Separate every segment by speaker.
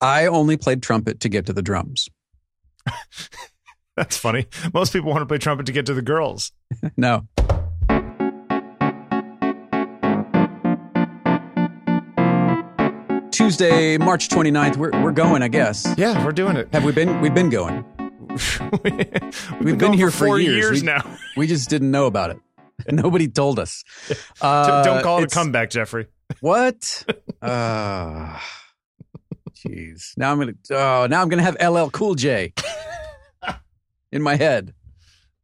Speaker 1: I only played trumpet to get to the drums.
Speaker 2: That's funny. Most people want to play trumpet to get to the girls.
Speaker 1: No. Tuesday, March 29th. We're, we're going, I guess.
Speaker 2: Yeah, we're doing it.
Speaker 1: Have we been? We've been going.
Speaker 2: We've been,
Speaker 1: been
Speaker 2: going
Speaker 1: here for
Speaker 2: four
Speaker 1: years. We-
Speaker 2: now.
Speaker 1: We just didn't know about it. Nobody told us. Uh,
Speaker 2: Don't call it a
Speaker 1: it's-
Speaker 2: comeback, Jeffrey.
Speaker 1: What? Uh, Jeez. Now I'm gonna. Oh, now I'm gonna have LL Cool J in my head.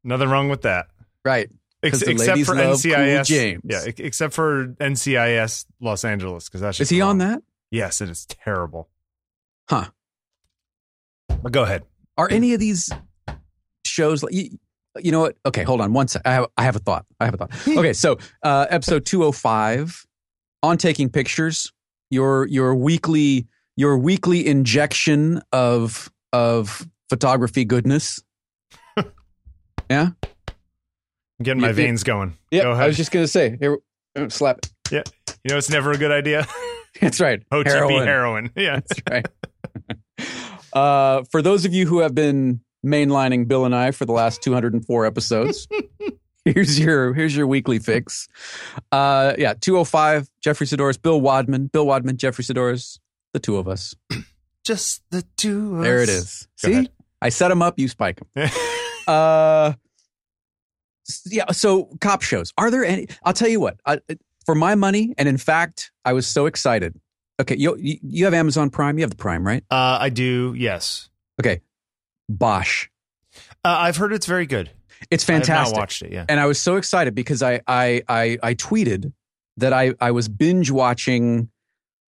Speaker 2: Nothing wrong with that.
Speaker 1: Right.
Speaker 2: Ex-
Speaker 1: 'Cause the
Speaker 2: except
Speaker 1: ladies
Speaker 2: for
Speaker 1: love Cool
Speaker 2: NCIS,
Speaker 1: James.
Speaker 2: yeah. ex- Except for NCIS Los Angeles, because that's
Speaker 1: Is he on that?
Speaker 2: Yes, it is terrible.
Speaker 1: Huh.
Speaker 2: But go ahead.
Speaker 1: Are any of these shows like? You, you know what? Okay, hold on one sec. I have, I have a thought. I have a thought. Okay, so uh, episode 205 on taking pictures. Your your weekly your weekly injection of of photography goodness.
Speaker 2: I'm getting my
Speaker 1: You- you-
Speaker 2: veins going.
Speaker 1: Yeah,
Speaker 2: Go
Speaker 1: I
Speaker 2: ahead.
Speaker 1: was just gonna say, here, uh, slap. it.
Speaker 2: You know, it's never a good idea.
Speaker 1: That's right.
Speaker 2: OTP heroin.
Speaker 1: Heroin.
Speaker 2: Yeah.
Speaker 1: Uh, for those of you who have been mainlining Bill and I for the last 204 episodes, here's your here's your weekly fix. Uh, yeah, 205. Jeffrey Sidoris, Bill Wadman, Bill Wadman, Jeffrey Sidoris, the two of us.
Speaker 2: Just the two. of
Speaker 1: There it
Speaker 2: us.
Speaker 1: is.
Speaker 2: Go
Speaker 1: See,
Speaker 2: ahead.
Speaker 1: I set them up. You spike them. Uh, s- yeah. So cop shows. Are there any? I'll tell you what. I, for my money, and in fact, I was so excited. Okay, you you you have Amazon Prime. You have the Prime, right?
Speaker 2: Uh, I do. Yes.
Speaker 1: Bosh.
Speaker 2: Uh, I've heard it's very good.
Speaker 1: It's
Speaker 2: I have
Speaker 1: fantastic.
Speaker 2: not watched it. Yeah.
Speaker 1: and I was so excited because I I I, I tweeted that I I was binge watching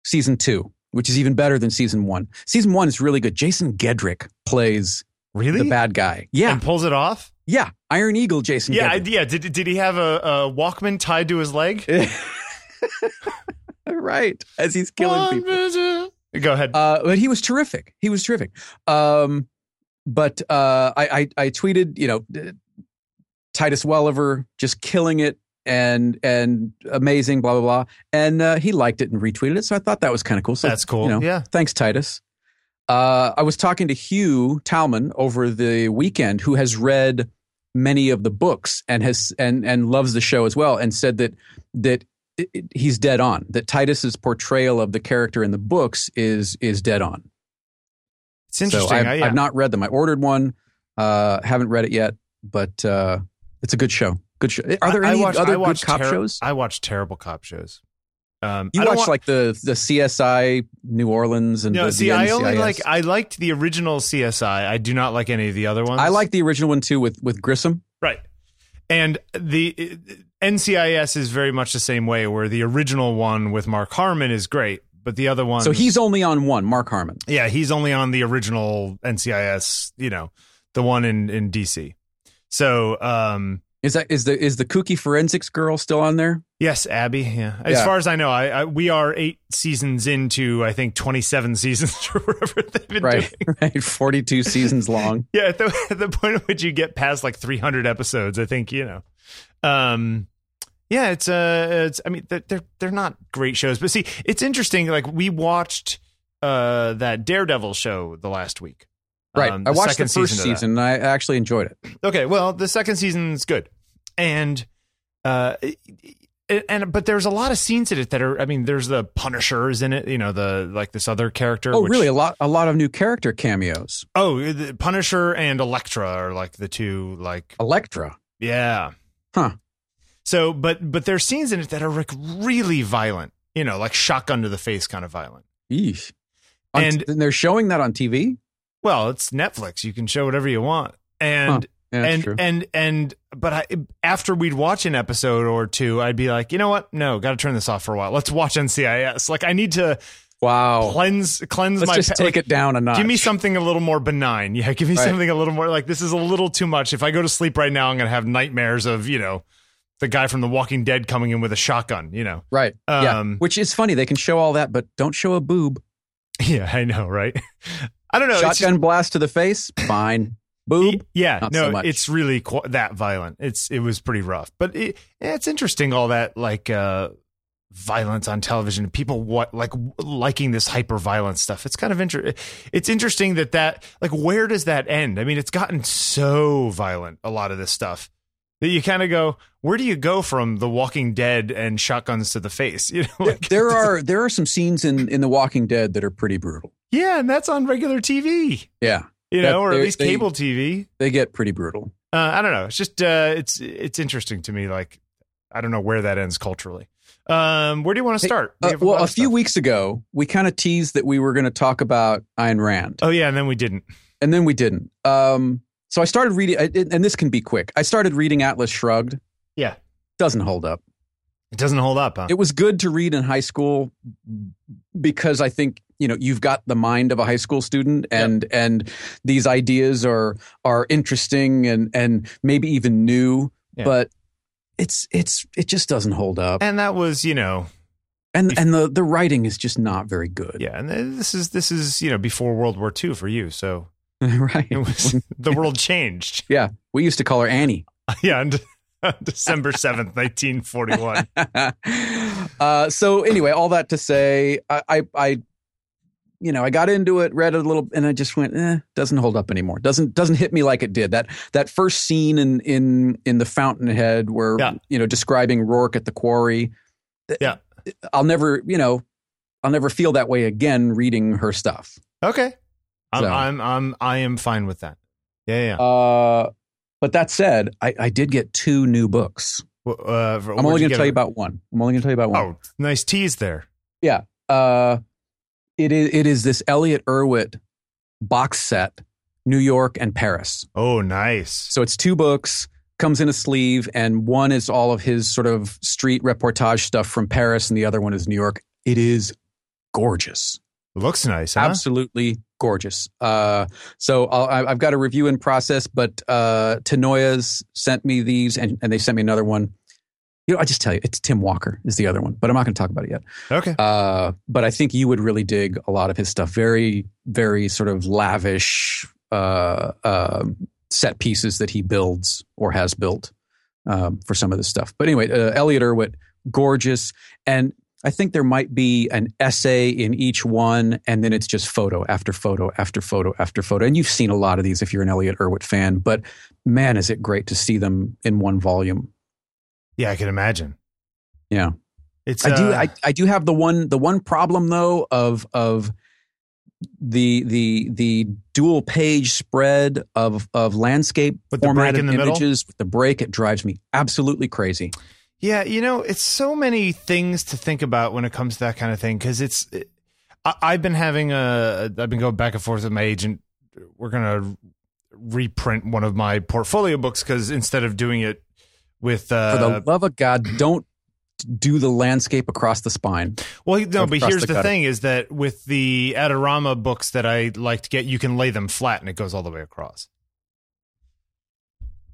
Speaker 1: season two, which is even better than season one. Season one is really good. Jason Gedrick plays
Speaker 2: Really?
Speaker 1: the bad guy. Yeah,
Speaker 2: And pulls it off.
Speaker 1: yeah, Iron Eagle. Jason.
Speaker 2: Yeah. I,
Speaker 1: Gedrick.
Speaker 2: yeah. Did did he have a, a Walkman tied to his leg?
Speaker 1: right, as he's killing people.
Speaker 2: Go ahead.
Speaker 1: Uh, but he was terrific. He was terrific. Um, but uh, I, I I tweeted, you know, uh, Titus Welliver just killing it and and amazing, blah blah blah. And uh, he liked it and retweeted it, so I thought that was kind of cool. So
Speaker 2: That's cool.
Speaker 1: You know,
Speaker 2: yeah.
Speaker 1: thanks, Titus. Uh, I was talking to Hugh Talman over the weekend, who has read many of the books and has and and loves the show as well, and said that that it- it- he's dead on. That Titus's portrayal of the character in the books is is dead on.
Speaker 2: It's interesting.
Speaker 1: So I've,
Speaker 2: I, yeah.
Speaker 1: I've not read them. I ordered one, uh, haven't read it yet, but uh, it's a good show. Good show. Are there
Speaker 2: I- I
Speaker 1: any
Speaker 2: watched- I
Speaker 1: other good
Speaker 2: watched
Speaker 1: cop
Speaker 2: terri-
Speaker 1: shows?
Speaker 2: I watch terrible cop shows. Um,
Speaker 1: You
Speaker 2: I don't
Speaker 1: watched
Speaker 2: wa-
Speaker 1: like the the CSI New Orleans and
Speaker 2: no.
Speaker 1: the,
Speaker 2: see,
Speaker 1: the
Speaker 2: I only
Speaker 1: NCIS.
Speaker 2: like. I liked the original CSI. I do not like any of the other ones.
Speaker 1: I like the original one too with with Grissom.
Speaker 2: right, and the uh, NCIS is very much the same way. Where the original one with Mark Harmon is great, but the other one.
Speaker 1: So he's only on one, Mark Harmon.
Speaker 2: yeah, he's only on the original NCIS. You know, the one in in DC. So um,
Speaker 1: Is that is the is the kooky forensics girl still on there?
Speaker 2: Yes, Abby. Yeah. As
Speaker 1: Yeah.
Speaker 2: far as I know, I, I we are eight seasons into I think twenty seven seasons or whatever they've been
Speaker 1: Right,
Speaker 2: doing.
Speaker 1: right. Forty two seasons long.
Speaker 2: Yeah, at the, at the point at which you get past like three hundred episodes, I think you know. Um, yeah, it's uh, it's I mean they're, they're they're not great shows, but see, it's interesting. Like we watched uh that Daredevil show the last week.
Speaker 1: Right.
Speaker 2: Um,
Speaker 1: I watched the
Speaker 2: second
Speaker 1: first
Speaker 2: of
Speaker 1: season,
Speaker 2: that.
Speaker 1: and I actually enjoyed it.
Speaker 2: Okay, well, the second season's good, and uh, it- and but there's a lot of scenes in it that are. I mean, there's the Punishers in it. You know, the like this other character.
Speaker 1: Oh,
Speaker 2: which-
Speaker 1: really? A lot a lot of new character cameos.
Speaker 2: Oh, the Punisher and Elektra are like the two. Like,
Speaker 1: Electra.
Speaker 2: yeah,
Speaker 1: Huh.
Speaker 2: So, but but there's scenes in it that are like really violent. You know, like shotgun to the face kind of violent.
Speaker 1: Eesh. On t-
Speaker 2: And-
Speaker 1: and they're showing that on TV.
Speaker 2: Well, it's Netflix. You can show whatever you want, and
Speaker 1: Yeah, that's
Speaker 2: and
Speaker 1: true.
Speaker 2: and and but I after we'd watch an episode or two, I'd be like, you know what? No, got to turn this off for a while. Let's watch NCIS. Like I need to
Speaker 1: wow.
Speaker 2: cleanse cleanse
Speaker 1: Oh. Let's
Speaker 2: my.
Speaker 1: just
Speaker 2: pa-
Speaker 1: take
Speaker 2: like,
Speaker 1: it down a notch.
Speaker 2: Give me something a little more benign. Yeah, give me
Speaker 1: Right.
Speaker 2: something a little more like this is a little too much. If I go to sleep right now, I'm gonna have nightmares of you know the guy from The Walking Dead coming in with a shotgun. You know.
Speaker 1: right. yeah.
Speaker 2: Um,
Speaker 1: Which is funny. They can show all that, but don't show a boob.
Speaker 2: Yeah, I know, right? I don't know. it's
Speaker 1: Shotgun blast to the face. Fine.
Speaker 2: Y-
Speaker 1: Boob.
Speaker 2: Yeah,
Speaker 1: Not
Speaker 2: no,
Speaker 1: so much.
Speaker 2: it's really qu- that violent. It's it was pretty rough, but it, yeah, it's interesting all that like uh, violence on television people what like liking this hyper violent stuff it's kind of interesting it's interesting that that like where does that end i mean it's gotten so violent a lot of this stuff that you kind of go where do you go from the walking dead and shotguns to the face you know like,
Speaker 1: there are there are some scenes in in the Walking Dead that are pretty brutal.
Speaker 2: yeah and that's on regular tv
Speaker 1: Yeah,
Speaker 2: you
Speaker 1: That-
Speaker 2: know or at
Speaker 1: they-
Speaker 2: least
Speaker 1: they-
Speaker 2: cable tv
Speaker 1: they get pretty brutal.
Speaker 2: uh, I don't know. It's just uh, it's it's interesting to me. Like I don't know where that ends culturally. Um, where do you want to
Speaker 1: Hey,
Speaker 2: start? We
Speaker 1: Uh,
Speaker 2: have
Speaker 1: well,
Speaker 2: lot
Speaker 1: a
Speaker 2: of
Speaker 1: few
Speaker 2: stuff.
Speaker 1: weeks ago, we kind of teased that we were going to talk about Ayn Rand,
Speaker 2: Oh yeah, and then we didn't.
Speaker 1: and then we didn't. Um, so I started reading, I, did- and this can be quick. I started reading Atlas Shrugged.
Speaker 2: Yeah.
Speaker 1: doesn't hold up.
Speaker 2: It doesn't hold up. Huh?
Speaker 1: It was good to read in high school because I think you know you've got the mind of a high school student, and and these ideas are are interesting and and maybe even new,
Speaker 2: Yeah.
Speaker 1: but it's it's it just doesn't hold up,
Speaker 2: and that was you know
Speaker 1: and and the the writing is just not very good.
Speaker 2: yeah, and th- this is this is you know before World War II for you. So
Speaker 1: right.
Speaker 2: it was the world changed.
Speaker 1: We used to call her Annie.
Speaker 2: yeah, on, de- on December seventh, nineteen forty one.
Speaker 1: uh, so anyway, all that to say, I, I, I, you know, I got into it, read a little, and I just went, eh, doesn't hold up anymore. Doesn't doesn't hit me like it did. That that first scene in in in the Fountainhead, where
Speaker 2: Yeah.
Speaker 1: you know describing Rourke at the quarry. th-
Speaker 2: Yeah.
Speaker 1: I'll never, you know, I'll never feel that way again reading her stuff.
Speaker 2: Okay, I'm,
Speaker 1: So.
Speaker 2: I'm I'm I am fine with that. Yeah, yeah.
Speaker 1: Uh, but that said, I, I did get two new books.
Speaker 2: W- uh, where'd
Speaker 1: I'm only going to
Speaker 2: get
Speaker 1: tell you
Speaker 2: it?
Speaker 1: about one. I'm only going to tell you about one.
Speaker 2: Oh, nice tease there.
Speaker 1: uh, it is it is this Elliot Irwin box set, New York and Paris.
Speaker 2: Oh, nice.
Speaker 1: So it's two books, comes in a sleeve, and one is all of his sort of street reportage stuff from Paris, and the other one is New York. It is gorgeous,
Speaker 2: Looks nice. Huh?
Speaker 1: absolutely gorgeous. Uh, so I'll, I- I've got a review in process, but uh, Tenoya's sent me these, and, and they sent me another one. You know, I just tell you, it's Tim Walker is the other one, but I'm not going to talk about it yet.
Speaker 2: Okay.
Speaker 1: Uh, but I think you would really dig a lot of his stuff. Very, very sort of lavish uh, um set pieces that he builds or has built um, for some of this stuff. But anyway, uh, Elliot Irwin, gorgeous. And I think there might be an essay in each one, and then it's just photo after photo after photo after photo. And you've seen a lot of these if you're an Elliot Irwin fan, but man, is it great to see them in one volume.
Speaker 2: Yeah, I can imagine.
Speaker 1: Yeah.
Speaker 2: It's
Speaker 1: I do.
Speaker 2: uh,
Speaker 1: I, I do have the one. The one problem though of of the the the dual page spread of of landscape
Speaker 2: With the break
Speaker 1: formatted
Speaker 2: in the middle?
Speaker 1: images with the break. It drives me absolutely crazy.
Speaker 2: yeah, you know, it's so many things to think about when it comes to that kind of thing because it's. I, I've been having a. I've been going back and forth with my agent. We're gonna reprint one of my portfolio books because instead of doing it with
Speaker 1: For
Speaker 2: uh,
Speaker 1: the love of God, don't do the landscape across the spine.
Speaker 2: Well, no,
Speaker 1: Of
Speaker 2: but
Speaker 1: course
Speaker 2: here's
Speaker 1: they
Speaker 2: the
Speaker 1: got it.
Speaker 2: thing is that with the Adorama books that I like to get, you can lay them flat and it goes all the way across.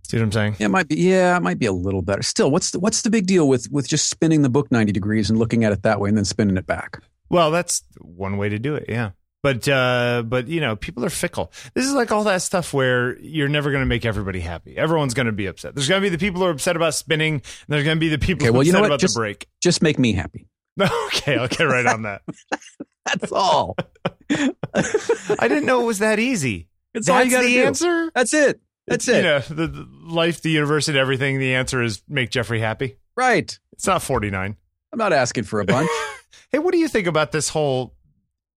Speaker 2: See what I'm saying?
Speaker 1: It might be. Yeah, it might be a little better. Still, what's the, what's the big deal with with just spinning the book ninety degrees and looking at it that way and then spinning it back?
Speaker 2: Well, that's one way to do it, yeah. But uh but you know, people are fickle. This is like all that stuff where you're never going to make everybody happy. Everyone's going to be upset. There's going to be the people who are upset about spinning, and there's going to be the people
Speaker 1: Okay,
Speaker 2: who are
Speaker 1: well,
Speaker 2: upset
Speaker 1: you know what?
Speaker 2: about
Speaker 1: Just-
Speaker 2: the break.
Speaker 1: Just make me happy.
Speaker 2: okay, I'll get right on that.
Speaker 1: That's all.
Speaker 2: I didn't know it was that easy.
Speaker 1: That's all
Speaker 2: that's
Speaker 1: you got to
Speaker 2: the
Speaker 1: do.
Speaker 2: answer?
Speaker 1: That's it. That's it.
Speaker 2: You know, the, the life, the universe, and everything. The answer is make Jeffrey happy.
Speaker 1: Right.
Speaker 2: It's not 49.
Speaker 1: I'm not asking for a bunch.
Speaker 2: Hey, what do you think about this whole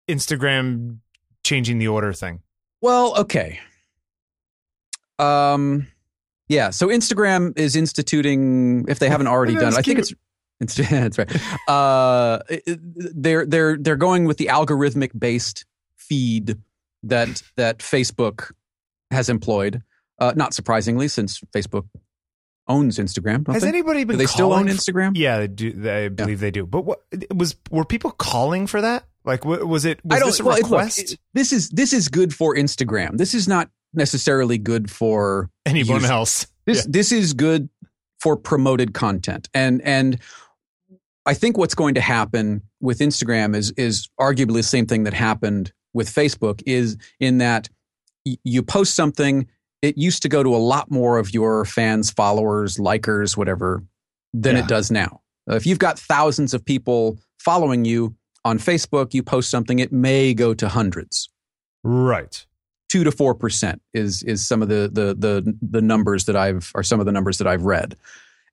Speaker 2: Instagram changing the order thing?
Speaker 1: Well, okay. Um, yeah. So Instagram is instituting, if they haven't already
Speaker 2: That
Speaker 1: done,
Speaker 2: is
Speaker 1: it, I think it's.
Speaker 2: cute.
Speaker 1: it's that's right. Uh, it- it- they're they're they're going with the algorithmic based feed that that Facebook has employed. Uh, not surprisingly, since Facebook owns Instagram. Don't
Speaker 2: Has
Speaker 1: they?
Speaker 2: anybody
Speaker 1: Do
Speaker 2: been
Speaker 1: they still own
Speaker 2: calling for- e-,
Speaker 1: Instagram?
Speaker 2: Yeah, they do, they- I believe they do. But what it was were people calling for that? Like w- was it was this a
Speaker 1: well, it- look,
Speaker 2: request?
Speaker 1: it- this is this is good for Instagram. This is not necessarily good for
Speaker 2: Anyone
Speaker 1: used-
Speaker 2: else?
Speaker 1: this
Speaker 2: Yeah.
Speaker 1: this is good for promoted content and and i think what's going to happen with instagram is is arguably the same thing that happened with facebook is in that y- you post something it used to go to a lot more of your fans followers likers whatever than
Speaker 2: Yeah.
Speaker 1: it does now Uh, if you've got thousands of people following you on Facebook, you post something, it may go to hundreds.
Speaker 2: Right.
Speaker 1: Two to four percent is is some of the the the the numbers that I've are some of the numbers that I've read.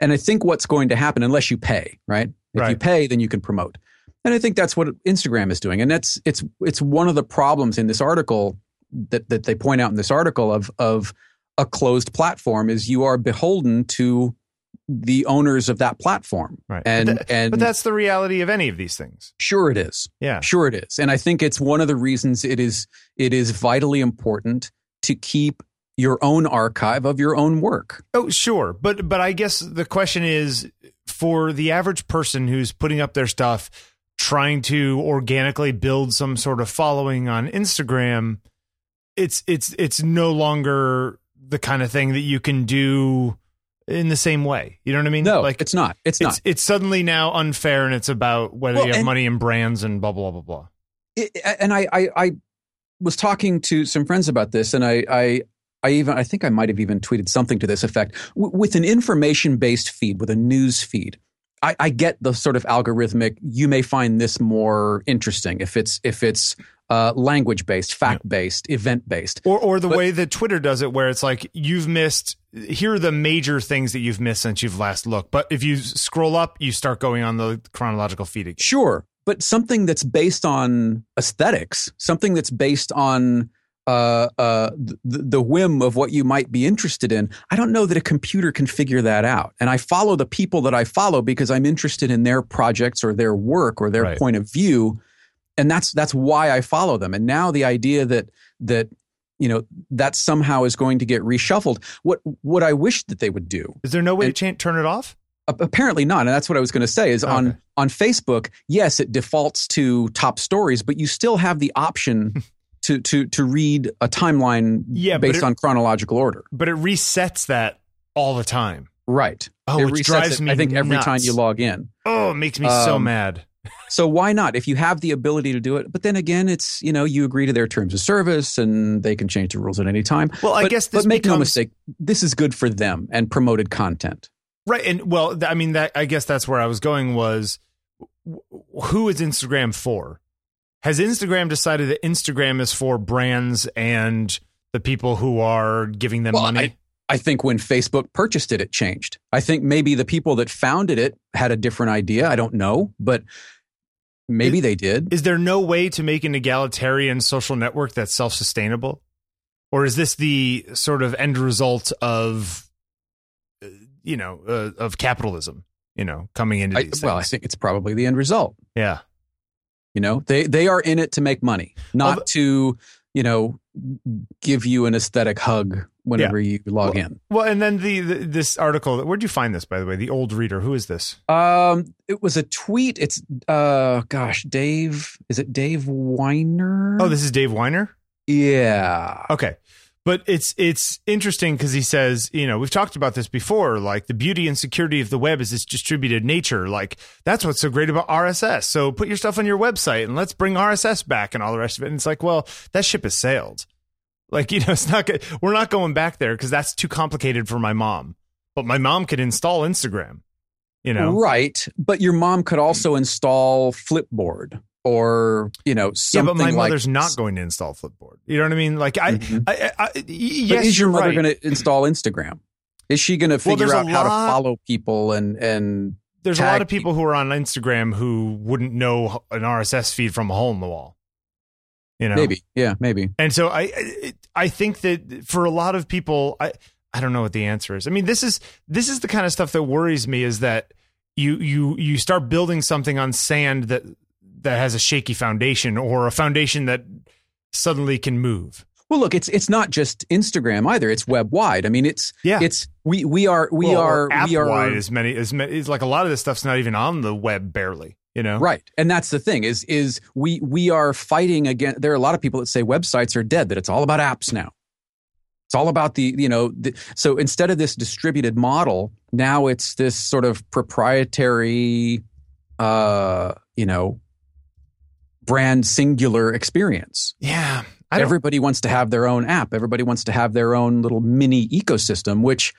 Speaker 1: And I think what's going to happen, unless you pay, right? If you
Speaker 2: Right.
Speaker 1: pay, then you can promote. And I think that's what Instagram is doing. And that's it's it's one of the problems in this article that that they point out in this article of of a closed platform is you are beholden to the owners of that platform.
Speaker 2: Right.
Speaker 1: And
Speaker 2: but, tha-
Speaker 1: and
Speaker 2: but that's the reality of any of these things.
Speaker 1: sure it is.
Speaker 2: Yeah.
Speaker 1: Sure it is. And I think it's one of the reasons it is it is vitally important to keep your own archive of your own work.
Speaker 2: Oh, sure. But but I guess the question is for the average person who's putting up their stuff trying to organically build some sort of following on Instagram, it's it's it's no longer the kind of thing that you can do in the same way. You know what I mean?
Speaker 1: No,
Speaker 2: like
Speaker 1: it's not. It's not.
Speaker 2: it's it's suddenly now unfair and it's about whether
Speaker 1: Well,
Speaker 2: you have
Speaker 1: and-
Speaker 2: money and brands and blah blah blah blah.
Speaker 1: it, and I, I I was talking to some friends about this, and I I I even I think I might have even tweeted something to this effect w- with an information based feed with a news feed. I, I get the sort of algorithmic. You may find this more interesting if it's if it's uh, language based, fact based, event based.
Speaker 2: Or or the
Speaker 1: But-
Speaker 2: way that Twitter does it, where it's like you've missed. Here are the major things that you've missed since you've last looked. But if you s- scroll up, you start going on the chronological feed again.
Speaker 1: Sure, but something that's based on aesthetics, something that's based on uh, uh, the, the whim of what you might be interested in. I don't know that a computer can figure that out. And I follow the people that I follow because I'm interested in their projects or their work or their
Speaker 2: Right.
Speaker 1: point of view, and that's that's why I follow them. And now the idea that that you know that somehow is going to get reshuffled. What what I wish that they would do
Speaker 2: Is there no way
Speaker 1: And-
Speaker 2: to cha- turn it off?
Speaker 1: A- apparently not and that's what i was going to say is
Speaker 2: Oh, Okay.
Speaker 1: on on facebook yes it defaults to top stories but you still have the option to to to read a timeline
Speaker 2: Yeah, but
Speaker 1: based
Speaker 2: it-
Speaker 1: on chronological order
Speaker 2: But it resets that all the time.
Speaker 1: right
Speaker 2: Oh,
Speaker 1: it
Speaker 2: it
Speaker 1: resets
Speaker 2: drives
Speaker 1: it,
Speaker 2: me.
Speaker 1: i think every
Speaker 2: nuts.
Speaker 1: time you log in
Speaker 2: Oh, it makes me so
Speaker 1: Um,
Speaker 2: mad.
Speaker 1: so why not if you have the ability to do it but then again it's you know you agree to their terms of service and they can change the rules at any time
Speaker 2: Well, I
Speaker 1: but,
Speaker 2: guess this
Speaker 1: but make no
Speaker 2: becomes-
Speaker 1: mistake this is good for them and promoted content
Speaker 2: Right, and well, th- I mean that. I guess that's where I was going. Was w- who is Instagram for? Has Instagram decided that Instagram is for brands and the people who are giving them
Speaker 1: Well,
Speaker 2: money?
Speaker 1: I- I think when Facebook purchased it, it changed. I think maybe the people that founded it had a different idea. I don't know, but maybe they did.
Speaker 2: is there no way to make an egalitarian social network that's self-sustainable or is this the sort of end result of uh, you know uh, of capitalism you know coming into
Speaker 1: I-
Speaker 2: these
Speaker 1: well, I
Speaker 2: things?
Speaker 1: think it's probably the end result.
Speaker 2: yeah
Speaker 1: You know, they they are in it to make money, not
Speaker 2: Although-
Speaker 1: to you know give you an aesthetic hug whenever you log in.
Speaker 2: well and then the, the this article where'd you find this by the way the old reader who is this
Speaker 1: Um, it was a tweet. It's uh, gosh, Dave, is it Dave Weiner?
Speaker 2: oh this is dave weiner
Speaker 1: yeah.
Speaker 2: Okay. But it's it's interesting because he says, you know, we've talked about this before. Like the beauty and security of the web is its distributed nature. Like that's what's so great about RSS. So put your stuff on your website and let's bring RSS back and all the rest of it. And it's like, well, that ship has sailed. Like you know, it's not good. We're not going back there because that's too complicated for my mom. But my mom could install Instagram. You know,
Speaker 1: Right. But your mom could also install Flipboard or, you know,
Speaker 2: yeah.
Speaker 1: something
Speaker 2: But my
Speaker 1: like-
Speaker 2: mother's not going to install Flipboard. You know what I mean? Like I,
Speaker 1: Mhm.
Speaker 2: I, I, I y-
Speaker 1: But
Speaker 2: yes,
Speaker 1: is your
Speaker 2: you're
Speaker 1: mother
Speaker 2: right.
Speaker 1: going to install Instagram? Is she going to figure
Speaker 2: there's a
Speaker 1: out how to
Speaker 2: lot-
Speaker 1: follow people and and
Speaker 2: there's a lot
Speaker 1: tag
Speaker 2: of people who are on Instagram who wouldn't know an RSS feed from a hole in the wall. You know,
Speaker 1: maybe yeah maybe
Speaker 2: And so I, I, I think that for a lot of people, I, I don't know what the answer is. I mean, this is this is the kind of stuff that worries me is that you you you start building something on sand that that has a shaky foundation or a foundation that suddenly can move.
Speaker 1: well look it's it's not just Instagram either it's web wide I mean it's
Speaker 2: Yeah.
Speaker 1: it's we we are we
Speaker 2: Well,
Speaker 1: are
Speaker 2: or app
Speaker 1: we are
Speaker 2: wide as many as many. It's like a lot of this stuff's not even on the web barely. You know,
Speaker 1: right and that's the thing is is we we are fighting again there are a lot of people that say websites are dead that it's all about apps now it's all about the you know the, so instead of this distributed model now it's this sort of proprietary uh you know brand singular experience
Speaker 2: Yeah. I don't,
Speaker 1: everybody wants to have their own app everybody wants to have their own little mini ecosystem which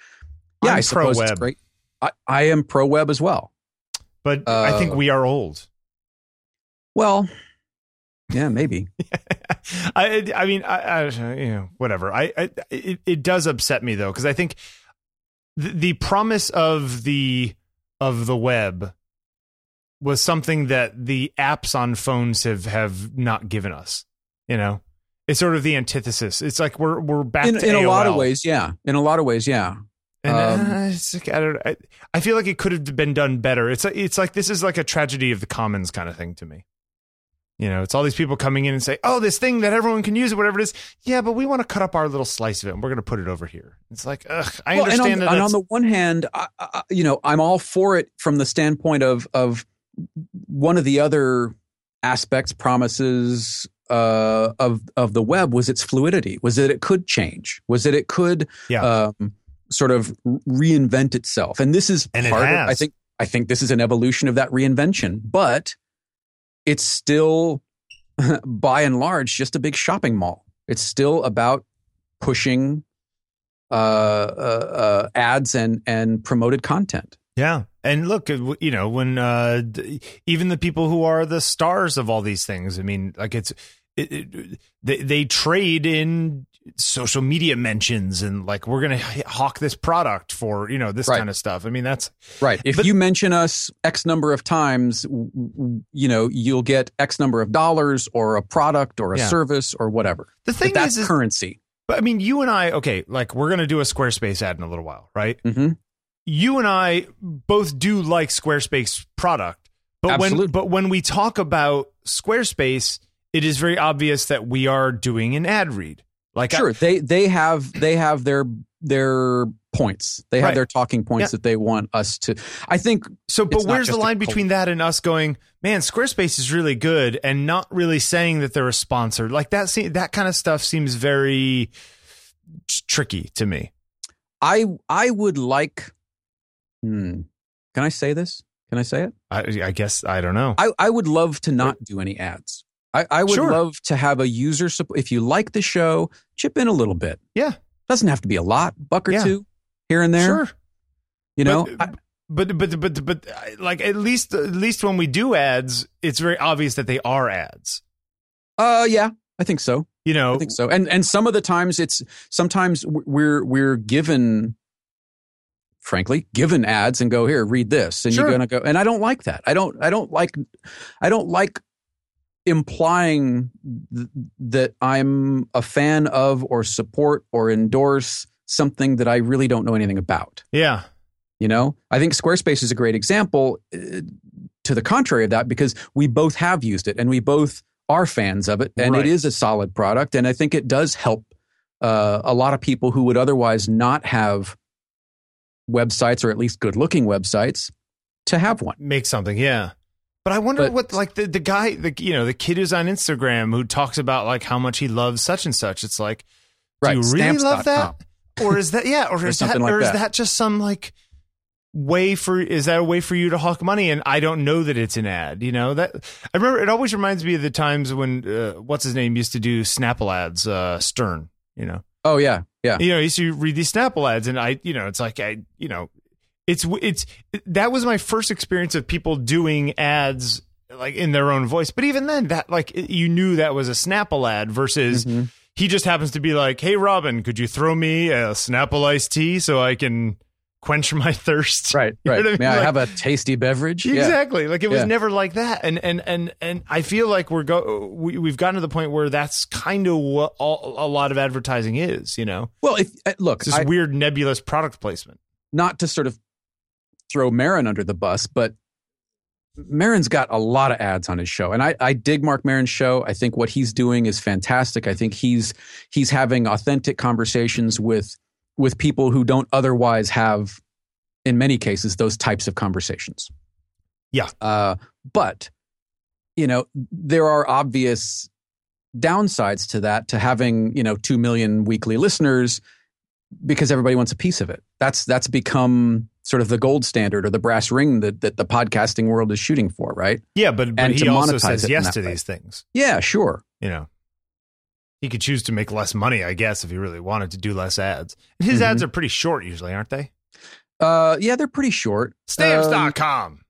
Speaker 1: yeah
Speaker 2: I'm
Speaker 1: i suppose
Speaker 2: pro-web.
Speaker 1: it's great I, I am pro web as well
Speaker 2: But I think
Speaker 1: Uh,
Speaker 2: we are old.
Speaker 1: Well, yeah, maybe.
Speaker 2: I, I mean, I, I, you know, whatever. I, I it, it does upset me though, because I think the, the promise of the of the web was something that the apps on phones have have not given us. You know, it's sort of the antithesis. It's like we're we're back
Speaker 1: In,
Speaker 2: to
Speaker 1: in a lot of
Speaker 2: AOL.
Speaker 1: ways, yeah. In a lot of ways, yeah.
Speaker 2: And,
Speaker 1: Um,
Speaker 2: uh, it's like, I don't. I, I feel like it could have been done better. It's like, it's like this is like a tragedy of the commons kind of thing to me. You know, it's all these people coming in and say, "Oh, this thing that everyone can use, or whatever it is." Yeah, but we want to cut up our little slice of it, and we're going to put it over here. It's like, ugh, I
Speaker 1: Well,
Speaker 2: understand
Speaker 1: and on,
Speaker 2: that.
Speaker 1: and
Speaker 2: that's-
Speaker 1: on the one hand, I, I, you know, I'm all for it from the standpoint of of one of the other aspects, promises uh, of of the web was its fluidity, was that it could change, was that it could
Speaker 2: Yeah.
Speaker 1: um, sort of reinvent itself, and this is
Speaker 2: And it
Speaker 1: part
Speaker 2: has.
Speaker 1: Of, I think I think this is an evolution of that reinvention, but it's still by and large just a big shopping mall. It's still about pushing uh, uh, uh, ads and and promoted content.
Speaker 2: Yeah. And look, it w- you know, when uh, d- even the people who are the stars of all these things, I mean, like it's it, it, they they trade in social media mentions and like we're gonna h- hawk this product for you know this
Speaker 1: Right.
Speaker 2: kind of stuff. I mean, that's
Speaker 1: Right. If
Speaker 2: But-
Speaker 1: you mention us X number of times, w- w- you know you'll get X number of dollars or a product or a
Speaker 2: Yeah.
Speaker 1: service or whatever.
Speaker 2: the
Speaker 1: But
Speaker 2: thing
Speaker 1: that's
Speaker 2: is, is
Speaker 1: currency.
Speaker 2: but I mean, you and I, okay, like we're gonna do a Squarespace ad in a little while, right?
Speaker 1: hmm
Speaker 2: you and I both do like Squarespace product, but
Speaker 1: Absolutely.
Speaker 2: when but when we talk about Squarespace, it is very obvious that we are doing an ad read. Like I-
Speaker 1: Sure. They they have they have their their points. They have
Speaker 2: Right.
Speaker 1: their talking points that they want us to. I think
Speaker 2: so, but
Speaker 1: It's not
Speaker 2: where's the
Speaker 1: just a
Speaker 2: line between that and us going, man? Squarespace is really good, and not really saying that they're a sponsor. Like that, se- that kind of stuff seems very t- tricky to me.
Speaker 1: I I would like. Hmm, can I say this? Can I say it?
Speaker 2: I, I guess I don't know.
Speaker 1: I, I would love to not do any ads. I, I would
Speaker 2: Sure.
Speaker 1: love to have a user support. If you like the show, chip in a little bit.
Speaker 2: Yeah.
Speaker 1: Doesn't have to be a lot, buck or
Speaker 2: Yeah.
Speaker 1: two here and there.
Speaker 2: Sure.
Speaker 1: You know, I-
Speaker 2: but uh, but but but I- like at least at least when we do ads, it's very obvious that they are ads.
Speaker 1: uh, yeah, I think so.
Speaker 2: You know,
Speaker 1: I think so. And and some of the times it's sometimes we're we're given frankly given ads and go here read this and
Speaker 2: Sure.
Speaker 1: you're going to go and I don't like that. I don't I don't like I don't like implying th- that I'm a fan of or support or endorse something that I really don't know anything about,
Speaker 2: yeah,
Speaker 1: you know? I think Squarespace is a great example uh, to the contrary of that because we both have used it and we both are fans of it and
Speaker 2: Right.
Speaker 1: it is a solid product and i think it does help uh, a lot of people who would otherwise not have websites or at least good looking websites to have one
Speaker 2: make something. Yeah, but I wonder
Speaker 1: But-
Speaker 2: what like the the guy the you know the kid who's on Instagram who talks about like how much he loves such and such. It's like, do you really love
Speaker 1: stamps.com.
Speaker 2: that, or is that yeah, or
Speaker 1: Or
Speaker 2: is that
Speaker 1: something like
Speaker 2: or is
Speaker 1: that.
Speaker 2: that just some like way for is that a way for you to hawk money and i don't know that it's an ad you know that i remember it always reminds me of the times when uh, what's his name used to do snapple ads uh stern you know
Speaker 1: oh yeah yeah
Speaker 2: you know, I used to read these Snapple ads, and I, you know, it's like I, you know, it's it's that was my first experience of people doing ads like in their own voice. But even then, that like you knew that was a Snapple ad versus
Speaker 1: Mhm.
Speaker 2: he just happens to be like, "Hey, Robin, could you throw me a Snapple iced tea so I can quench my thirst?"
Speaker 1: right
Speaker 2: You know
Speaker 1: right
Speaker 2: what I mean?
Speaker 1: may i
Speaker 2: Like-
Speaker 1: have a tasty beverage yeah
Speaker 2: Exactly. Like it was
Speaker 1: Yeah.
Speaker 2: never like that. And and and and I feel like we're go we, we've gotten to the point where that's kind of what all, a lot of advertising is. You know.
Speaker 1: well if uh, look
Speaker 2: It's this
Speaker 1: I-
Speaker 2: weird nebulous product placement.
Speaker 1: not to sort of throw Marin under the bus, but Marin's got a lot of ads on his show, and I, I dig Mark Marin's show. I think what he's doing is fantastic. I think he's he's having authentic conversations with with people who don't otherwise have, in many cases, those types of conversations.
Speaker 2: Yeah.
Speaker 1: Uh, but you know, there are obvious downsides to that to having you know two million weekly listeners because everybody wants a piece of it. That's that's become sort of the gold standard or the brass ring that that the podcasting world is shooting for, right?
Speaker 2: Yeah, but, but
Speaker 1: And
Speaker 2: he
Speaker 1: to
Speaker 2: also
Speaker 1: monetize
Speaker 2: says
Speaker 1: it in
Speaker 2: yes
Speaker 1: that
Speaker 2: to
Speaker 1: way.
Speaker 2: these things.
Speaker 1: Yeah, sure.
Speaker 2: You know, he could choose to make less money, I guess, if he really wanted to do less ads. And his
Speaker 1: Mhm.
Speaker 2: ads are pretty short usually, aren't they?
Speaker 1: Uh, yeah, they're pretty short.
Speaker 2: Stamps.com.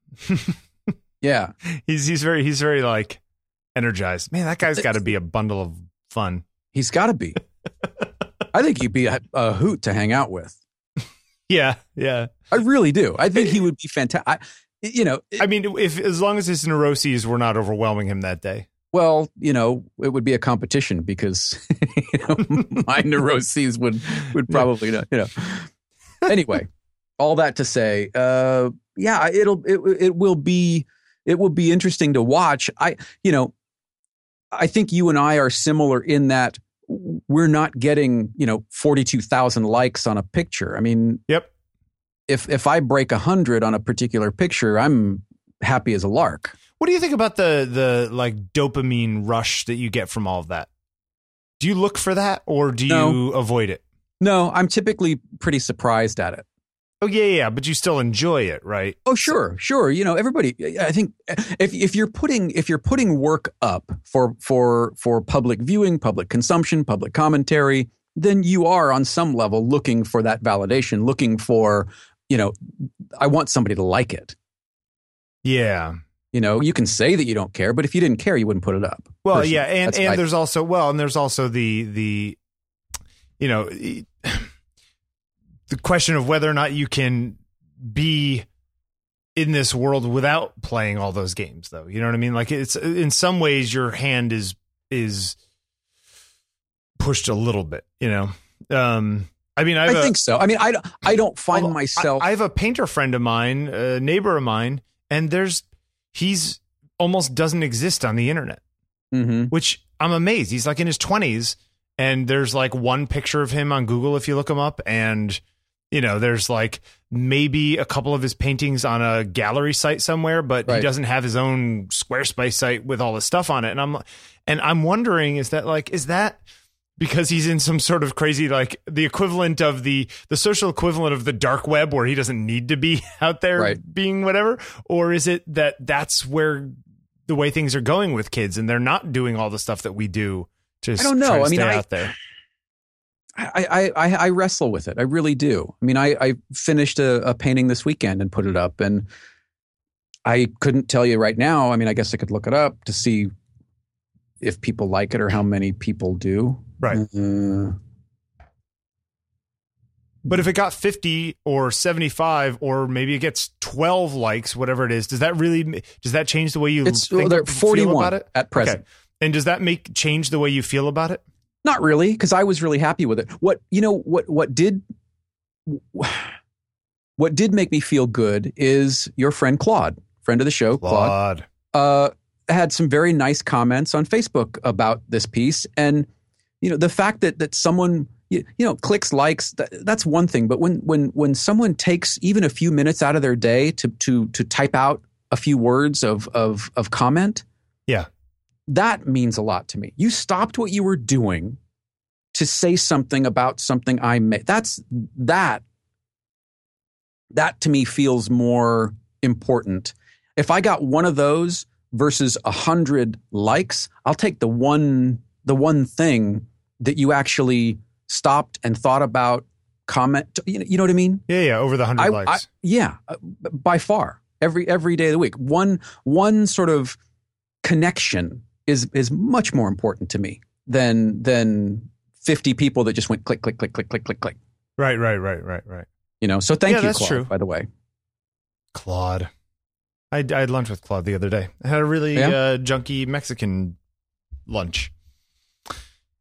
Speaker 1: Yeah.
Speaker 2: Um, he's he's very he's very like energized. Man, that guy's got to be a bundle of fun.
Speaker 1: He's got to be. I think he'd be a, a hoot to hang out with.
Speaker 2: Yeah, yeah.
Speaker 1: I really do. I think he would be fantastic. You know,
Speaker 2: I mean, if as long as his neuroses were not overwhelming him that day.
Speaker 1: well, you know, it would be a competition because you know, my neuroses would would probably not, you know. Anyway, all that to say, uh, yeah, it'll it it will be it will be interesting to watch. I you know, I think you and I are similar in that we're not getting you know forty two thousand likes on a picture. I mean,
Speaker 2: Yep.
Speaker 1: If if I break hundred on a particular picture, I'm happy as a lark.
Speaker 2: What do you think about the the like dopamine rush that you get from all of that? Do you look for that or do
Speaker 1: No.
Speaker 2: you avoid it?
Speaker 1: No, I'm typically pretty surprised at it.
Speaker 2: Oh yeah, yeah, but you still enjoy it, right?
Speaker 1: Oh sure, sure. You know, everybody. I think if if you're putting if you're putting work up for for for public viewing, public consumption, public commentary, then you are on some level looking for that validation, looking for you know, I want somebody to like it.
Speaker 2: Yeah.
Speaker 1: You know, you can say that you don't care, but if you didn't care, you wouldn't put it up.
Speaker 2: Well,
Speaker 1: Personally,
Speaker 2: yeah, and
Speaker 1: that's
Speaker 2: and
Speaker 1: my-
Speaker 2: there's also well, and there's also the the you know e- the question of whether or not you can be in this world without playing all those games though. You know what I mean? Like it's in some ways your hand is is pushed a little bit, you know. Um I mean, I've
Speaker 1: I
Speaker 2: a-
Speaker 1: think so. I mean, I I don't find
Speaker 2: Although, I-
Speaker 1: myself.
Speaker 2: I, have a painter friend of mine, a neighbor of mine, and there's he's almost doesn't exist on the internet
Speaker 1: Mhm.
Speaker 2: which I'm amazed. He's like in his 20s, and there's like one picture of him on Google if you look him up, and you know, there's like maybe a couple of his paintings on a gallery site somewhere, but he
Speaker 1: Right.
Speaker 2: doesn't have his own Squarespace site with all his stuff on it. And I'm and I'm wondering, is that like is that because he's in some sort of crazy like the equivalent of the the social equivalent of the dark web where he doesn't need to be out there
Speaker 1: Right.
Speaker 2: being whatever or is it that that's where the way things are going with kids and they're not doing all the stuff that we do to
Speaker 1: I don't know.
Speaker 2: try to
Speaker 1: I mean,
Speaker 2: stay
Speaker 1: I-
Speaker 2: out there
Speaker 1: I, I, I I wrestle with it. I really do. I mean, I, I finished a, a painting this weekend and put it up, and I couldn't tell you right now. I mean, I guess I could look it up to see if people like it or how many people do.
Speaker 2: Right.
Speaker 1: Uh,
Speaker 2: but if it got 50 or 75 or maybe it gets 12 likes whatever it is does that really does that change the way you
Speaker 1: it's well,
Speaker 2: think,
Speaker 1: they're
Speaker 2: feel about
Speaker 1: 41
Speaker 2: it
Speaker 1: at present.
Speaker 2: okay and does that make change the way you feel about it
Speaker 1: Not really, because I was really happy with it. What you know, what what did what did make me feel good is your friend Claude, friend of the show, Claude.
Speaker 2: Claude.
Speaker 1: uh, had some very nice comments on Facebook about this piece, and you know the fact that that someone you, you know clicks likes that, that's one thing, but when when when someone takes even a few minutes out of their day to to to type out a few words of of of comment,
Speaker 2: Yeah.
Speaker 1: that means a lot to me. You stopped what you were doing to say something about something I made. That's that that to me feels more important. If I got one of those versus a hundred likes, I'll take the one the one thing that you actually stopped and thought about, comment. You know, you know what I mean?
Speaker 2: yeah yeah over the 100
Speaker 1: I-
Speaker 2: likes
Speaker 1: I- yeah, uh, b- by far every every day of the week. One one sort of connection is is much more important to me than than fifty people that just went click click click click click click click.
Speaker 2: right right right right right
Speaker 1: You know. So thank
Speaker 2: Yeah,
Speaker 1: you,
Speaker 2: that's
Speaker 1: Claude,
Speaker 2: true.
Speaker 1: by the way.
Speaker 2: Claude. I, I had lunch with Claude the other day. I had a really
Speaker 1: Yeah?
Speaker 2: uh, junky Mexican lunch.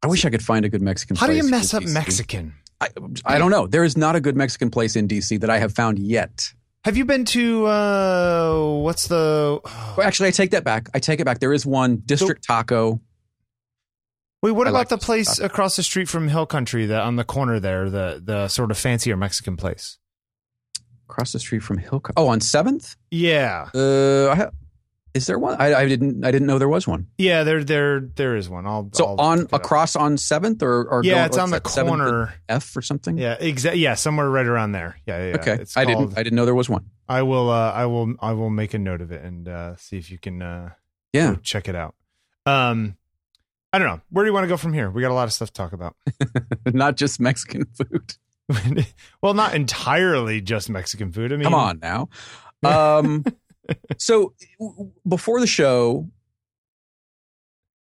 Speaker 1: I wish I could find a good Mexican.
Speaker 2: How do you
Speaker 1: place
Speaker 2: mess
Speaker 1: in
Speaker 2: up
Speaker 1: DC.
Speaker 2: Mexican?
Speaker 1: I, I don't know. There is not a good Mexican place in DC that I have found yet.
Speaker 2: Have you been to uh, what's the? oh.
Speaker 1: Well, actually, I take that back. I take it back. There is one District Taco.
Speaker 2: Wait, what
Speaker 1: I
Speaker 2: about
Speaker 1: like
Speaker 2: the
Speaker 1: this
Speaker 2: place
Speaker 1: stuff.
Speaker 2: across the street from Hill Country, the on the corner there, the the sort of fancier Mexican place?
Speaker 1: across the street from Hill. Co- Oh, on Seventh.
Speaker 2: Yeah,
Speaker 1: Uh, I ha- is there one? I, I didn't. I didn't know there was one.
Speaker 2: yeah, there there there is one. I'll
Speaker 1: So
Speaker 2: I'll
Speaker 1: on
Speaker 2: look it up.
Speaker 1: across on Seventh or, or
Speaker 2: Oh, Yeah,
Speaker 1: going-
Speaker 2: it's on the
Speaker 1: what's that, 7th and
Speaker 2: corner.
Speaker 1: F or something.
Speaker 2: Yeah, exactly. Yeah, somewhere right around there. Yeah, yeah. yeah.
Speaker 1: okay,
Speaker 2: It's
Speaker 1: I
Speaker 2: called-
Speaker 1: didn't. I didn't know there was one.
Speaker 2: I will. Uh, I will. I will make a note of it and uh, see if you can. Uh,
Speaker 1: Yeah.
Speaker 2: go check it out. Um, I don't know. Where do you want to go from here? We got a lot of stuff to talk about.
Speaker 1: not just Mexican food.
Speaker 2: well, not entirely just Mexican food. I mean,
Speaker 1: Come on now. Um, so w- before the show,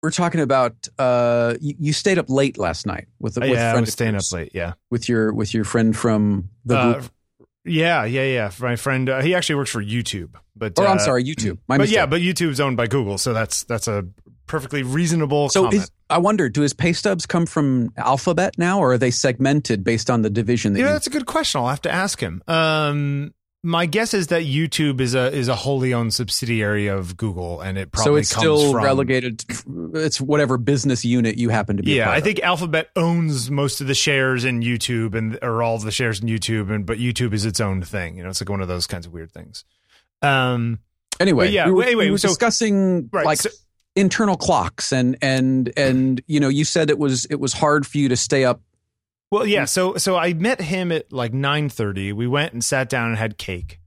Speaker 1: we're talking about uh, you, you stayed up late last night with, with
Speaker 2: Uh, yeah,
Speaker 1: friend
Speaker 2: I
Speaker 1: of
Speaker 2: was staying
Speaker 1: yours.
Speaker 2: up late. Yeah.
Speaker 1: with your with your friend from the
Speaker 2: Uh,
Speaker 1: group.
Speaker 2: yeah, yeah, yeah. My friend, uh, he actually works for YouTube, but
Speaker 1: or Oh, I'm
Speaker 2: uh,
Speaker 1: sorry, YouTube. My
Speaker 2: but
Speaker 1: mistake.
Speaker 2: yeah, but YouTube's owned by Google, so that's that's a perfectly reasonable
Speaker 1: so
Speaker 2: comment.
Speaker 1: is, I wonder, do his pay stubs come from Alphabet now, or are they segmented based on the division that
Speaker 2: yeah,
Speaker 1: you?
Speaker 2: that's a good question. I'll have to ask him. Um, my guess is that YouTube is a is a wholly owned subsidiary of Google, and it probably
Speaker 1: So it's
Speaker 2: comes
Speaker 1: still
Speaker 2: from,
Speaker 1: relegated. It's whatever business unit you happen to be. a
Speaker 2: Yeah,
Speaker 1: part
Speaker 2: I
Speaker 1: of.
Speaker 2: think Alphabet owns most of the shares in YouTube, and or all of the shares in YouTube, and but YouTube is its own thing. You know, it's like one of those kinds of weird things. Um,
Speaker 1: Anyway,
Speaker 2: But yeah,
Speaker 1: we were,
Speaker 2: wait, wait,
Speaker 1: we were
Speaker 2: so-
Speaker 1: discussing
Speaker 2: right.
Speaker 1: like
Speaker 2: so-
Speaker 1: internal clocks and and and you know you said it was it was hard for you to stay up.
Speaker 2: Well,
Speaker 1: Mm.
Speaker 2: yeah. So so I met him at like nine thirty. We went and sat down and had cake,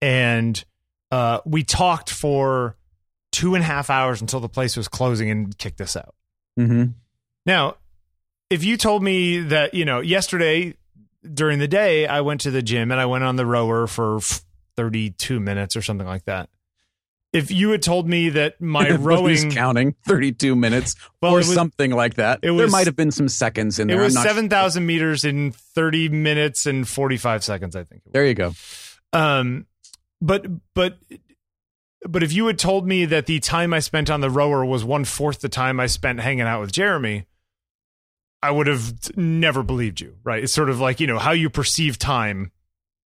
Speaker 2: and uh, we talked for two and a half hours until the place was closing and kicked us out.
Speaker 1: Mm-hmm.
Speaker 2: Now, if you told me that you know yesterday during the day I went to the gym and I went on the rower for thirty two minutes or something like that. If you had told me that my rowing
Speaker 1: counting thirty two minutes
Speaker 2: Well,
Speaker 1: or
Speaker 2: it was-
Speaker 1: something like that.
Speaker 2: it
Speaker 1: there
Speaker 2: was-
Speaker 1: might have been some seconds in
Speaker 2: it
Speaker 1: there. I'm
Speaker 2: was
Speaker 1: not sure.
Speaker 2: seven thousand meters in thirty minutes and forty five seconds, I think. It was.
Speaker 1: There you go.
Speaker 2: Um, but but but if you had told me that the time I spent on the rower was one fourth the time I spent hanging out with Jeremy, I would have never believed you. Right? It's sort of like you know how you perceive time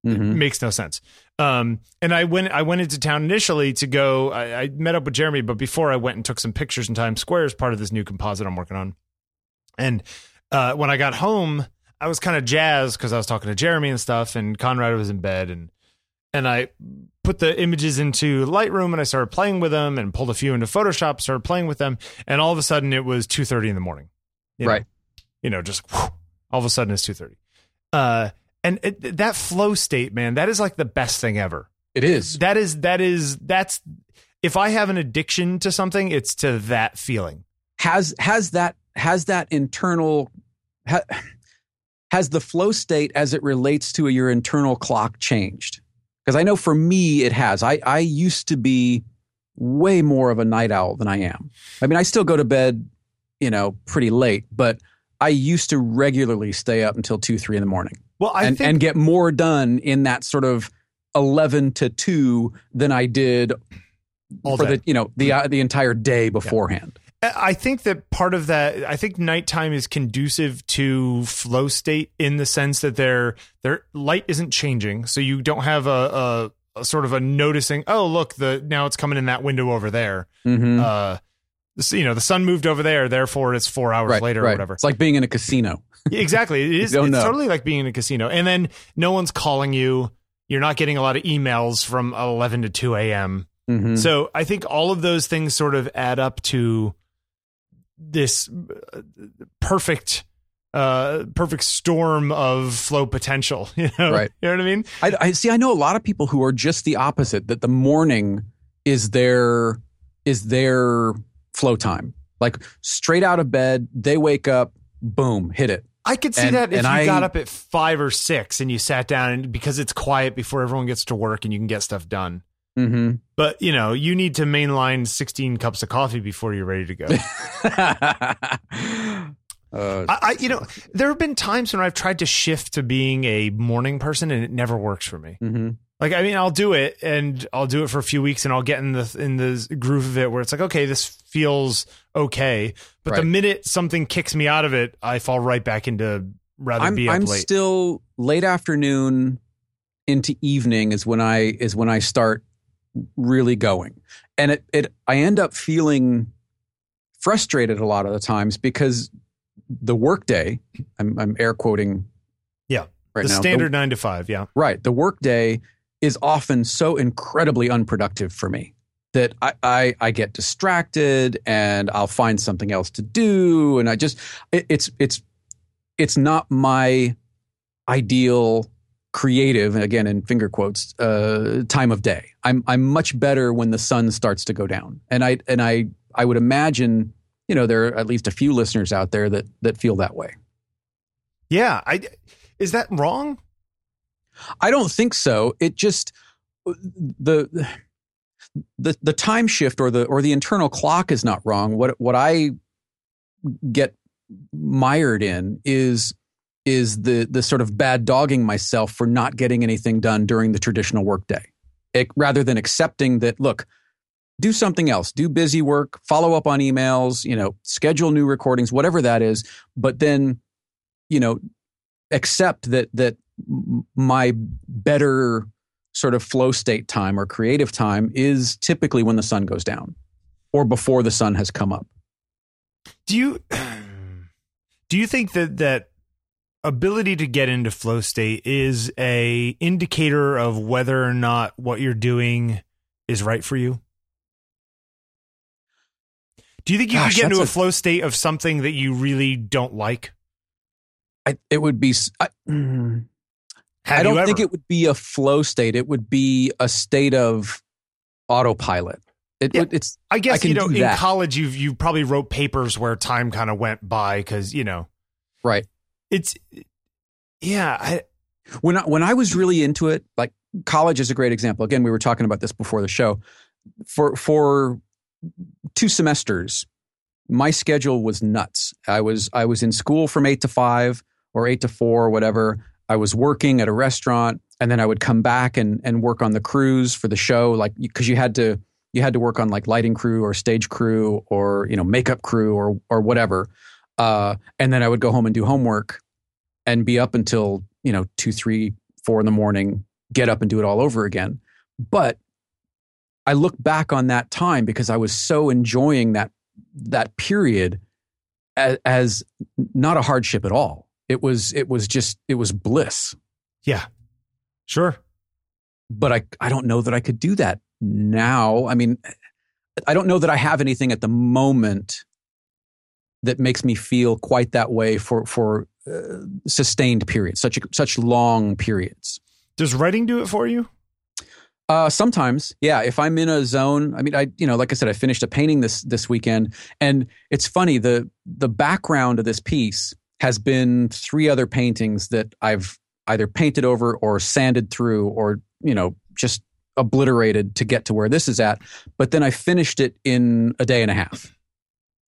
Speaker 1: Mhm.
Speaker 2: makes no sense. Um, and I went I went into town initially to go. I, I met up with Jeremy, but before I went and took some pictures in Times Square as part of this new composite I'm working on. And uh, when I got home, I was kind of jazzed because I was talking to Jeremy and stuff, and Conrad was in bed, and and I put the images into Lightroom and I started playing with them, and pulled a few into Photoshop, started playing with them, and all of a sudden it was two thirty in the morning. You know?
Speaker 1: Right.
Speaker 2: you know, just whew, all of a sudden it's two thirty. Uh, and it, that flow state, man, that is like the best thing ever.
Speaker 1: It is.
Speaker 2: That is that is that's if I have an addiction to something, it's to that feeling.
Speaker 1: has has that has that internal ha, has the flow state as it relates to your internal clock changed because i know for me it has i i used to be way more of a night owl than i am i mean i still go to bed you know pretty late but i used to regularly stay up until 2 3 in the morning
Speaker 2: Well, I
Speaker 1: and,
Speaker 2: think
Speaker 1: and get more done in that sort of 11 to 2 than i did
Speaker 2: All
Speaker 1: for
Speaker 2: day. Mm-hmm.
Speaker 1: the you know the uh, the entire day beforehand
Speaker 2: I think that part of that, I think nighttime is conducive to flow state in the sense that their their light isn't changing, so you don't have a, a, a sort of a noticing. Oh, look, the now it's coming in that window over there.
Speaker 1: Mhm.
Speaker 2: Uh, so, you know, the sun moved over there, therefore it's four hours later or whatever.
Speaker 1: It's like being in a casino.
Speaker 2: exactly. It is.
Speaker 1: don't
Speaker 2: It's
Speaker 1: know.
Speaker 2: totally like being in a casino, and then no one's calling you. You're not getting a lot of emails from 11 to 2 a.m.
Speaker 1: Mhm.
Speaker 2: So I think all of those things sort of add up to this uh, perfect uh perfect storm of flow potential you know
Speaker 1: Right.
Speaker 2: you know what i mean
Speaker 1: I, I see. I know a lot of people who are just the opposite. That the morning is their is their flow time. Like straight out of bed, they wake up, boom, hit it.
Speaker 2: i could see
Speaker 1: And-
Speaker 2: that if
Speaker 1: and
Speaker 2: you
Speaker 1: I-
Speaker 2: got up at five or six and you sat down and because it's quiet before everyone gets to work and you can get stuff done
Speaker 1: Mm-hmm.
Speaker 2: but you know you need to mainline 16 cups of coffee before you're ready to go
Speaker 1: uh,
Speaker 2: I, I you know there have been times when i've tried to shift to being a morning person and it never works for me
Speaker 1: mhm.
Speaker 2: Like I mean, I'll do it, and I'll do it for a few weeks, and I'll get in the in the groove of it where it's like, okay, this feels okay. But the
Speaker 1: Right.
Speaker 2: minute something kicks me out of it, I fall right back into rather
Speaker 1: I'm
Speaker 2: be up
Speaker 1: I'm
Speaker 2: late.
Speaker 1: still late afternoon into evening is when I is when I start really going. And it it I end up feeling frustrated a lot of the times because the workday I'm I'm air quoting
Speaker 2: Yeah.
Speaker 1: right
Speaker 2: the
Speaker 1: now
Speaker 2: standard nine to five, yeah.
Speaker 1: right the workday is often so incredibly unproductive for me that I, I I get distracted and I'll find something else to do and I just it, it's it's it's not my ideal creative and again in finger quotes uh, time of day I'm I'm much better when the sun starts to go down and I and I I would imagine you know there are at least a few listeners out there that that feel that way
Speaker 2: Yeah, I is that wrong?
Speaker 1: I don't think so. It just the the the time shift or the or the internal clock is not wrong. What what I get mired in is is the the sort of bad dogging myself for not getting anything done during the traditional workday, It- rather than accepting that look, do something else, do busy work, follow up on emails, you know, schedule new recordings, whatever that is. But then, you know, accept that that m- my better sort of flow state time or creative time is typically when the sun goes down or before the sun has come up.
Speaker 2: Do you do you think that that ability to get into flow state is a indicator of whether or not what you're doing is right for you? Do you think you
Speaker 1: Gosh,
Speaker 2: could get into
Speaker 1: that's a-
Speaker 2: a, flow state of something that you really don't like?
Speaker 1: I, it would be s- I, mm,
Speaker 2: Hmm. Have
Speaker 1: I
Speaker 2: you
Speaker 1: don't
Speaker 2: ever?
Speaker 1: think it would be a flow state. It would be a state of autopilot. It,
Speaker 2: Yeah.
Speaker 1: would it's
Speaker 2: I
Speaker 1: I
Speaker 2: guess
Speaker 1: can
Speaker 2: you know
Speaker 1: do
Speaker 2: in
Speaker 1: that.
Speaker 2: college you you probably wrote papers where time kind of went by because you know
Speaker 1: right.
Speaker 2: it's yeah I,
Speaker 1: when I, when I was really into it, like college is a great example. Again, we were talking about this before the show. For for two semesters, my schedule was nuts. I was I was in school from eight to five or eight to four, or whatever. I was working at a restaurant, and then I would come back and and work on the crews for the show, like because you had to you had to work on like lighting crew or stage crew or you know makeup crew or or whatever. Uh, and then I would go home and do homework and be up until you know two three four in the morning get up and do it all over again but i look back on that time because i was so enjoying that that period as, as not a hardship at all it was it was just it was bliss
Speaker 2: yeah sure
Speaker 1: but i i don't know that i could do that now i mean i don't know that i have anything at the moment that makes me feel quite that way for for uh, sustained periods such such long periods
Speaker 2: does writing do it for you
Speaker 1: Uh, sometimes, yeah. If I'm in a zone, I mean, I you know, like I said, I finished a painting this this weekend, and it's funny the the background of this piece has been three other paintings that I've either painted over or sanded through or you know just obliterated to get to where this is at. But then I finished it in a day and a half,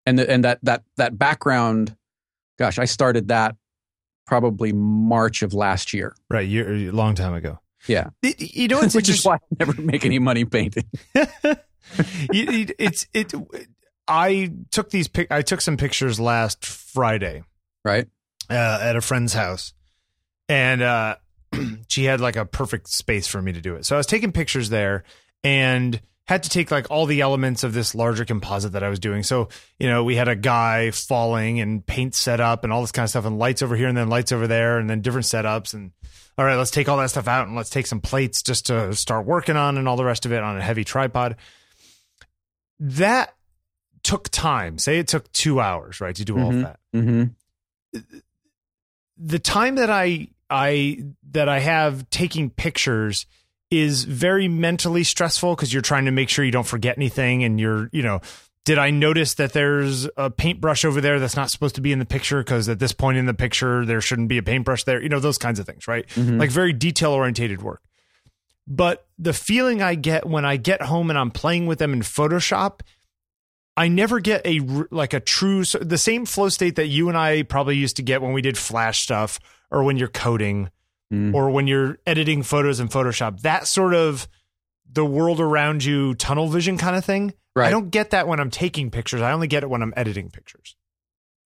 Speaker 1: and the, and that that that background, gosh, I started that probably March of last year,
Speaker 2: right you're a long time ago
Speaker 1: Yeah.
Speaker 2: Y- you know it's
Speaker 1: which
Speaker 2: interesting
Speaker 1: is why I will never make any money painting.
Speaker 2: You- you- it's it. I took these. pic- I took some pictures last Friday
Speaker 1: Right?
Speaker 2: uh, at a friend's house, and uh, she had like a perfect space for me to do it. So I was taking pictures there, and had to take like all the elements of this larger composite that I was doing. So you know, we had a guy falling and paint set up and all this kind of stuff, and lights over here and then lights over there, and then different setups. And all right, let's take all that stuff out and let's take some plates just to start working on and all the rest of it on a heavy tripod that took time. Say it took two hours, right, to do all of that.
Speaker 1: Mm-hmm.
Speaker 2: The time that I I that I have taking pictures is very mentally stressful because you're trying to make sure you don't forget anything and you're, you know, did I notice that there's a paintbrush over there that's not supposed to be in the picture because at this point in the picture there shouldn't be a paintbrush there, you know, those kinds of things, right?
Speaker 1: Mhm.
Speaker 2: Like very detail oriented work. But the feeling I get when I get home and I'm playing with them in Photoshop I never get a r- like a true so the same flow state that you and I probably used to get when we did flash stuff or when you're coding
Speaker 1: Mm.
Speaker 2: or when you're editing photos in Photoshop. That sort of the world around you tunnel vision kind of thing.
Speaker 1: Right.
Speaker 2: I don't get that when I'm taking pictures. I only get it when I'm editing pictures.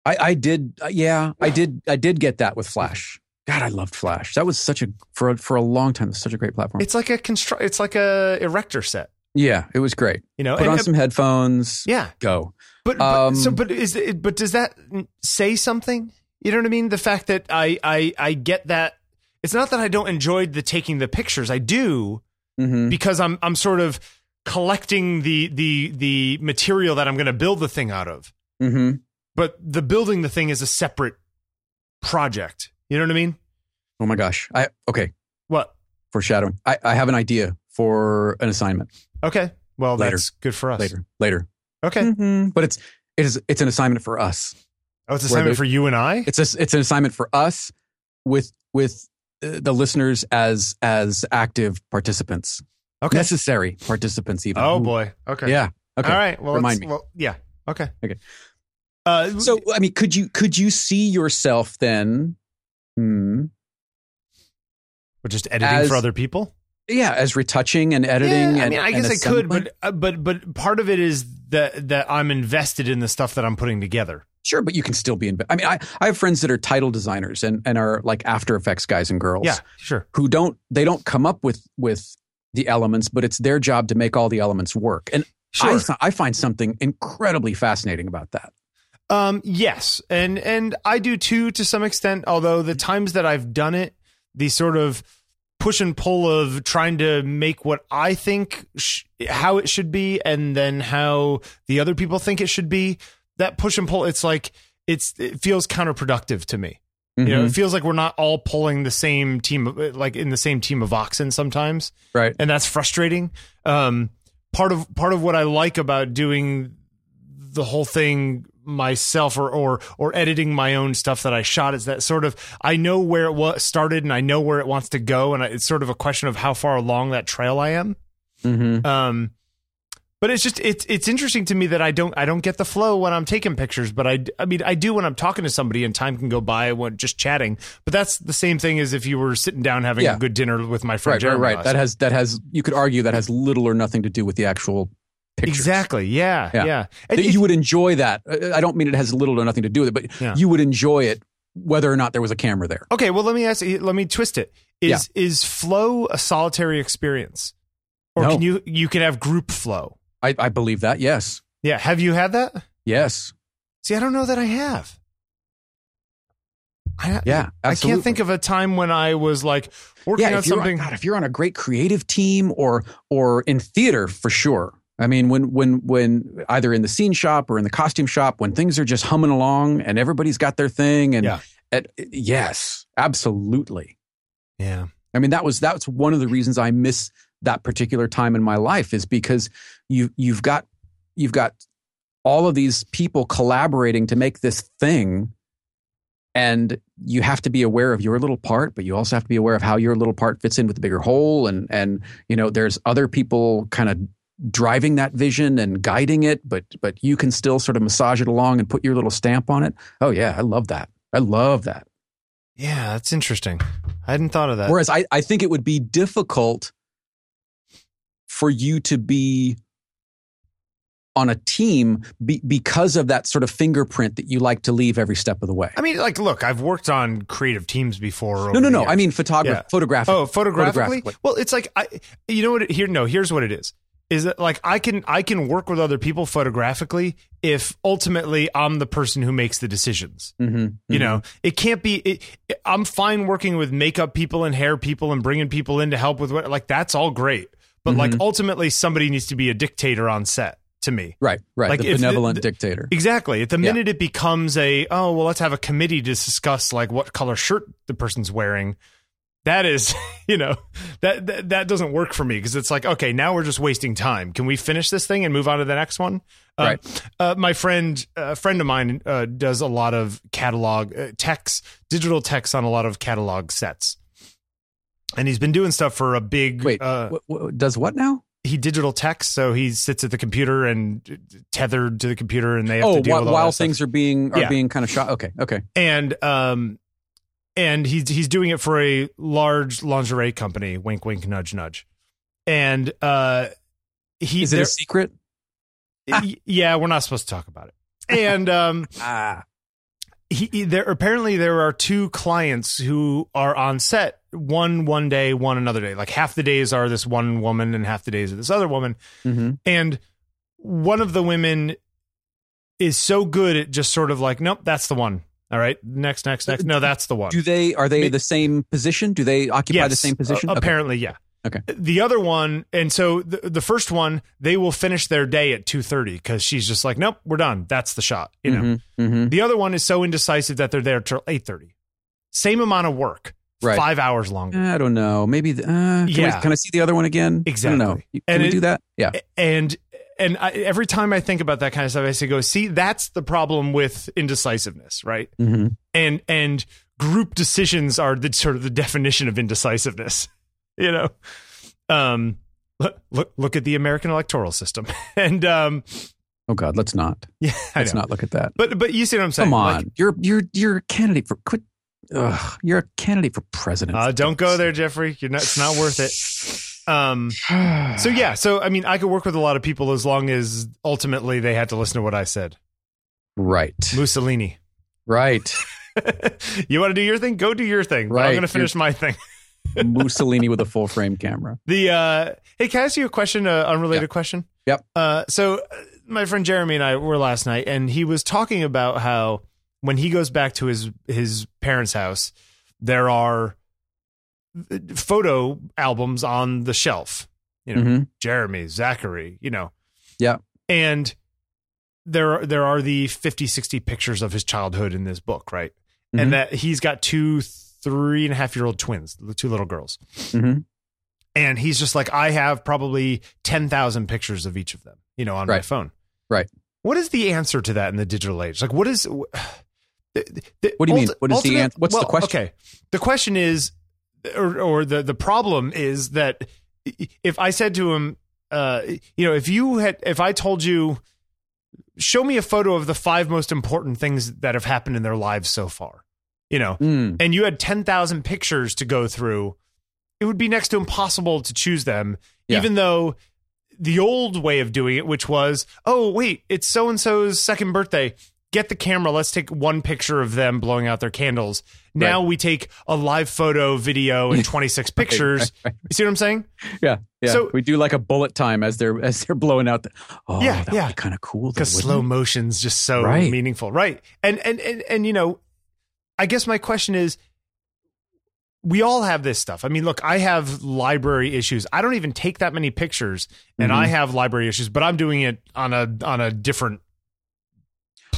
Speaker 1: I, I did. uh, yeah, I did. I did get that with Flash. God, I loved Flash. That was such a for a, for a long time. Such a great platform.
Speaker 2: It's like a construct. It's like a erector set.
Speaker 1: yeah, it was great.
Speaker 2: You know.
Speaker 1: Put
Speaker 2: And-
Speaker 1: on some headphones.
Speaker 2: yeah.
Speaker 1: Go.
Speaker 2: But,
Speaker 1: Um,
Speaker 2: but so but is it, but does that say something? You know what I mean? The fact that I I I get that it's not that I don't enjoy the taking the pictures. I do
Speaker 1: hmm
Speaker 2: because I'm I'm sort of collecting the the the material that I'm going to build the thing out of.
Speaker 1: hmm
Speaker 2: But the building the thing is a separate project. You know what I mean?
Speaker 1: Oh my gosh. I okay.
Speaker 2: What?
Speaker 1: Foreshadowing. I, I have an idea for an assignment
Speaker 2: Okay. Well,
Speaker 1: Later.
Speaker 2: that's good for us.
Speaker 1: later. Later.
Speaker 2: Okay.
Speaker 1: Mhm. But it's it is it's an assignment for us.
Speaker 2: Oh, it's an
Speaker 1: Where
Speaker 2: assignment
Speaker 1: the-
Speaker 2: for you and I.
Speaker 1: It's a, it's an assignment for us with with uh, the listeners as as active participants.
Speaker 2: Okay.
Speaker 1: Necessary participants, even.
Speaker 2: oh
Speaker 1: Ooh.
Speaker 2: boy. Okay.
Speaker 1: Yeah. Okay.
Speaker 2: All right. Well,
Speaker 1: Remind
Speaker 2: let's-
Speaker 1: me.
Speaker 2: Well, yeah. Okay.
Speaker 1: Okay.
Speaker 2: Uh,
Speaker 1: So, I mean, could you could you see yourself then? Hmm,
Speaker 2: we're just editing
Speaker 1: as-
Speaker 2: for other people.
Speaker 1: yeah, as retouching and editing.
Speaker 2: Yeah, I
Speaker 1: and-
Speaker 2: mean, I
Speaker 1: and
Speaker 2: guess I could,
Speaker 1: assembling?
Speaker 2: but uh, but but part of it is that that I'm invested in the stuff that I'm putting together.
Speaker 1: Sure, but you can still be in. I mean, I, I have friends that are title designers and, and are like After Effects guys and girls
Speaker 2: Yeah, sure.
Speaker 1: who don't they don't come up with with the elements, but it's their job to make all the elements work. And
Speaker 2: Sure.
Speaker 1: I, I find something incredibly fascinating about that.
Speaker 2: Um, yes, and and I do too to some extent. Although the times that I've done it, the sort of push and pull of trying to make what I think sh- how it should be, and then how the other people think it should be. That push and pull, it's like it's it feels counterproductive to me. You know,
Speaker 1: Mhm.
Speaker 2: it feels like we're not all pulling the same team, of- like in the same team of oxen sometimes
Speaker 1: right?
Speaker 2: and that's frustrating. Um, part of part of what I like about doing the whole thing myself or or or editing my own stuff that I shot is that sort of I know where it was started and I know where it wants to go, and I, it's sort of a question of how far along that trail I am.
Speaker 1: Mm-hmm.
Speaker 2: Um, but it's just it's it's interesting to me that I don't I don't get the flow when I'm taking pictures, but I I mean I do when I'm talking to somebody and time can go by when just chatting. But that's the same thing as if you were sitting down having
Speaker 1: Yeah.
Speaker 2: a good dinner with my friend.
Speaker 1: Right, right,
Speaker 2: Jeremy
Speaker 1: right.
Speaker 2: last
Speaker 1: That has that has you could argue that has little or nothing to do with the actual pictures.
Speaker 2: Exactly. Yeah.
Speaker 1: Yeah.
Speaker 2: Yeah. And
Speaker 1: That
Speaker 2: it-
Speaker 1: you would enjoy that. Uh, I don't mean it has little or nothing to do with it, but
Speaker 2: Yeah.
Speaker 1: you would enjoy it whether or not there was a camera there.
Speaker 2: okay. Well, let me ask. Let me twist it. Is is flow a solitary experience, or
Speaker 1: No.
Speaker 2: can you you can have group flow?
Speaker 1: I, I believe that. Yes,
Speaker 2: Yeah. Have you had that?
Speaker 1: yes,
Speaker 2: See, I don't know that I have. I,
Speaker 1: yeah. Absolutely.
Speaker 2: I can't think of a time when I was like working
Speaker 1: yeah,
Speaker 2: on
Speaker 1: if you're,
Speaker 2: something.
Speaker 1: God, if you're on a great creative team or or in theater for sure. I mean, when when when either in the scene shop or in the costume shop, when things are just humming along and everybody's got their thing, and
Speaker 2: Yeah.
Speaker 1: and- yes, absolutely.
Speaker 2: yeah.
Speaker 1: I mean, that was that's one of the reasons I miss that particular time in my life is because you you've got you've got all of these people collaborating to make this thing and you have to be aware of your little part but you also have to be aware of how your little part fits in with the bigger whole and and you know there's other people kind of driving that vision and guiding it but but you can still sort of massage it along and put your little stamp on it oh yeah i love that i love that
Speaker 2: Yeah. That's interesting. I hadn't thought of that.
Speaker 1: Whereas I, I think it would be difficult for you to be on a team be, because of that sort of fingerprint that you like to leave every step of the way.
Speaker 2: I mean, like, look, I've worked on creative teams before. over
Speaker 1: No, no,
Speaker 2: the
Speaker 1: no.
Speaker 2: years.
Speaker 1: I mean, photograph,
Speaker 2: Yeah.
Speaker 1: photographic.
Speaker 2: Oh, photographically?
Speaker 1: Photographically.
Speaker 2: Well, it's like I you know what it, here no, here's what it is. Is that like I can I can work with other people photographically if ultimately I'm the person who makes the decisions.
Speaker 1: Mhm,
Speaker 2: You
Speaker 1: mhm.
Speaker 2: know, it can't be it, it- I'm fine working with makeup people and hair people and bringing people in to help with what like that's all great. But like ultimately somebody needs to be a dictator on set to me.
Speaker 1: right, right.
Speaker 2: Like,
Speaker 1: the
Speaker 2: if the-
Speaker 1: benevolent
Speaker 2: the- e-,
Speaker 1: dictator.
Speaker 2: Exactly. At the minute it becomes a oh well, let's have a committee to discuss like what color shirt the person's wearing. That is, you know, that that, that doesn't work for me because it's like okay, now we're just wasting time. Can we finish this thing and move on to the next one? Um, uh, my friend, a friend of mine, uh, does a lot of catalog uh, techs, digital techs on a lot of catalog sets, and he's been doing stuff for a big.
Speaker 1: Wait,
Speaker 2: uh,
Speaker 1: what, what, does what now?
Speaker 2: he digital techs, so he sits at the computer and uh, tethered to the computer, and they have
Speaker 1: Oh,
Speaker 2: to deal
Speaker 1: while,
Speaker 2: with all
Speaker 1: while
Speaker 2: that stuff
Speaker 1: things are being are
Speaker 2: Yeah.
Speaker 1: being kind of shot. Okay, okay.
Speaker 2: and um and he's he's doing it for a large lingerie company wink wink nudge nudge and uh he
Speaker 1: Is it
Speaker 2: there-
Speaker 1: a ah. secret?
Speaker 2: y- yeah we're not supposed to talk about it and um
Speaker 1: Ah,
Speaker 2: he, he- there apparently there are two clients who are on set one one day one another day like half the days are this one woman and half the days are this other woman
Speaker 1: hmm
Speaker 2: and one of the women is so good at just sort of like nope that's the one all right next next next no that's the one
Speaker 1: do they are they
Speaker 2: May-
Speaker 1: the same position? Do they occupy the same position?
Speaker 2: uh,
Speaker 1: Okay.
Speaker 2: apparently, yeah.
Speaker 1: Okay.
Speaker 2: The other one, and so the, the first one, they will finish their day at two thirty because she's just like, nope, we're done. That's the shot. You know.
Speaker 1: Mhm, mhm.
Speaker 2: The other one is so indecisive that they're there till eight thirty. Same amount of work,
Speaker 1: Right.
Speaker 2: five hours longer.
Speaker 1: I don't know. Maybe. The, uh, can,
Speaker 2: Yeah.
Speaker 1: we, can I see the other one again? I don't know.
Speaker 2: Exactly.
Speaker 1: Can
Speaker 2: And
Speaker 1: we
Speaker 2: it-
Speaker 1: do that? Yeah.
Speaker 2: and and I, every time I think about that kind of stuff, I say, go see. That's the problem with indecisiveness, right?
Speaker 1: hmm
Speaker 2: and and group decisions are the sort of the definition of indecisiveness you know um look look, look at the American electoral system, and um,
Speaker 1: Oh God, let's not.
Speaker 2: yeah, I
Speaker 1: Let's
Speaker 2: know.
Speaker 1: not look at that.
Speaker 2: But but you see what I'm saying?
Speaker 1: Come on,
Speaker 2: Like,
Speaker 1: you're you're you're a candidate for quit. Ugh, you're a candidate for president.
Speaker 2: uh, don't go there, Jeffrey. You're not. It's not worth it. Um,
Speaker 1: there.
Speaker 2: so yeah, so I mean, I could work with a lot of people as long as ultimately they had to listen to what I said.
Speaker 1: right,
Speaker 2: Mussolini.
Speaker 1: right.
Speaker 2: you want to do your thing? Go do your thing. But I'm
Speaker 1: Right.
Speaker 2: going to finish my thing.
Speaker 1: Mussolini with a full frame camera.
Speaker 2: The uh, hey, can I ask you a question? An unrelated question.
Speaker 1: Yep.
Speaker 2: Uh, so uh, my friend Jeremy and I were last night, and he was talking about how when he goes back to his his parents' house, there are uh, photo albums on the shelf. You know,
Speaker 1: Mhm.
Speaker 2: Jeremy, Zachary, you know.
Speaker 1: Yeah.
Speaker 2: And there there are the 50, 60 pictures of his childhood in this book, right?
Speaker 1: Mhm.
Speaker 2: And that he's got two three and a half year old twins, two little girls.
Speaker 1: Mhm.
Speaker 2: And he's just like, I have probably 10,000 pictures of each of them, you know, on my
Speaker 1: Right.
Speaker 2: phone.
Speaker 1: Right.
Speaker 2: What is the answer to that in the digital age? Like, what is.
Speaker 1: What do you mean? What is the
Speaker 2: ultimate-
Speaker 1: answer? What's the
Speaker 2: well,
Speaker 1: question?
Speaker 2: Okay. The question is, or, or the, the problem is that if I said to him, uh, you know, if you had, if I told you, show me a photo of the five most important things that have happened in their lives so far, you know,
Speaker 1: Mm,
Speaker 2: and you had 10,000 pictures to go through, it would be next to impossible to choose them,
Speaker 1: Yeah.
Speaker 2: even though the old way of doing it, which was, oh, wait, it's so and so's second birthday. Get the camera. Let's take one picture of them blowing out their candles. Now we take a live photo, video, and 26 pictures. You see what I'm saying?
Speaker 1: yeah, yeah.
Speaker 2: So-
Speaker 1: we do like a bullet time as they're as they're blowing out. The, oh,
Speaker 2: Yeah,
Speaker 1: that
Speaker 2: yeah.
Speaker 1: would be kind of cool. though,
Speaker 2: because
Speaker 1: wouldn't
Speaker 2: slow
Speaker 1: it?
Speaker 2: motion's just so
Speaker 1: Right.
Speaker 2: meaningful right and, and and and you know i guess my question is we all have this stuff i mean look i have library issues i don't even take that many pictures and
Speaker 1: Mhm.
Speaker 2: i have library issues but i'm doing it on a on a different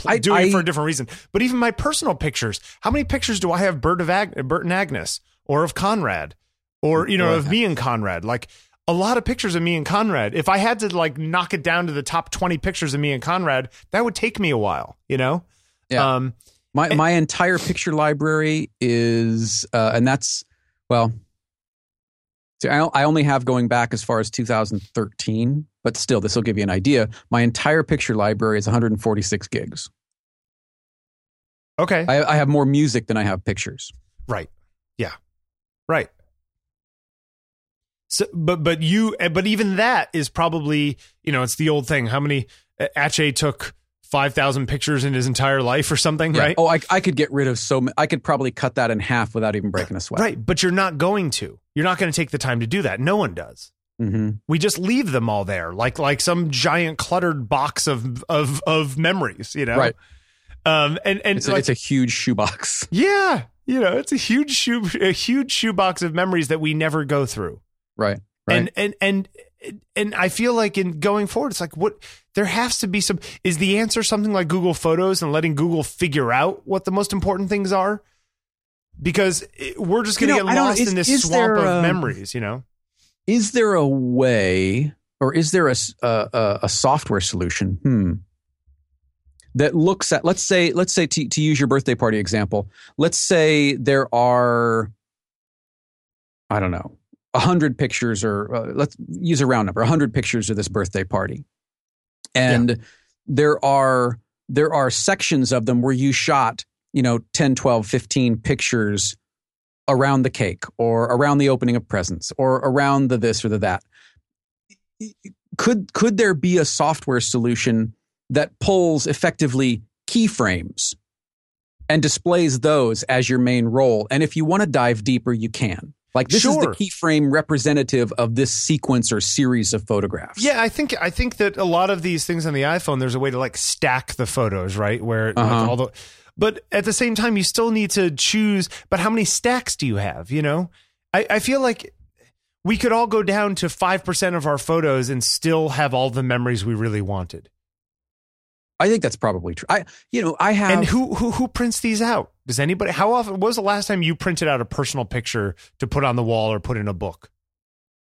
Speaker 1: I-
Speaker 2: doing it
Speaker 1: I-
Speaker 2: for a different reason but even my personal pictures how many pictures do i have Bert of Ag- bert and agnes or of conrad or you know
Speaker 1: Or
Speaker 2: of me and conrad like a lot of pictures of me and Conrad. If I had to like knock it down to the top 20 pictures of me and Conrad, that would take me a while, you know?
Speaker 1: Yeah.
Speaker 2: Um,
Speaker 1: My my entire picture library is, uh, and that's well. See, I I only have going back as far as 2013, but still, this will give you an idea. My entire picture library is 146 gigs.
Speaker 2: okay.
Speaker 1: I, I have more music than I have pictures.
Speaker 2: right. Yeah. Right. So, but, but you, eh, but even that is probably, you know, it's the old thing. How many eh, Ache took 5,000 pictures in his entire life or something,
Speaker 1: Yeah.
Speaker 2: right?
Speaker 1: Oh, I I could get rid of so. ma- I could probably cut that in half without even breaking a sweat.
Speaker 2: Right. But you're not going to, you're not going to take the time to do that. No one does.
Speaker 1: hmm
Speaker 2: we just leave them all there like like some giant cluttered box of of of memories you know
Speaker 1: Right.
Speaker 2: um and and
Speaker 1: It's, a,
Speaker 2: like,
Speaker 1: it's a huge shoebox.
Speaker 2: yeah you know it's a huge shoe a huge shoebox of memories that we never go through
Speaker 1: Right. Right.
Speaker 2: and and and and I feel like in going forward, it's like what there has to be some. Is the answer something like Google Photos and letting Google figure out what the most important things are? Because it- we're just
Speaker 1: You
Speaker 2: going to
Speaker 1: know, I
Speaker 2: get
Speaker 1: don't-
Speaker 2: lost
Speaker 1: is-
Speaker 2: in this
Speaker 1: is
Speaker 2: swamp
Speaker 1: there,
Speaker 2: of
Speaker 1: um,
Speaker 2: memories, you know.
Speaker 1: is there a way or is there a, s- a- a- a software solution hmm that looks at let's say let's say to, to use your birthday party example let's say there are i don't know 100 pictures or uh, let's use a round number 100 pictures of this birthday party and there are there are sections of them where you shot you know 10 12 15 pictures around the cake or around the opening of presents or around the this or the that could could there be a software solution that pulls effectively keyframes and displays those as your main role and if you want to dive deeper you can like this
Speaker 2: Sure.
Speaker 1: is the keyframe representative of this sequence or series of photographs
Speaker 2: Yeah, I think I think that a lot of these things on the iPhone, there's a way to like stack the photos, right? Where like
Speaker 1: Uh-huh.
Speaker 2: all the, but at the same time, you still need to choose. But how many stacks do you have? You know, I, I feel like we could all go down to five percent of our photos and still have all the memories we really wanted.
Speaker 1: i think that's probably true i you know i have
Speaker 2: And who who who prints these out? Does anybody? How often? What was the last time you printed out a personal picture to put on the wall or put in a book?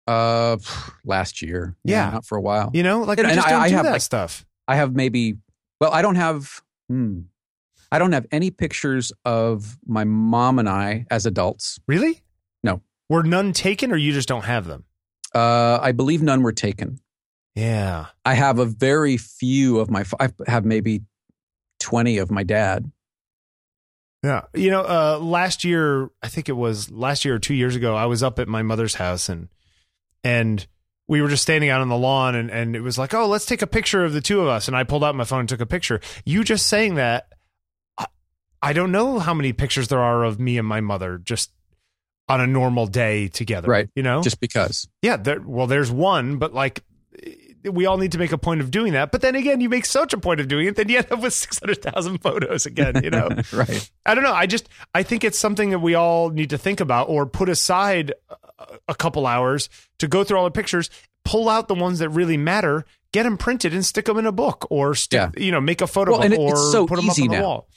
Speaker 1: Uh, last year.
Speaker 2: Yeah.
Speaker 1: not for a while.
Speaker 2: You know, like
Speaker 1: And
Speaker 2: we just
Speaker 1: I-
Speaker 2: don't
Speaker 1: I
Speaker 2: do
Speaker 1: have,
Speaker 2: that
Speaker 1: like-
Speaker 2: stuff.
Speaker 1: I have maybe. Well, I don't have. Hmm, I don't have any pictures of my mom and I as adults.
Speaker 2: Really?
Speaker 1: No.
Speaker 2: Were none taken, or you just don't have them?
Speaker 1: Uh, I believe none were taken.
Speaker 2: Yeah.
Speaker 1: I have a very few of my. I have maybe twenty of my dad.
Speaker 2: Yeah. You know, uh, last year, I think it was last year or two years ago, I was up at my mother's house and, and we were just standing out on the lawn and, and it was like, oh, let's take a picture of the two of us. And I pulled out my phone and took a picture. You just saying that, I, I don't know how many pictures there are of me and my mother just on a normal day together.
Speaker 1: Right.
Speaker 2: You know?
Speaker 1: Just because.
Speaker 2: yeah. There, well, there's one, but like, we all need to make a point of doing that. But then again, you make such a point of doing it, then you end up with 600,000 photos again, you know?
Speaker 1: right.
Speaker 2: I don't know. I just I think it's something that we all need to think about or put aside a- a couple hours to go through all the pictures, pull out the ones that really matter, get them printed, and stick them in a book or stick, you know make a photo
Speaker 1: Well,
Speaker 2: book
Speaker 1: and it-
Speaker 2: or
Speaker 1: it's so
Speaker 2: put them up
Speaker 1: easy
Speaker 2: on the
Speaker 1: now.
Speaker 2: wall.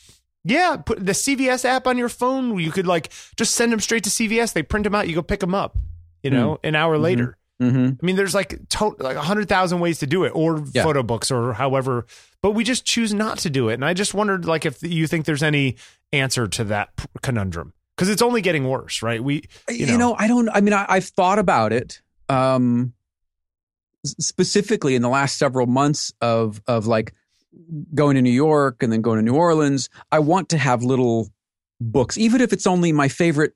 Speaker 2: Yeah, put the CVS app on your phone. You could like just send them straight to CVS. They print them out. You go pick them up. You
Speaker 1: Hmm.
Speaker 2: know, an hour later.
Speaker 1: Mm-hmm.
Speaker 2: I mean, there's like to- like a hundred thousand ways to do it, or
Speaker 1: Yeah.
Speaker 2: photo books, or however. But we just choose not to do it, and I just wondered, like, if you think there's any answer to that p- conundrum, because it's only getting worse, right? We,
Speaker 1: You,
Speaker 2: You
Speaker 1: know.
Speaker 2: know.
Speaker 1: I don't. I mean, I, I've thought about it um, s- specifically in the last several months of of like going to New York and then going to New Orleans. I want to have little books, even if it's only my favorite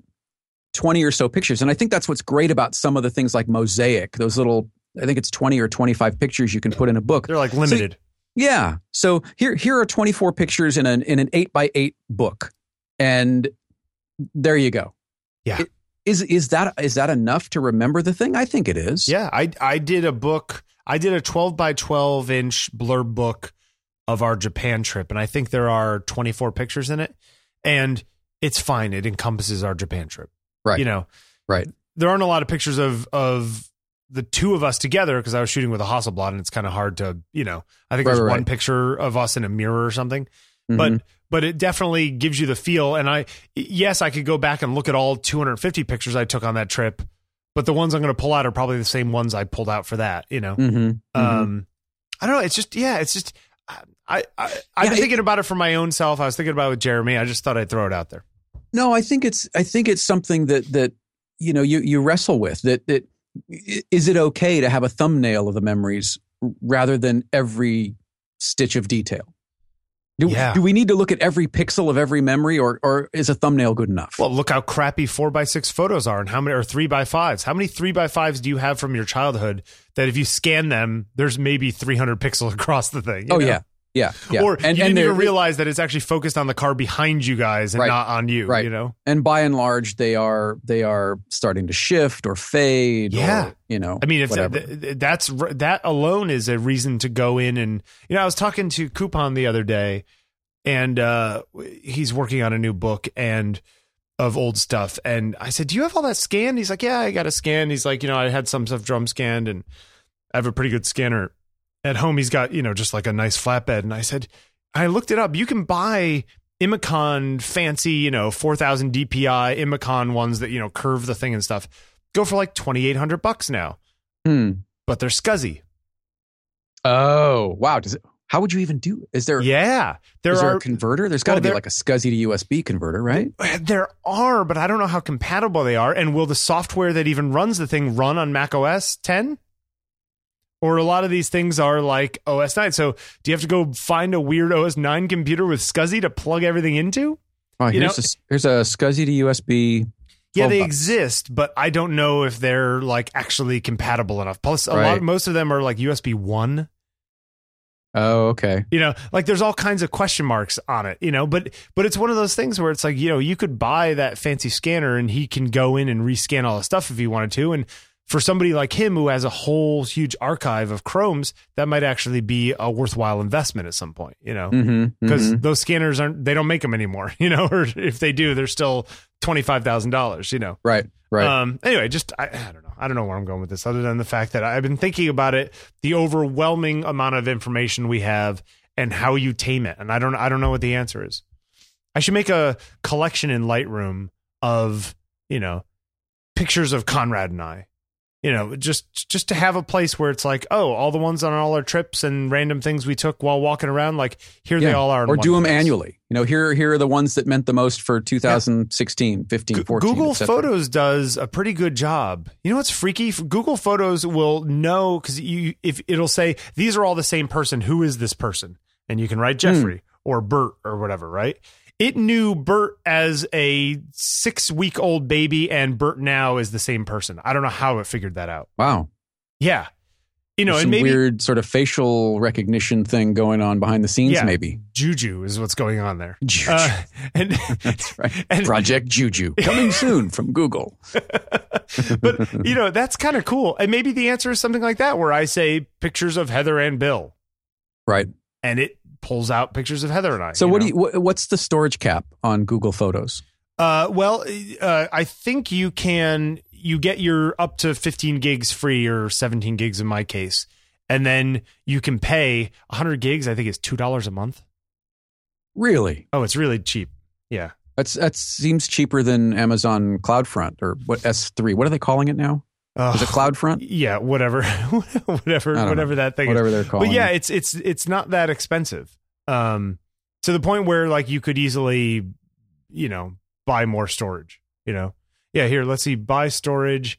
Speaker 1: twenty or so pictures. And I think that's what's great about some of the things like mosaic. Those little, I think it's twenty or twenty five pictures you can put in a book.
Speaker 2: they're like limited.
Speaker 1: Yeah. So here here are 24 pictures in an in an 8 by 8 book. And there you go.
Speaker 2: Yeah.
Speaker 1: It- Is is that is that enough to remember the thing? I think it is.
Speaker 2: yeah, I I did a book, I did a twelve by twelve inch blurb book of our Japan trip, and I think there are twenty four pictures in it, and it's fine. It encompasses our Japan trip,
Speaker 1: Right.
Speaker 2: You know,
Speaker 1: Right.
Speaker 2: there aren't a lot of pictures of of the two of us together because I was shooting with a Hasselblad and it's kind of hard to you know I think
Speaker 1: Right,
Speaker 2: there's
Speaker 1: right,
Speaker 2: one
Speaker 1: right.
Speaker 2: picture of us in a mirror or something
Speaker 1: Mhm.
Speaker 2: but but it definitely gives you the feel and I yes I could go back and look at all 250 pictures I took on that trip but the ones I'm going to pull out are probably the same ones I pulled out for that you know
Speaker 1: Mhm. Mhm.
Speaker 2: um I don't know it's just yeah it's just I I I've
Speaker 1: Yeah,
Speaker 2: been
Speaker 1: it-
Speaker 2: thinking about it for my own self I was thinking about it with Jeremy I just thought I'd throw it out there
Speaker 1: No, I think it's I think it's something that that you know you you wrestle with that that i- is it okay to have a thumbnail of the memories rather than every stitch of detail? Do,
Speaker 2: Yeah.
Speaker 1: do we need to look at every pixel of every memory or or is a thumbnail good enough?
Speaker 2: Well, look how crappy four by six photos are, and how many or three by fives. How many three by fives do you have from your childhood that if you scan them, there's maybe three hundred pixels across the thing? you
Speaker 1: oh
Speaker 2: know?
Speaker 1: yeah. Yeah, yeah.
Speaker 2: Or you didn't
Speaker 1: they're-
Speaker 2: even realize that it's actually focused on the car behind you guys and
Speaker 1: Right.
Speaker 2: not on you.
Speaker 1: Right.
Speaker 2: You know,
Speaker 1: and by and large they are they are starting to shift or fade
Speaker 2: Yeah.
Speaker 1: or, you know
Speaker 2: I mean, uh, if
Speaker 1: whatever.
Speaker 2: th- th- that's r- that alone is a reason to go in and you know, I was talking to Coupon the other day, and uh, he's working on a new book and of old stuff. And I said, "Do you have all that scanned?" He's like, "Yeah, I got a scan." He's like, "You know, I had some stuff drum scanned, and I have a pretty good scanner at home. He's got you know just like a nice flatbed." And I said, "I looked it up. You can buy." Imicon fancy, you know, 4000 DPI Imicon ones that, you know, curve the thing and stuff go for like 2800 bucks now,
Speaker 1: Hmm.
Speaker 2: but they're scuzzy.
Speaker 1: oh wow does it how would you even do is there is
Speaker 2: Yeah. There
Speaker 1: there
Speaker 2: are
Speaker 1: a converter there's got to
Speaker 2: well,
Speaker 1: be
Speaker 2: there-
Speaker 1: like a scsi to usb converter right
Speaker 2: there are, but I don't know how compatible they are. And will the software that even runs the thing run on Mac OS 10? Or a lot of these things are like OS 9. So do you have to go find a weird OS 9 computer with SCSI to plug everything into?
Speaker 1: oh,
Speaker 2: You
Speaker 1: here's, a, here's a scsi to usb
Speaker 2: Yeah,
Speaker 1: 12
Speaker 2: they
Speaker 1: bucks.
Speaker 2: exist, but I don't know if they're like actually compatible enough. Plus, a
Speaker 1: Right.
Speaker 2: lot, most of them are like USB 1.
Speaker 1: oh okay
Speaker 2: you know like there's all kinds of question marks on it you know but but it's one of those things where it's like you know you could buy that fancy scanner and he can go in and rescan all the stuff if he wanted to and for somebody like him who has a whole huge archive of chromes that might actually be a worthwhile investment at some point you know
Speaker 1: mm-hmm,
Speaker 2: because those scanners aren't they don't make them anymore you know or if they do they're still $25000 you know
Speaker 1: right right
Speaker 2: um, anyway, just I, I don't know. I don't know where I'm going with this, other than the fact that I've been thinking about it, the overwhelming amount of information we have, and how you tame it. And I don't, I don't know what the answer is. I should make a collection in Lightroom of you know pictures of Conrad and I. you know, just just to have a place where it's like, oh, all the ones on all our trips and random things we took while walking around, like here they
Speaker 1: Yeah.
Speaker 2: all are. in
Speaker 1: or
Speaker 2: one
Speaker 1: do them
Speaker 2: place.
Speaker 1: annually. You know, here here are the ones that meant the most for 2016, 15,
Speaker 2: Go-
Speaker 1: 14.
Speaker 2: Google
Speaker 1: et cetera.
Speaker 2: Photos does a pretty good job. You know what's freaky? F- Google Photos will know because you if it'll say these are all the same person. Who is this person? And you can write
Speaker 1: Hmm.
Speaker 2: Jeffrey or Bert or whatever, right? It knew Bert as a six week old baby, and Bert now is the same person. I don't know how it figured that out.
Speaker 1: Wow,
Speaker 2: Yeah, you know,
Speaker 1: There's
Speaker 2: and
Speaker 1: some
Speaker 2: maybe
Speaker 1: weird sort of facial recognition thing going on behind the scenes.
Speaker 2: Yeah.
Speaker 1: Maybe
Speaker 2: Juju is what's going on there.
Speaker 1: Juju.
Speaker 2: Uh, and
Speaker 1: That's right.
Speaker 2: and-
Speaker 1: Project Juju coming soon from Google.
Speaker 2: but you know that's kind of cool and maybe the answer is something like that where i say pictures of heather and bill
Speaker 1: Right.
Speaker 2: and it pulls out pictures of heather and i
Speaker 1: So what do you? What, what's the storage cap on Google Photos?
Speaker 2: know? uh well uh, i think you can you get your up to 15 gigs free or 17 gigs in my case and then you can pay 100 gigs i think it's $2 a month
Speaker 1: Really?
Speaker 2: oh it's really cheap yeah
Speaker 1: That's that seems cheaper than Amazon CloudFront or what S3. What are they calling it now? Is it
Speaker 2: Ugh.
Speaker 1: CloudFront?
Speaker 2: yeah whatever whatever
Speaker 1: I don't know.
Speaker 2: whatever that thing is.
Speaker 1: Whatever they're calling.
Speaker 2: but yeah,
Speaker 1: it.
Speaker 2: it's it's it's not that expensive. Um, to the point where like you could easily, you know, buy more storage. You know, yeah. Here, let's see, buy storage.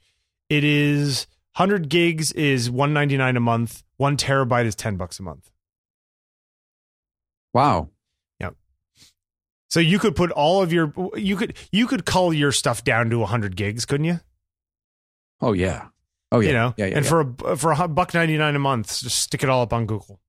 Speaker 2: It is 100 gigs is 199 a month. One terabyte is 10 bucks a month.
Speaker 1: wow.
Speaker 2: So you could put all of your you could you could cull your stuff down to 100 gigs, couldn't you?
Speaker 1: Oh yeah. Oh yeah.
Speaker 2: You know,
Speaker 1: Yeah. yeah,
Speaker 2: and
Speaker 1: yeah.
Speaker 2: for a for a buck 99 a month, just stick it all up on Google.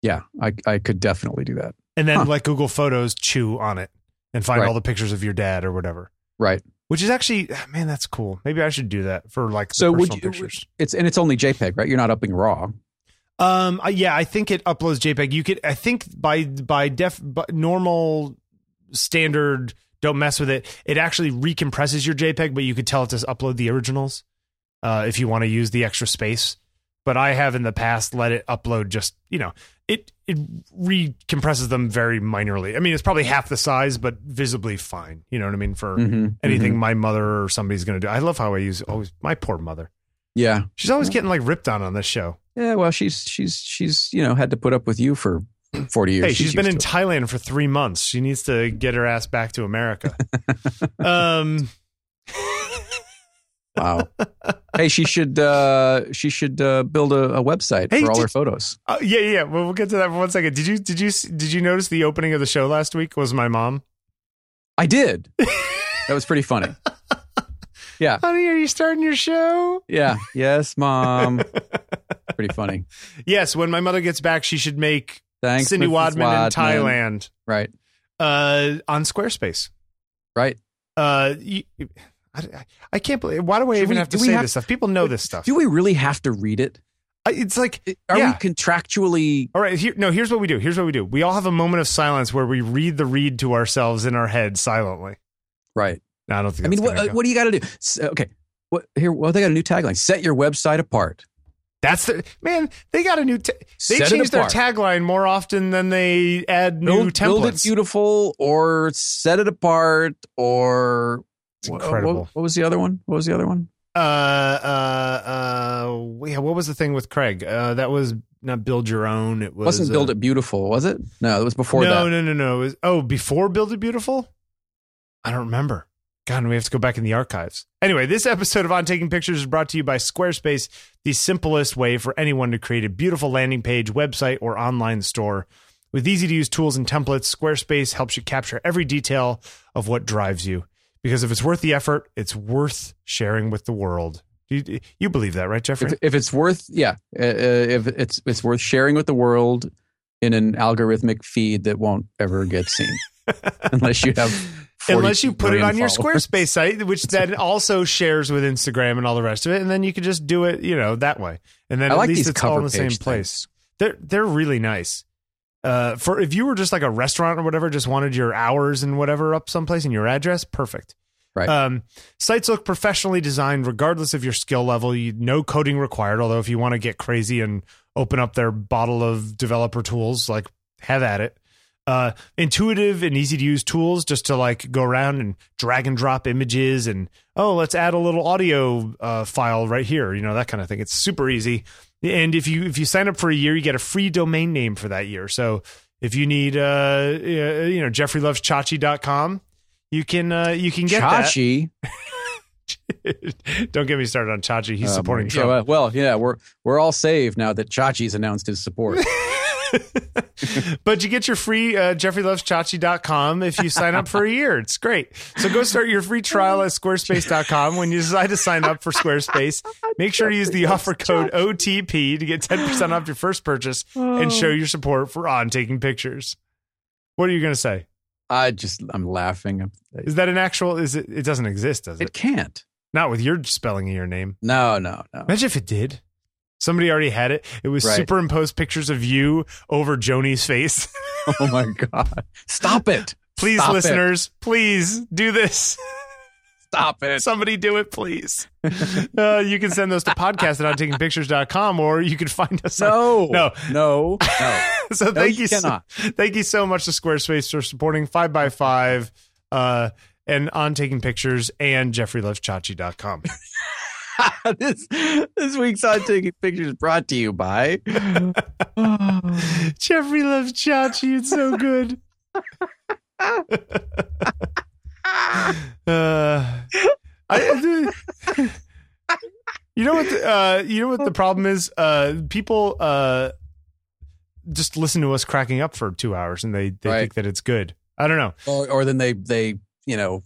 Speaker 1: yeah. I I could definitely do that.
Speaker 2: and then
Speaker 1: Huh.
Speaker 2: let Google Photos chew on it and find
Speaker 1: Right.
Speaker 2: all the pictures of your dad or whatever.
Speaker 1: Right.
Speaker 2: Which is actually, ah, man, that's cool. Maybe I should do that for like the
Speaker 1: So would
Speaker 2: personal
Speaker 1: you-
Speaker 2: pictures.
Speaker 1: It's and it's only JPEG, right? You're not upping RAW.
Speaker 2: Um, I- yeah, I think it uploads JPEG. You could, I think by by def by normal standard, don't mess with it. It actually recompresses your JPEG, but you could tell it to upload the originals uh, if you want to use the extra space. But I have in the past let it upload just you know it it recompresses them very minorly. I mean, it's probably half the size, but visibly fine. You know what I mean for
Speaker 1: Mhm,
Speaker 2: anything
Speaker 1: mhm.
Speaker 2: my mother or somebody's going to do. I love how I use always my poor mother.
Speaker 1: Yeah.
Speaker 2: She's always getting like ripped on on this show.
Speaker 1: Yeah. Well, she's she's she's you know had to put up with you for forty years.
Speaker 2: Hey, she's been
Speaker 1: used
Speaker 2: in
Speaker 1: to it.
Speaker 2: Thailand for three months. She needs to get her ass back to America. um,
Speaker 1: wow. hey, she should uh she should uh, build a, a website
Speaker 2: Hey,
Speaker 1: for all
Speaker 2: did-
Speaker 1: her photos.
Speaker 2: uh, yeah, yeah. Well, we'll get to that for one second. Did you did you did you notice the opening of the show last week was my mom?
Speaker 1: I did. that was pretty funny.
Speaker 2: Honey, are you starting your show?
Speaker 1: Yeah. Yes, mom. Pretty funny.
Speaker 2: Yes. When my mother gets back, she should make
Speaker 1: Thanks,
Speaker 2: Cindy
Speaker 1: Mrs.
Speaker 2: Wadman, in Thailand
Speaker 1: Right.
Speaker 2: uh, on Squarespace.
Speaker 1: Right.
Speaker 2: Uh, you, you- I, I- I can't believe. Why do I
Speaker 1: Should
Speaker 2: even
Speaker 1: we-
Speaker 2: have to
Speaker 1: do we
Speaker 2: say
Speaker 1: have-
Speaker 2: this stuff? People know this stuff.
Speaker 1: Do we really have to read it?
Speaker 2: I- it's like
Speaker 1: It- Are
Speaker 2: Yeah.
Speaker 1: we contractually?
Speaker 2: All right, here, no, here's what we do. Here's what we do. We all have a moment of silence where we read the read to ourselves in our head silently.
Speaker 1: Right.
Speaker 2: No, I don't think
Speaker 1: I mean,
Speaker 2: that's
Speaker 1: what
Speaker 2: gonna
Speaker 1: uh,
Speaker 2: go.
Speaker 1: what do you got to do? S- Okay. What here? Well, they got a new tagline: "Set your website apart."
Speaker 2: That's the man, they got a new ta- they
Speaker 1: Set it
Speaker 2: change their
Speaker 1: apart.
Speaker 2: tagline more often than they add new
Speaker 1: build, build it
Speaker 2: templates.
Speaker 1: beautiful, or set it apart, or
Speaker 2: It's
Speaker 1: what-
Speaker 2: incredible.
Speaker 1: What, what was the other one? What was the other one?
Speaker 2: uh uh uh yeah, what was the thing with Craig? Uh that was not build your own. It uh, was
Speaker 1: Wasn't build it beautiful? Was it? No, it was before
Speaker 2: no,
Speaker 1: that.
Speaker 2: No, no, no, It was- oh, before Build It Beautiful? I don't remember. God, we have to go back in the archives. Anyway, this episode of On Taking Pictures is brought to you by Squarespace, the simplest way for anyone to create a beautiful landing page, website, or online store. With easy to use tools and templates, Squarespace helps you capture every detail of what drives you. Because if it's worth the effort, it's worth sharing with the world. You, you believe that, right, Jeffrey?
Speaker 1: If, if it's worth, yeah, uh, uh, if it's it's worth sharing with the world in an algorithmic feed that won't ever get seen, unless you have 40
Speaker 2: unless you put it
Speaker 1: million
Speaker 2: on your
Speaker 1: followers.
Speaker 2: Squarespace site, which then also shares with Instagram and all the rest of it, and then you can just do it, you know, that way. And then
Speaker 1: I
Speaker 2: at
Speaker 1: like
Speaker 2: least
Speaker 1: these
Speaker 2: it's all
Speaker 1: cover
Speaker 2: in the
Speaker 1: page
Speaker 2: same
Speaker 1: things.
Speaker 2: place. They're they're really nice. Uh, for if you were just like a restaurant or whatever, just wanted your hours and whatever up someplace and your address, perfect.
Speaker 1: Right.
Speaker 2: Um, sites look professionally designed, regardless of your skill level. You, no coding required. Although if you want to get crazy and open up their bottle of developer tools, like have at it. uh, intuitive and easy to use tools just to like go around and drag and drop images and oh let's add a little audio uh, file right here you know that kind of thing it's super easy and if you if you sign up for a year you get a free domain name for that year so if you need uh you know jeffreyloveschachi.com you can uh you can get
Speaker 1: Chachi.
Speaker 2: that don't get me started on chachi he's
Speaker 1: um,
Speaker 2: supporting
Speaker 1: yeah,
Speaker 2: trump
Speaker 1: well- well, yeah, we're we're all saved now that Chachi's announced his support.
Speaker 2: but you get your free uh, jeffreyloveschachi.com if you sign up for a year. It's great. So go start your free trial at squarespace.com. When you decide to sign up for Squarespace, make sure to use the offer code OTP to get 10% off your first purchase and show your support for On Taking Pictures. What are you going to say?
Speaker 1: I just I'm laughing.
Speaker 2: Is that an actual is it it doesn't exist, does it?
Speaker 1: It can't.
Speaker 2: Not with your spelling of your name.
Speaker 1: No, no, no.
Speaker 2: Imagine if it did. Somebody already had it. It was
Speaker 1: Right.
Speaker 2: superimposed pictures of you over Joni's face.
Speaker 1: Oh my god! Stop it!
Speaker 2: please
Speaker 1: Stop it.
Speaker 2: listeners please do this
Speaker 1: Stop it!
Speaker 2: somebody do it please uh, you can send those to podcast at ontakingpictures.com or you can find us on-
Speaker 1: No,
Speaker 2: No.
Speaker 1: no, no.
Speaker 2: so thank
Speaker 1: you
Speaker 2: you, so-
Speaker 1: cannot.
Speaker 2: thank you so much to squarespace for supporting 5 by 5 uh, and on taking pictures and jeffreyloveschachi.com
Speaker 1: this this week's on taking pictures is brought to you by.
Speaker 2: jeffrey loves chachi it's so good uh, I, you know what? The, uh, you know what the problem is? Uh, people uh, just listen to us cracking up for two hours, and they they
Speaker 1: Right.
Speaker 2: think that it's good. I don't know.
Speaker 1: or, or then they they you know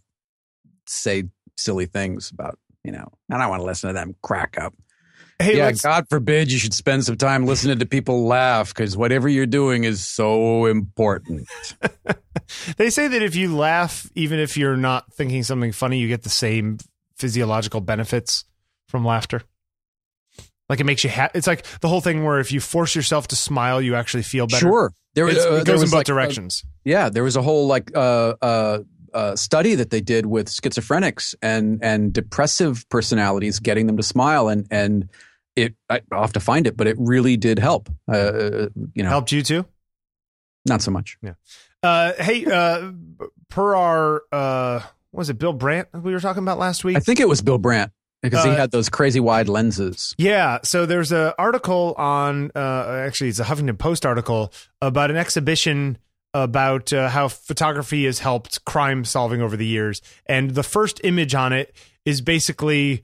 Speaker 1: say silly things about you know. I don't want to listen to them crack up.
Speaker 2: Hey,
Speaker 1: yeah,
Speaker 2: let's,
Speaker 1: God forbid you should spend some time listening to people laugh because whatever you're doing is so important.
Speaker 2: they say that if you laugh, even if you're not thinking something funny, you get the same physiological benefits from laughter. Like it makes you happy. It's like the whole thing where if you force yourself to smile, you actually feel better.
Speaker 1: Sure, there was
Speaker 2: It's-
Speaker 1: uh,
Speaker 2: it
Speaker 1: there
Speaker 2: goes in
Speaker 1: was
Speaker 2: both
Speaker 1: like, uh,
Speaker 2: directions.
Speaker 1: Yeah, there was a whole like uh, uh, uh, study that they did with schizophrenics and and depressive personalities, getting them to smile, and and it I, I'll have to find it, but it really did help. Uh, you know,
Speaker 2: Helped you too.
Speaker 1: not so much.
Speaker 2: Uh, hey, uh, per our uh, what was it Bill Brandt we were talking about last week?
Speaker 1: I think it was Bill Brandt because he
Speaker 2: Uh,
Speaker 1: had those crazy wide lenses.
Speaker 2: yeah. So there's a article on uh, actually it's a Huffington Post article about an exhibition about uh, how photography has helped crime solving over the years, and the first image on it is basically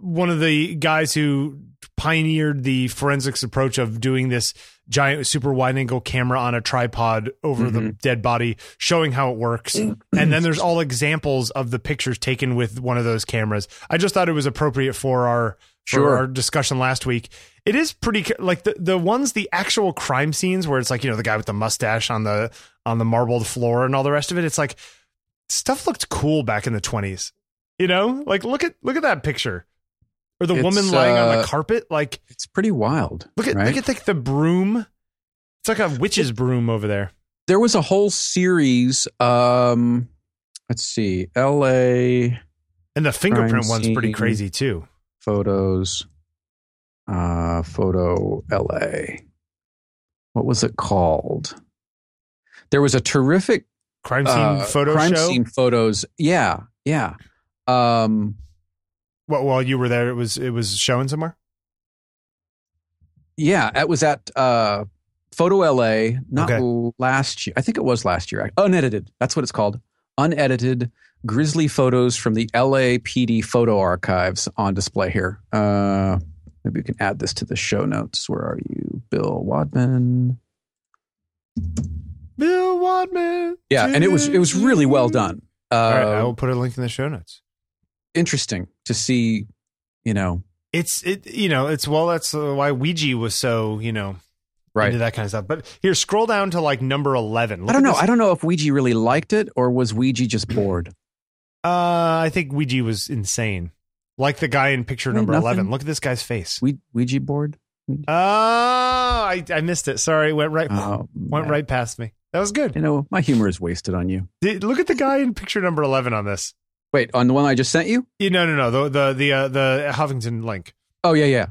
Speaker 2: one of the guys who pioneered the forensics approach of doing this giant super wide angle camera on a tripod over the dead body showing how it works and then there's all examples of the pictures taken with one of those cameras i just thought it was appropriate for our for
Speaker 1: Sure.
Speaker 2: our discussion last week it is pretty ca- like the the ones the actual crime scenes where it's like you know the guy with the mustache on the on the marbled floor and all the rest of it it's like stuff looked cool back in the 20s you know like look at look at that picture or the
Speaker 1: It's,
Speaker 2: woman lying on
Speaker 1: uh,
Speaker 2: the carpet like
Speaker 1: It's pretty wild.
Speaker 2: look at
Speaker 1: right?
Speaker 2: look at like the broom it's like a witch's broom over there
Speaker 1: there was a whole series. Um, let's see, L.A.
Speaker 2: and the fingerprint
Speaker 1: Crime
Speaker 2: one's pretty
Speaker 1: scene.
Speaker 2: crazy too
Speaker 1: photos, uh, photo L.A. What was it called? There was a terrific
Speaker 2: crime scene
Speaker 1: uh,
Speaker 2: photo
Speaker 1: crime
Speaker 2: show
Speaker 1: scene photos. Yeah, yeah. Um,
Speaker 2: Wh- while you were there it was it was showing somewhere
Speaker 1: Yeah, it was at uh, Photo LA, not
Speaker 2: Okay.
Speaker 1: l- last year. I think it was last year. Unedited. That's what it's called. Unedited grizzly photos from the LAPD photo archives on display here. Uh, maybe we can add this to the show notes. Where are you, Bill Wadman?
Speaker 2: bill wadman
Speaker 1: Yeah, and it was it was really well done. Uh,
Speaker 2: all right i will put a link in the show notes
Speaker 1: Interesting to see, you know,
Speaker 2: it's it you know it's well that's uh, why ouija was so you know
Speaker 1: right.
Speaker 2: into that kind of stuff but here scroll down to like number 11 Look
Speaker 1: I
Speaker 2: at
Speaker 1: don't know.
Speaker 2: this-
Speaker 1: I don't know if Ouija really liked it or was Ouija just bored.
Speaker 2: Uh, I think Ouija was insane. Like the guy in picture
Speaker 1: Ain't
Speaker 2: number
Speaker 1: nothing.
Speaker 2: eleven. Look at this guy's face.
Speaker 1: We- Ouija bored.
Speaker 2: Oh, I, I missed it. Sorry, went right
Speaker 1: Oh,
Speaker 2: went
Speaker 1: man.
Speaker 2: right past me. That was good.
Speaker 1: You know, my humor is wasted on you.
Speaker 2: Did- look at the guy in picture number eleven on this.
Speaker 1: Wait, on the one I just sent you?
Speaker 2: You, no, no, no. The the the uh, the Huffington link.
Speaker 1: Oh yeah, yeah.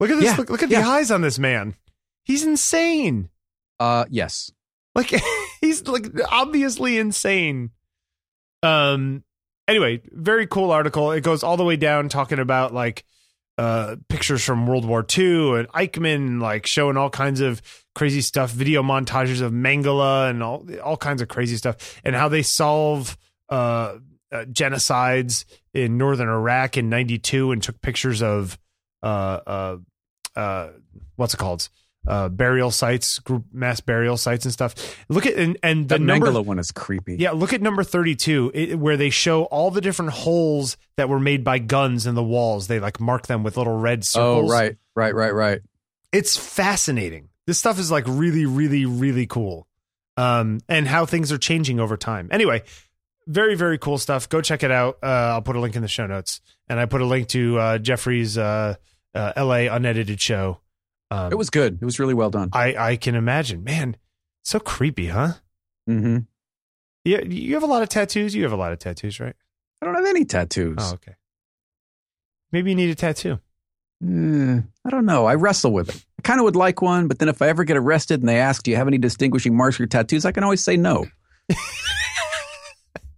Speaker 2: Look at this.
Speaker 1: Yeah,
Speaker 2: Look, look at
Speaker 1: yeah.
Speaker 2: the eyes on this man. He's insane.
Speaker 1: Uh, yes.
Speaker 2: Like he's like obviously insane. Um. Anyway, very cool article. It goes all the way down talking about like uh pictures from World War II and Eichmann, like showing all kinds of crazy stuff, video montages of Mangala and all all kinds of crazy stuff, and how they solve uh, uh genocides in northern Iraq in '92 and took pictures of uh uh uh what's it called uh burial sites, group mass burial sites and stuff. Look at and, and the
Speaker 1: That
Speaker 2: number
Speaker 1: Mangala one is creepy.
Speaker 2: yeah, look at number 32, it, where they show all the different holes that were made by guns in the walls. They like mark them with little red
Speaker 1: Oh,
Speaker 2: circles.
Speaker 1: right, right, right, right.
Speaker 2: It's fascinating. This stuff is like really, really, really cool. Um, and how things are changing over time. Anyway, very, very cool stuff. Go check it out. Uh, I'll put a link in the show notes. And I put a link to uh, Jeffrey's uh, uh, LA unedited show. Um,
Speaker 1: It was good. It was really well done.
Speaker 2: I, I can imagine. Man, so creepy, huh?
Speaker 1: hmm
Speaker 2: Yeah, you have a lot of tattoos. You have a lot of tattoos, right?
Speaker 1: I don't have any tattoos.
Speaker 2: Oh, okay. Maybe you need a tattoo.
Speaker 1: Eh, I don't know. I wrestle with it. I kind of would like one, but then if I ever get arrested and they ask, "Do you have any distinguishing marks for your tattoos?" I can always say no.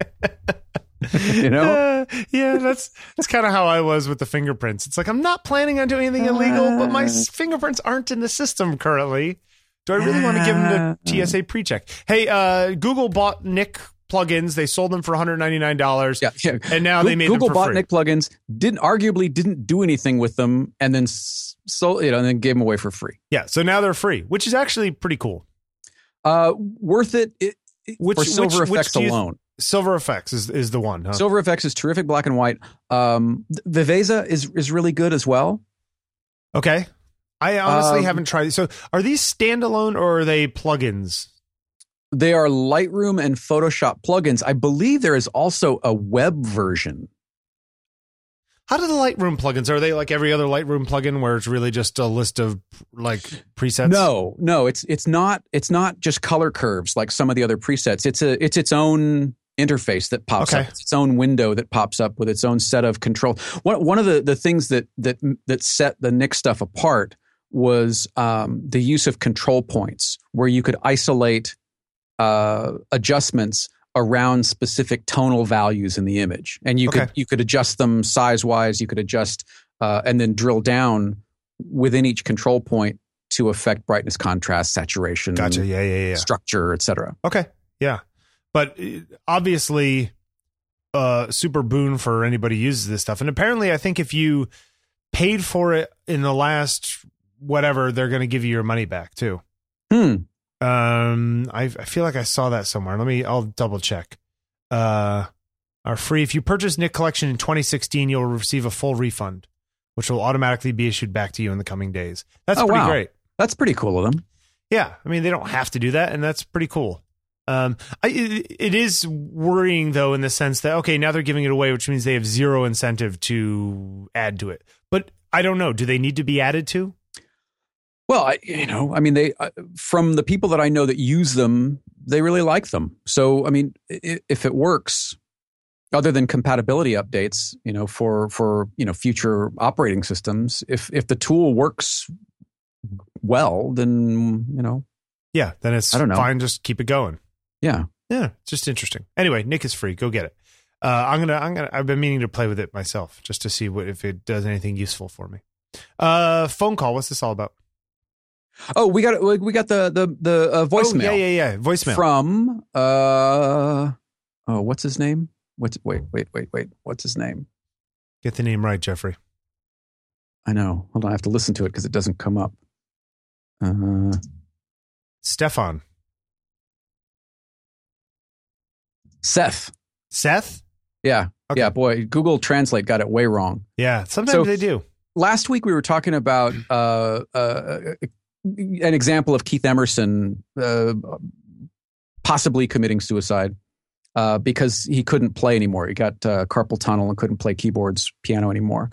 Speaker 1: you know,
Speaker 2: Uh, yeah, that's that's kind of how I was with the fingerprints. It's like I'm not planning on doing anything illegal, but my
Speaker 1: Uh.
Speaker 2: s- fingerprints aren't in the system currently. Do I really want to give
Speaker 1: Uh.
Speaker 2: them the TSA pre-check? Hey, uh, Google bought Nick plugins. They sold them for 199 dollars,
Speaker 1: yeah, yeah.
Speaker 2: and now they made
Speaker 1: Google
Speaker 2: them for free.
Speaker 1: Botnik plugins didn't arguably didn't do anything with them, and then s- so you know, and then gave them away for free.
Speaker 2: Yeah, so now they're free, which is actually pretty cool.
Speaker 1: Uh, worth it, it it-
Speaker 2: Which-
Speaker 1: for
Speaker 2: which-
Speaker 1: silver
Speaker 2: which
Speaker 1: effects
Speaker 2: do you-
Speaker 1: alone.
Speaker 2: Silver Effects is is the one. Huh?
Speaker 1: Silver effects is terrific, black and white. Um, th- Viveza is is really good as well.
Speaker 2: okay, I honestly
Speaker 1: Um,
Speaker 2: haven't tried. So, are these standalone or are they plugins?
Speaker 1: They are Lightroom and Photoshop plugins. I believe there is also a web version.
Speaker 2: How do the Lightroom plugins? Are they like every other Lightroom plugin where it's really just a list of like presets?
Speaker 1: no, no, it's it's not it's not just color curves like some of the other presets. It's a it's its own interface that pops
Speaker 2: Okay.
Speaker 1: up. It's its own window that pops up with its own set of control. One one of the the things that that that set the Nick stuff apart was um, the use of control points where you could isolate uh, adjustments around specific tonal values in the image, and you could
Speaker 2: Okay.
Speaker 1: you could adjust them size wise. You could adjust uh, and then drill down within each control point to affect brightness, contrast, saturation,
Speaker 2: Gotcha. Yeah, yeah, yeah.
Speaker 1: structure, etc.
Speaker 2: Okay. Yeah. But uh, obviously, uh, super boon for anybody who uses this stuff. And apparently, I think if you paid for it in the last whatever, they're going to give you your money back too.
Speaker 1: Hmm.
Speaker 2: Um, I, I feel like I saw that somewhere. Let me, I'll double check. Uh, are free. If you purchase Nick Collection in 2016, you'll receive a full refund, which will automatically be issued back to you in the coming days. That's
Speaker 1: Oh,
Speaker 2: pretty
Speaker 1: wow.
Speaker 2: great.
Speaker 1: That's pretty cool of them.
Speaker 2: Yeah, I mean they don't have to do that, and that's pretty cool. Um, I, it, it is worrying though in the sense that okay, now they're giving it away, which means they have zero incentive to add to it. But I don't know. Do they need to be added to?
Speaker 1: Well, I, you know, I mean, they uh, from the people that I know that use them, they really like them. So, I mean, i- if it works, other than compatibility updates, you know, for for you know future operating systems, if if the tool works well, then you know,
Speaker 2: Yeah, then it's
Speaker 1: I don't know.
Speaker 2: fine. Just keep it going.
Speaker 1: yeah,
Speaker 2: Yeah, it's just interesting. Anyway, Nick is free. Go get it. Uh, I'm gonna. I'm gonna. I've been meaning to play with it myself just to see what if it does anything useful for me. Uh, phone call. What's this all about?
Speaker 1: Oh, we got we got the the the uh, voicemail
Speaker 2: Oh, yeah, yeah, yeah. Voicemail.
Speaker 1: from uh oh what's his name? What's wait wait wait wait what's his name?
Speaker 2: Get the name right, Jeffrey.
Speaker 1: I know. Hold on, I have to listen to it because it doesn't come up. Uh,
Speaker 2: Stefan.
Speaker 1: Seth.
Speaker 2: Seth.
Speaker 1: Yeah,
Speaker 2: Okay.
Speaker 1: yeah, boy, Google Translate got it way wrong.
Speaker 2: Yeah. Sometimes
Speaker 1: So-
Speaker 2: they do.
Speaker 1: Last week we were talking about uh, uh, an example of Keith Emerson uh, possibly committing suicide. uh, because he couldn't play anymore. He got uh, carpal tunnel and couldn't play keyboards, piano anymore.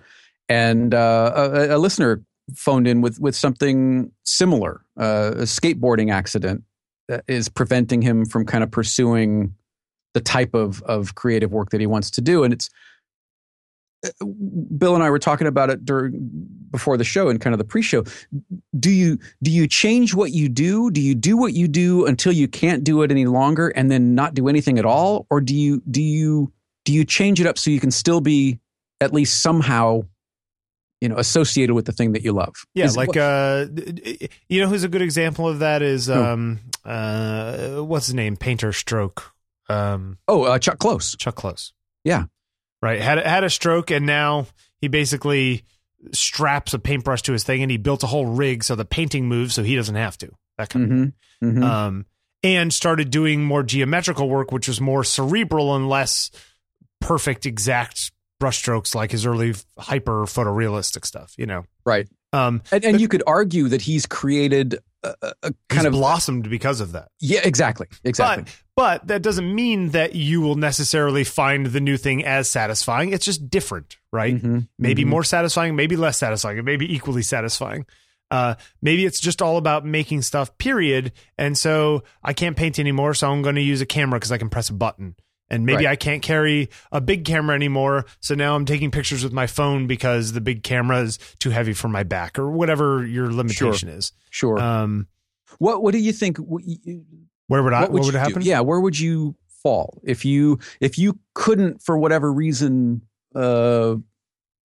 Speaker 1: And uh, a- a, a listener phoned in with with something similar. Uh, a skateboarding accident that is preventing him from kind of pursuing the type of of creative work that he wants to do. And it's uh, Bill and I were talking about it during before the show and kind of the pre-show. Do you do you change what you do? Do you do what you do until you can't do it any longer and then not do anything at all or do you do you do you change it up so you can still be at least somehow you know associated with the thing that you love?
Speaker 2: Yeah,
Speaker 1: Is-
Speaker 2: like
Speaker 1: what-
Speaker 2: uh, you know who's a good example of that is um uh what's his name painter stroke um
Speaker 1: oh, uh, Chuck Close.
Speaker 2: Chuck Close.
Speaker 1: Yeah.
Speaker 2: right. Had had a stroke and now he basically straps a paintbrush to his thing and he built a whole rig so the painting moves so he doesn't have to. That kind of
Speaker 1: hmm
Speaker 2: um, and started doing more geometrical work, which was more cerebral and less perfect, exact brushstrokes like his early hyper photorealistic stuff. You know,
Speaker 1: Right.
Speaker 2: um,
Speaker 1: And, and you could argue that he's created a, a- a
Speaker 2: kind
Speaker 1: kind
Speaker 2: of
Speaker 1: of
Speaker 2: blossomed because of that.
Speaker 1: yeah, exactly, exactly.
Speaker 2: But but that doesn't mean that you will necessarily find the new thing as satisfying. It's just different, right?
Speaker 1: Mhm,
Speaker 2: Maybe
Speaker 1: mhm.
Speaker 2: more satisfying, maybe less satisfying, maybe equally satisfying. Uh, maybe it's just all about making stuff, period. And so I can't paint anymore, so I'm going to use a camera because I can press a button. And maybe
Speaker 1: Right.
Speaker 2: I can't carry a big camera anymore, so now I'm taking pictures with my phone because the big camera is too heavy for my back, or whatever your limitation is.
Speaker 1: Sure.
Speaker 2: Um,
Speaker 1: what What do you think? What, you-
Speaker 2: where would I?
Speaker 1: what
Speaker 2: What would,
Speaker 1: you do?
Speaker 2: happen?
Speaker 1: Yeah, where would you fall if you if you couldn't for whatever reason uh,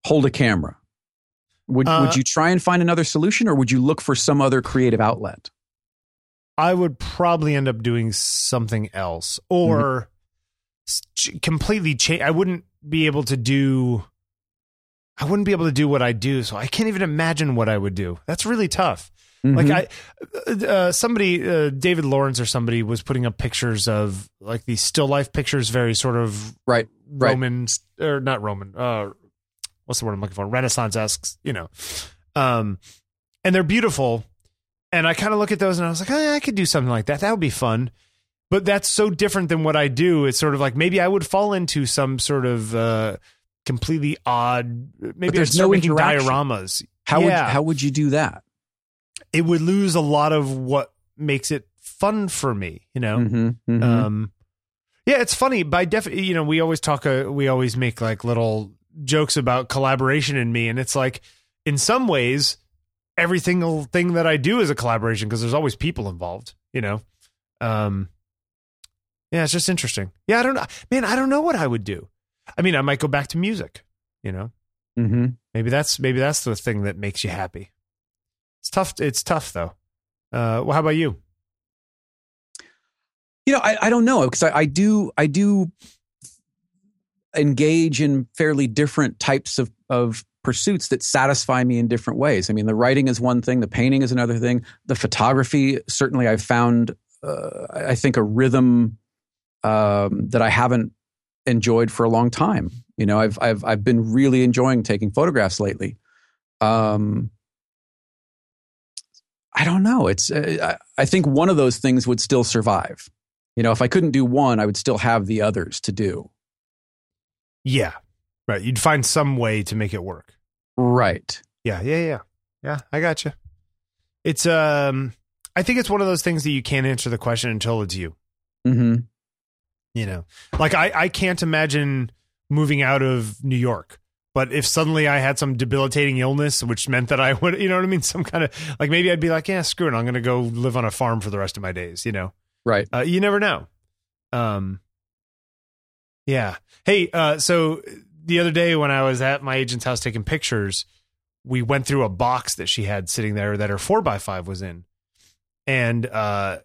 Speaker 1: hold a camera? Would
Speaker 2: Uh,
Speaker 1: Would you try and find another solution, or would you look for some other creative outlet?
Speaker 2: I would probably end up doing something else or s- ch- completely change. I wouldn't be able to do. I wouldn't be able to do what I do, so I can't even imagine what I would do. That's really tough.
Speaker 1: Mm-hmm.
Speaker 2: Like I, uh, somebody, uh, David Lawrence or somebody was putting up pictures of like these still life pictures, very sort of
Speaker 1: Right, right.
Speaker 2: Roman or not Roman. Uh, what's the word I'm looking for? Renaissance esque, you know. Um, and they're beautiful. And I kind of look at those and I was like, eh, I could do something like that. That would be fun. But that's so different than what I do. It's sort of like maybe I would fall into some sort of uh, completely odd. Maybe
Speaker 1: there's
Speaker 2: I'd start
Speaker 1: no
Speaker 2: making
Speaker 1: interaction.
Speaker 2: dioramas.
Speaker 1: how
Speaker 2: yeah.
Speaker 1: would How would you do that?
Speaker 2: It would lose a lot of what makes it fun for me, you know.
Speaker 1: Mhm, mhm.
Speaker 2: Um, yeah, it's funny. By def, you know, we always talk. Uh, we always make like little jokes about collaboration and me, and it's like in some ways, every single thing that I do is a collaboration because there's always people involved. You know. Um. Yeah, it's just interesting. Yeah, I don't know, man. I don't know what I would do. I mean, I might go back to music. You know,
Speaker 1: Mhm.
Speaker 2: maybe that's maybe that's the thing that makes you happy. It's tough. It's tough though. Uh, well, how about you?
Speaker 1: You know, I, I don't know because I, I do I do engage in fairly different types of of pursuits that satisfy me in different ways. I mean, the writing is one thing, the painting is another thing, the photography certainly I've found uh, I I think a rhythm um, that I haven't enjoyed for a long time. You know, I've I've I've been really enjoying taking photographs lately. Um, I don't know. It's uh, I I think one of those things would still survive. You know, if I couldn't do one, I would still have the others to do.
Speaker 2: Yeah, right. You'd find some way to make it work.
Speaker 1: Right.
Speaker 2: Yeah, yeah, yeah. Yeah, I got you. It's um I think it's one of those things that you can't answer the question until it's you,
Speaker 1: hmm
Speaker 2: you know. Like I I can't imagine moving out of New York. But if suddenly I had some debilitating illness, which meant that I would, you know what I mean? Some kind of like maybe I'd be like, yeah, screw it. I'm going to go live on a farm for the rest of my days, you know?
Speaker 1: Right.
Speaker 2: Uh, you never know. Um, yeah. Hey, uh, so the other day when I was at my agent's house taking pictures, we went through a box that she had sitting there that her four by five was in, and uh,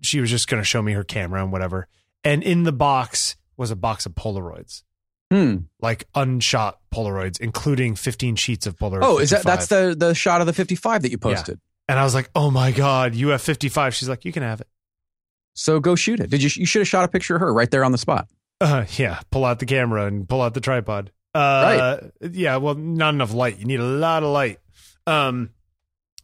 Speaker 2: she was just going to show me her camera and whatever. And in the box was a box of Polaroids,
Speaker 1: Hmm.
Speaker 2: like unshot Polaroids, including fifteen sheets of Polaroid.
Speaker 1: Oh, is that
Speaker 2: 55.
Speaker 1: that's the the shot of the fifty five that you posted?
Speaker 2: And I was like, oh my god, you have fifty five. She's like, you can have it.
Speaker 1: So go shoot it. Did you? You should have shot a picture of her right there on the spot.
Speaker 2: Uh, yeah, pull out the camera and pull out the tripod. Uh, Yeah, well, not enough light. You need a lot of light. Um,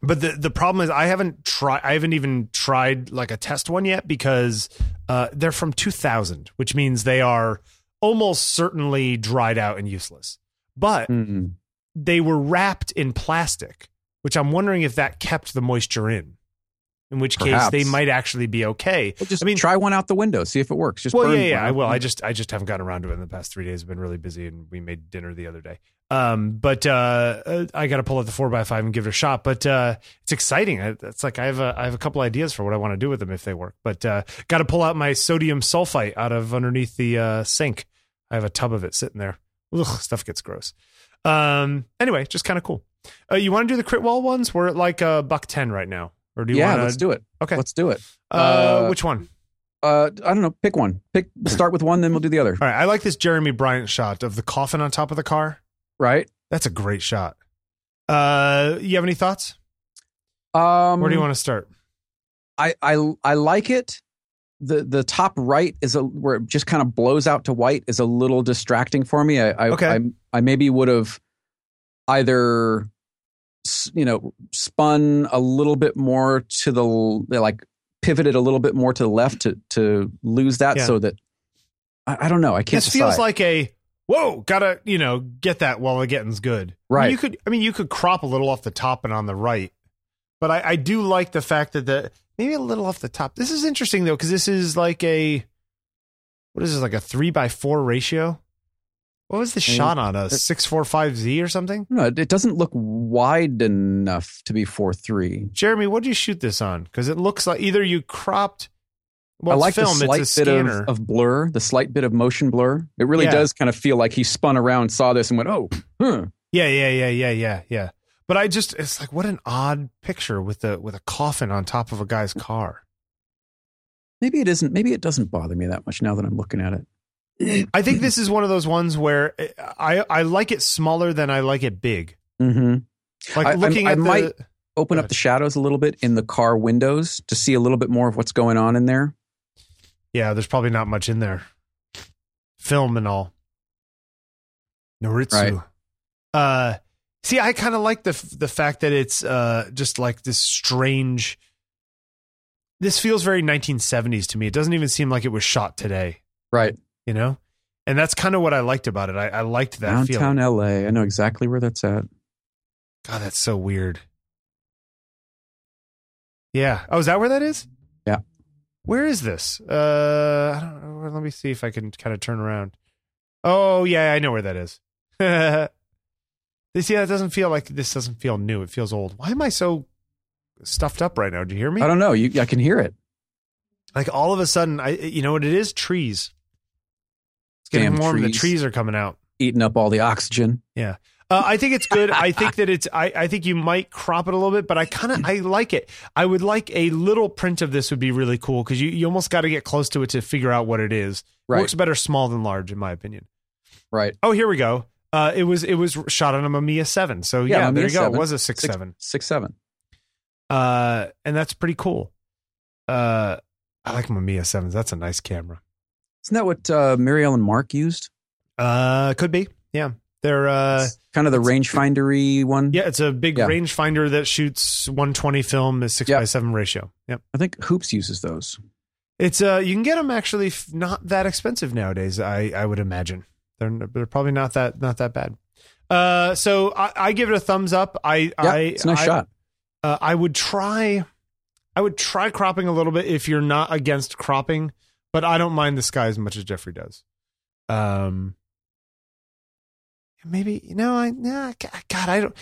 Speaker 2: but the the problem is I haven't tried. I haven't even tried like a test one yet because uh, they're from 2000, which means they are almost certainly dried out and useless. But
Speaker 1: Mm.
Speaker 2: they were wrapped in plastic, which I'm wondering if that kept the moisture in. in which
Speaker 1: Perhaps.
Speaker 2: case they might actually be okay.
Speaker 1: Well, just
Speaker 2: I mean-
Speaker 1: try one out the window, see if it works. Just
Speaker 2: well,
Speaker 1: burn
Speaker 2: yeah, yeah,
Speaker 1: one
Speaker 2: I
Speaker 1: out.
Speaker 2: will. I just, I just haven't gotten around to it in the past three days. I've been really busy, and we made dinner the other day. Um, but uh, uh, I got to pull out the four by five and give it a shot. But uh, it's exciting. I- It's like I have a, I have a couple ideas for what I want to do with them if they work. But uh, got to pull out my sodium sulfite out of underneath the uh, sink. I have a tub of it sitting there. Ugh, stuff gets gross. Um, anyway, just kind of cool. Uh, you want to do the crit wall ones? We're at like a buck ten right now, or do you
Speaker 1: yeah,
Speaker 2: want
Speaker 1: let's do it.
Speaker 2: Okay.
Speaker 1: Let's do it.
Speaker 2: uh,
Speaker 1: uh,
Speaker 2: which one?
Speaker 1: Uh, I don't know. Pick one. Pick. Start with one, then we'll do the other.
Speaker 2: All right, I like this Jeremy Bryant shot of the coffin on top of the car.
Speaker 1: Right.
Speaker 2: That's a great shot. Uh, you have any thoughts?
Speaker 1: Um,
Speaker 2: Where do you want to start?
Speaker 1: I I I like it. The the top right is a where it just kind of blows out to white is a little distracting for me. I I
Speaker 2: Okay.
Speaker 1: I, I maybe would have either s- you know spun a little bit more to the l- like pivoted a little bit more to the left to to lose that
Speaker 2: Yeah.
Speaker 1: so that I, I don't know. I can't.
Speaker 2: This feels
Speaker 1: decide.
Speaker 2: like a whoa. Gotta you know get that while the getting's good.
Speaker 1: Right.
Speaker 2: You could. I mean, you could crop a little off the top and on the right, but I, I do like the fact that the maybe a little off the top. This is interesting though because this is like a what is this like a three by four ratio? What was the
Speaker 1: Mm.
Speaker 2: shot on a six four five Z or something?
Speaker 1: no, it it doesn't look wide enough to be four three.
Speaker 2: Jeremy, what did you shoot this on? Because it looks like either you cropped. Well,
Speaker 1: I
Speaker 2: it's
Speaker 1: like
Speaker 2: film.
Speaker 1: the slight
Speaker 2: it's a
Speaker 1: bit
Speaker 2: scanner.
Speaker 1: of, of blur, the slight bit of motion blur. It really
Speaker 2: Yeah.
Speaker 1: does kind of feel like he spun around, saw this, and went, "Oh, huh.
Speaker 2: yeah, yeah, yeah, yeah, yeah, yeah. But I just, it's like what an odd picture with a with a coffin on top of a guy's car.
Speaker 1: maybe it isn't. Maybe it doesn't bother me that much now that I'm looking at it."
Speaker 2: I think this is one of those ones where eh, I I like it smaller than I like it big.
Speaker 1: hmm
Speaker 2: Like
Speaker 1: I- I'm-
Speaker 2: looking
Speaker 1: I
Speaker 2: at the
Speaker 1: might- Open
Speaker 2: Go
Speaker 1: up the shadows a little bit in the car windows to see a little bit more of what's going on in there.
Speaker 2: yeah. There's probably not much in there. Film and all. Noritsu.
Speaker 1: Right.
Speaker 2: Uh, see, I kind of like the f- the fact that it's uh just like this strange. This feels very 1970s to me. It doesn't even seem like it was shot today,
Speaker 1: Right,
Speaker 2: you know. And that's kind of what I liked about it. I, I liked that
Speaker 1: downtown
Speaker 2: feeling.
Speaker 1: LA. I know exactly where that's at.
Speaker 2: God, that's so weird. Yeah. Oh, is that where that is?
Speaker 1: Yeah.
Speaker 2: Where is this? Uh, I don't know. Let me see if I can kind of turn around. Oh yeah, I know where that is. this yeah, it doesn't feel like this doesn't feel new. It feels old. Why am I so stuffed up right now? Do you hear me?
Speaker 1: I don't know. You, I can hear it.
Speaker 2: Like all of a sudden, I you know what it is? Trees. It's getting
Speaker 1: Damn
Speaker 2: warm. The
Speaker 1: trees.
Speaker 2: trees are coming out.
Speaker 1: Eating up all the oxygen.
Speaker 2: Uh, I think it's good. I think that it's. I, I think you might crop it a little bit, but I kind of I like it. I would like a little print of this would be really cool because you, you almost got to get close to it to figure out what it is.
Speaker 1: Right,
Speaker 2: Works better small than large, in my opinion.
Speaker 1: right.
Speaker 2: Oh, here we go. Uh, it was it was shot on a Mamiya seven. So
Speaker 1: Yeah,
Speaker 2: yeah,
Speaker 1: Mamiya
Speaker 2: there you go.
Speaker 1: 7.
Speaker 2: It was a six,
Speaker 1: Six-
Speaker 2: seven.
Speaker 1: Six seven.
Speaker 2: Uh, and that's pretty cool. Uh, I like Mamiya sevens. That's a nice camera.
Speaker 1: Isn't that what uh, Mary Ellen Mark used?
Speaker 2: Uh, could be. Yeah, they're uh,
Speaker 1: kind of the rangefindery one.
Speaker 2: yeah, it's a big
Speaker 1: Yeah.
Speaker 2: rangefinder that shoots one twenty film is six
Speaker 1: Yeah.
Speaker 2: by seven ratio. Yep.
Speaker 1: I think Hoops uses those.
Speaker 2: It's uh, you can get them actually f- not that expensive nowadays. I I would imagine they're they're probably not that not that bad. Uh, so I, I give it a thumbs up. I
Speaker 1: Yeah,
Speaker 2: I
Speaker 1: it's a nice
Speaker 2: I,
Speaker 1: shot.
Speaker 2: Uh, I would try, I would try cropping a little bit if you're not against cropping, but I don't mind the sky as much as Jeffrey does. Um, maybe you know I nah, g- God I don't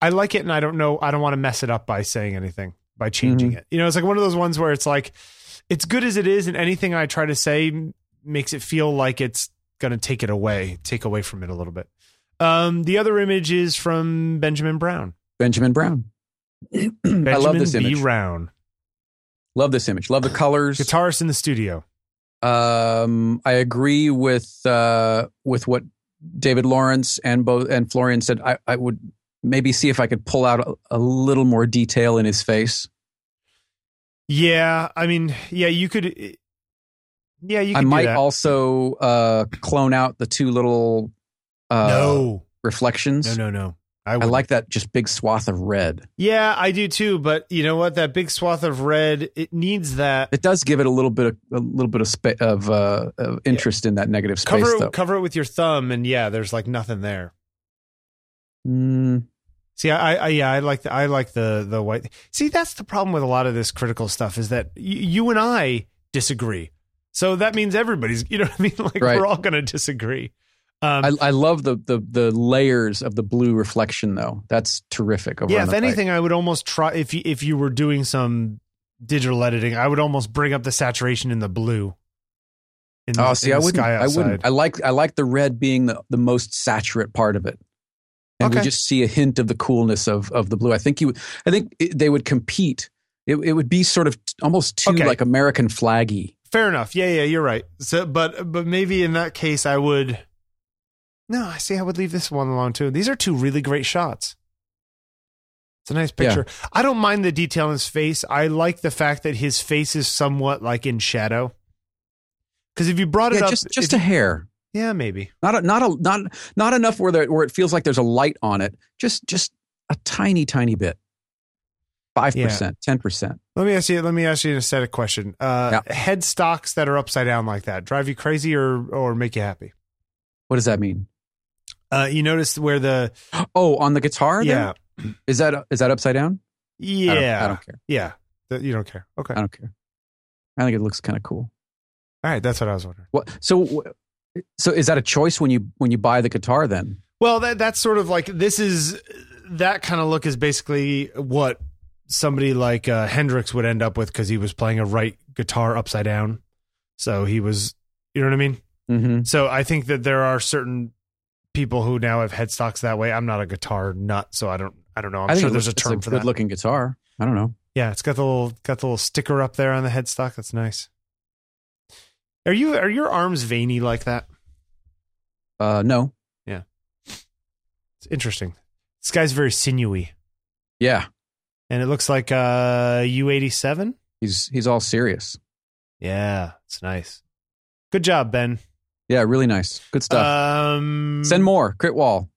Speaker 2: I like it and I don't know I don't want to mess it up by saying anything by changing
Speaker 1: Mm-hmm.
Speaker 2: it. You know, it's like one of those ones where it's like it's good as it is, and anything I try to say m- makes it feel like it's gonna take it away, take away from it a little bit. Um, the other image is from Benjamin Brown.
Speaker 1: Benjamin Brown. I
Speaker 2: Benjamin
Speaker 1: love this
Speaker 2: B.
Speaker 1: image.
Speaker 2: Round.
Speaker 1: Love this image. Love the colors.
Speaker 2: guitarist in the studio.
Speaker 1: Um, I agree with uh, with what David Lawrence and Bo- and Florian said. I, I would maybe see if I could pull out a, a little more detail in his face.
Speaker 2: Yeah, I mean, yeah, you could. Yeah, you could
Speaker 1: I
Speaker 2: do
Speaker 1: might
Speaker 2: that.
Speaker 1: also uh, clone out the two little uh,
Speaker 2: no,
Speaker 1: reflections.
Speaker 2: no, no, no.
Speaker 1: I
Speaker 2: wouldn't.
Speaker 1: like that just big swath of red.
Speaker 2: Yeah, I do too. But you know what? That big swath of red, it needs that.
Speaker 1: It does give it a little bit of a little bit of spa- of, uh, of interest in that negative space,
Speaker 2: Cover
Speaker 1: though.
Speaker 2: it, cover it with your thumb, and yeah, there's like nothing there.
Speaker 1: Mm,
Speaker 2: See, I, I yeah, I like the, I like the the white. See, that's the problem with a lot of this critical stuff is that y- you and I disagree. So that means everybody's, you know what I mean? Like
Speaker 1: Right.
Speaker 2: we're all going to disagree. Um,
Speaker 1: I, I love the, the the layers of the blue reflection though. That's terrific. Over
Speaker 2: yeah,
Speaker 1: on
Speaker 2: if
Speaker 1: the right.
Speaker 2: anything, I would almost try if you, if you were doing some digital editing, I would almost bring up the saturation in the blue. In
Speaker 1: Oh, see,
Speaker 2: in
Speaker 1: I wouldn't.
Speaker 2: sky
Speaker 1: I
Speaker 2: outside.
Speaker 1: wouldn't. I like. I like the red being the, the most saturate part of it, and we
Speaker 2: Okay.
Speaker 1: just see a hint of the coolness of of the blue. I think you. I think it, they would compete. It, it would be sort of t- almost too
Speaker 2: Okay.
Speaker 1: like American flaggy.
Speaker 2: Fair enough. Yeah, yeah, you're right. So, but but maybe in that case, I would. No, I see. I would leave this one alone too. These are two really great shots. It's a nice
Speaker 1: Yeah.
Speaker 2: picture. I don't mind the detail in his face. I like the fact that his face is somewhat like in shadow. Because if you brought it
Speaker 1: Yeah,
Speaker 2: up,
Speaker 1: just just
Speaker 2: if-
Speaker 1: a hair.
Speaker 2: yeah, maybe.
Speaker 1: Not a, not a not not enough where there, where it feels like there's a light on it. Just just a tiny tiny bit. Five percent, ten percent.
Speaker 2: Let me ask you. Let me ask you an aesthetic question. Uh, Headstocks that are upside down like that drive you crazy or or make you happy?
Speaker 1: What does that mean?
Speaker 2: Uh, you notice where the
Speaker 1: Oh, on the guitar.
Speaker 2: yeah
Speaker 1: there? is that is that upside down?
Speaker 2: yeah
Speaker 1: I don't, I don't Uh. care.
Speaker 2: yeah That- you don't care. Okay.
Speaker 1: I don't care. I think it looks kind of cool.
Speaker 2: All right, that's what I was wondering.
Speaker 1: What? So, wh- so is that a choice when you when you buy the guitar? Then
Speaker 2: Well, that that's sort of like this is that kind of look is basically what somebody like uh, Hendrix would end up with because he was playing a right guitar upside down. So he was, you know what I mean.
Speaker 1: mm-hmm.
Speaker 2: So I think that there are certain people who now have headstocks that way. I'm not a guitar nut, so I don't. I don't know. I'm sure there's a term
Speaker 1: it's
Speaker 2: for
Speaker 1: good
Speaker 2: that.
Speaker 1: looking guitar. I don't know.
Speaker 2: Yeah, it's got the little got the little sticker up there on the headstock. That's nice. Are you are your arms veiny like that?
Speaker 1: Uh, no.
Speaker 2: It's interesting. This guy's very sinewy.
Speaker 1: Yeah,
Speaker 2: and it looks like uh U87.
Speaker 1: he's he's all serious.
Speaker 2: Yeah, it's nice. Good job, Ben.
Speaker 1: Yeah, really nice. Good stuff.
Speaker 2: Um,
Speaker 1: send more crit wall,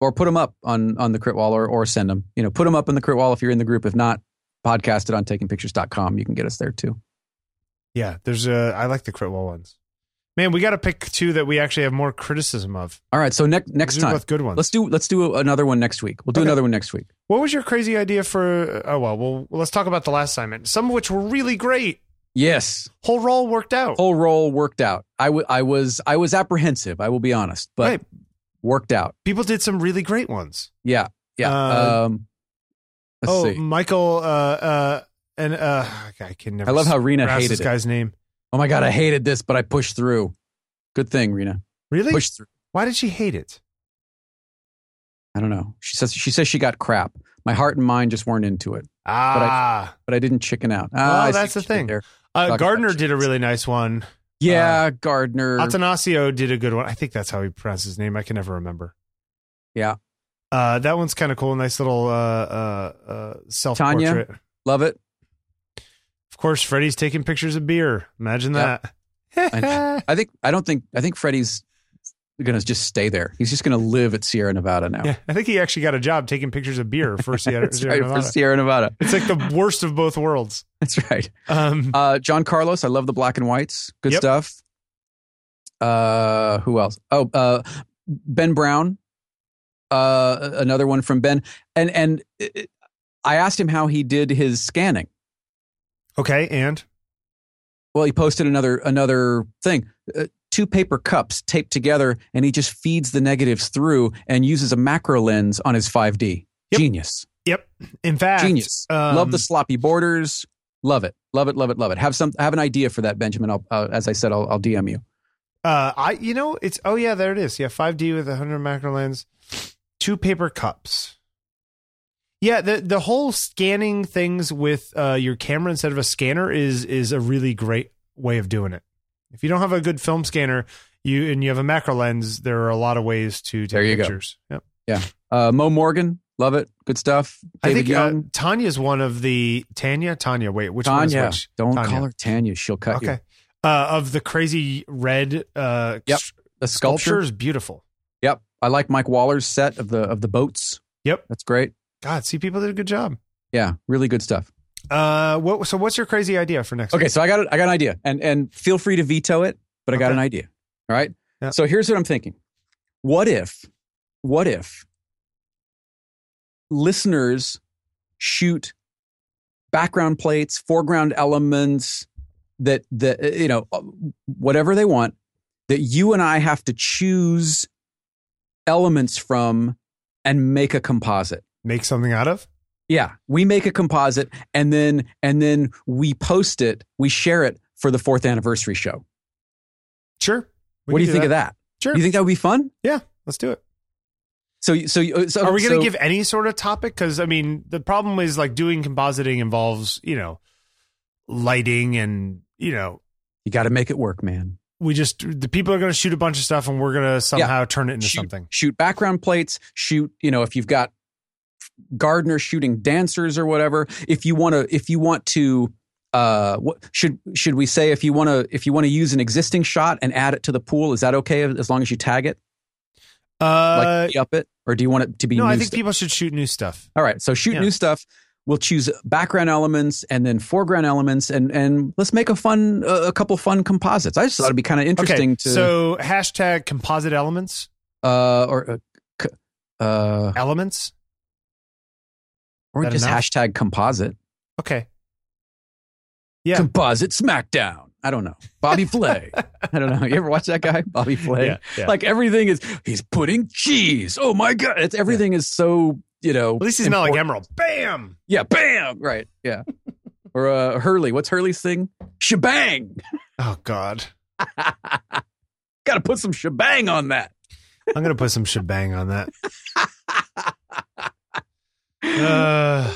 Speaker 1: or put them up on on the crit wall, or or send them. You know, put them up in the crit wall if you're in the group. If not, podcast it on takingpictures.com. You can get us there too.
Speaker 2: Yeah, there's a. I like the Critwell ones. Man, we got to pick two that we actually have more criticism of.
Speaker 1: All right. So next next
Speaker 2: These are
Speaker 1: time,
Speaker 2: both good ones.
Speaker 1: let's do let's do another one next week. We'll do
Speaker 2: Okay.
Speaker 1: another one next week.
Speaker 2: what was your crazy idea for? Oh well, well, let's talk about the last assignment. Some of which were really great.
Speaker 1: Yes.
Speaker 2: Whole roll worked out.
Speaker 1: whole role worked out. I wa- I was I was apprehensive. I will be honest, but
Speaker 2: Right.
Speaker 1: worked out.
Speaker 2: People did some really great ones.
Speaker 1: Yeah, yeah.
Speaker 2: Uh,
Speaker 1: um, let's
Speaker 2: oh,
Speaker 1: see.
Speaker 2: Michael. Uh, uh, and uh, I can never.
Speaker 1: I love how Rena
Speaker 2: pronounce
Speaker 1: hated
Speaker 2: this
Speaker 1: it.
Speaker 2: guy's name.
Speaker 1: Oh my god, I hated this, but I pushed through. Good thing, Rena.
Speaker 2: Really?
Speaker 1: Pushed through.
Speaker 2: Why did she hate it?
Speaker 1: I don't know. She says she says she got crap. My heart and mind just weren't into it,
Speaker 2: Ah.
Speaker 1: but I didn't chicken out. Ah,
Speaker 2: Well,
Speaker 1: I see
Speaker 2: that's
Speaker 1: what
Speaker 2: the
Speaker 1: you did
Speaker 2: thing.
Speaker 1: there.
Speaker 2: Uh,
Speaker 1: Talk
Speaker 2: Gardner
Speaker 1: about
Speaker 2: did a really nice one. Uh,
Speaker 1: Yeah, Gardner.
Speaker 2: Atanasio did a good one. I think that's how he pronounced his name. I can never remember.
Speaker 1: Yeah.
Speaker 2: Uh, that one's kind of cool. Nice little uh, uh, uh, self portrait.
Speaker 1: Love it.
Speaker 2: Of course, Freddie's taking pictures of beer. Imagine
Speaker 1: Yeah.
Speaker 2: that.
Speaker 1: I know. I think I don't think I think Freddie's gonna just stay there. He's just gonna live at Sierra Nevada now.
Speaker 2: yeah, I think he actually got a job taking pictures of beer for Sierra.
Speaker 1: That's
Speaker 2: Sierra
Speaker 1: right,
Speaker 2: Nevada.
Speaker 1: for Sierra Nevada.
Speaker 2: it's like the worst of both worlds.
Speaker 1: That's right.
Speaker 2: Um,
Speaker 1: Uh, John Carlos, I love the black and whites. Good
Speaker 2: Yep.
Speaker 1: stuff. Uh, who else? Oh, uh, Ben Brown. Uh, another one from Ben. And and it- it- I asked him how he did his scanning.
Speaker 2: okay, and
Speaker 1: Well, he posted another another thing. Uh, two paper cups taped together, and he just feeds the negatives through and uses a macro lens on his 5D.
Speaker 2: Yep.
Speaker 1: Genius,
Speaker 2: in fact,
Speaker 1: genius.
Speaker 2: um,
Speaker 1: love the sloppy borders. Love it, love it, love it, love it. Have some, have an idea for that, Benjamin. I'll, uh, as I said, I'll, I'll DM you.
Speaker 2: Uh, I you know it's oh yeah there it is yeah 5D with 100 macro lens, two paper cups. Yeah, the the whole scanning things with uh, your camera instead of a scanner is is a really great way of doing it. If you don't have a good film scanner, you and you have a macro lens, there are a lot of ways to take
Speaker 1: There you go.
Speaker 2: pictures. Yep.
Speaker 1: Uh, Mo Morgan, love it. Good stuff.
Speaker 2: I
Speaker 1: David
Speaker 2: think uh,
Speaker 1: Young.
Speaker 2: Tanya's one of the Tanya Tanya. Wait, which one
Speaker 1: Tanya.
Speaker 2: is which?
Speaker 1: Don't
Speaker 2: Tanya.
Speaker 1: call her Tanya. She'll cut you.
Speaker 2: Okay. Uh, of the crazy red uh,
Speaker 1: Yep.
Speaker 2: s-
Speaker 1: The sculpture.
Speaker 2: sculpture is beautiful.
Speaker 1: Yep. I like Mike Waller's set of the of the boats.
Speaker 2: Yep.
Speaker 1: That's great.
Speaker 2: God, see, people did a good job.
Speaker 1: Yeah, really good stuff.
Speaker 2: Uh, what? So, what's your crazy idea for next?
Speaker 1: Okay, so I got I got an idea, and and feel free to veto it, but I got
Speaker 2: Okay.
Speaker 1: an idea. All right.
Speaker 2: Yeah.
Speaker 1: So here's what I'm thinking. What if, what if, listeners shoot background plates, foreground elements that that uh, you know whatever they want that you and I have to choose elements from and make a composite.
Speaker 2: Make something out of?
Speaker 1: Yeah, we make a composite and then and then we post it, we share it for the 4th anniversary show.
Speaker 2: Sure. We
Speaker 1: what
Speaker 2: can
Speaker 1: do you think of that?
Speaker 2: Sure.
Speaker 1: You think that would be fun?
Speaker 2: Let's do it.
Speaker 1: So you- so, you- so
Speaker 2: Are we going to
Speaker 1: so-
Speaker 2: give any sort of topic? Because I mean, the problem is like doing compositing involves you know lighting and you know
Speaker 1: You got to make it work, man.
Speaker 2: we just the people are going to shoot a bunch of stuff and we're going to somehow turn it into
Speaker 1: Shoot.
Speaker 2: something.
Speaker 1: Shoot background plates, shoot, you know, if you've got gardeners shooting dancers or whatever, if you want to if you want to uh what should should we say if you want to if you want to use an existing shot and add it to the pool, is that okay as long as you tag it?
Speaker 2: Uh,
Speaker 1: Like up it or do you want it to be
Speaker 2: no,
Speaker 1: new
Speaker 2: I think
Speaker 1: stuff?
Speaker 2: people should shoot new stuff.
Speaker 1: All right, so shoot
Speaker 2: Yeah.
Speaker 1: new stuff. We'll choose background elements and then foreground elements, and and let's make a fun a, a couple fun composites. I just thought it'd be kind of interesting
Speaker 2: okay,
Speaker 1: to
Speaker 2: so hashtag composite elements
Speaker 1: uh or uh, c- uh
Speaker 2: elements.
Speaker 1: or
Speaker 2: that
Speaker 1: just
Speaker 2: enough?
Speaker 1: hashtag composite
Speaker 2: Okay, Yeah.
Speaker 1: composite smackdown. I don't know Bobby Flay. I don't know. You ever watch that guy Bobby Flay?
Speaker 2: yeah, yeah.
Speaker 1: Like everything is he's putting cheese. Oh my god! It's everything is so you know.
Speaker 2: at least he's not like Emerald. Bam.
Speaker 1: Yeah, bam. Right. Yeah. or uh, Hurley. What's Hurley's thing? Shebang.
Speaker 2: Oh God,
Speaker 1: Got to put some shebang on that.
Speaker 2: I'm going to put some shebang on that. Uh,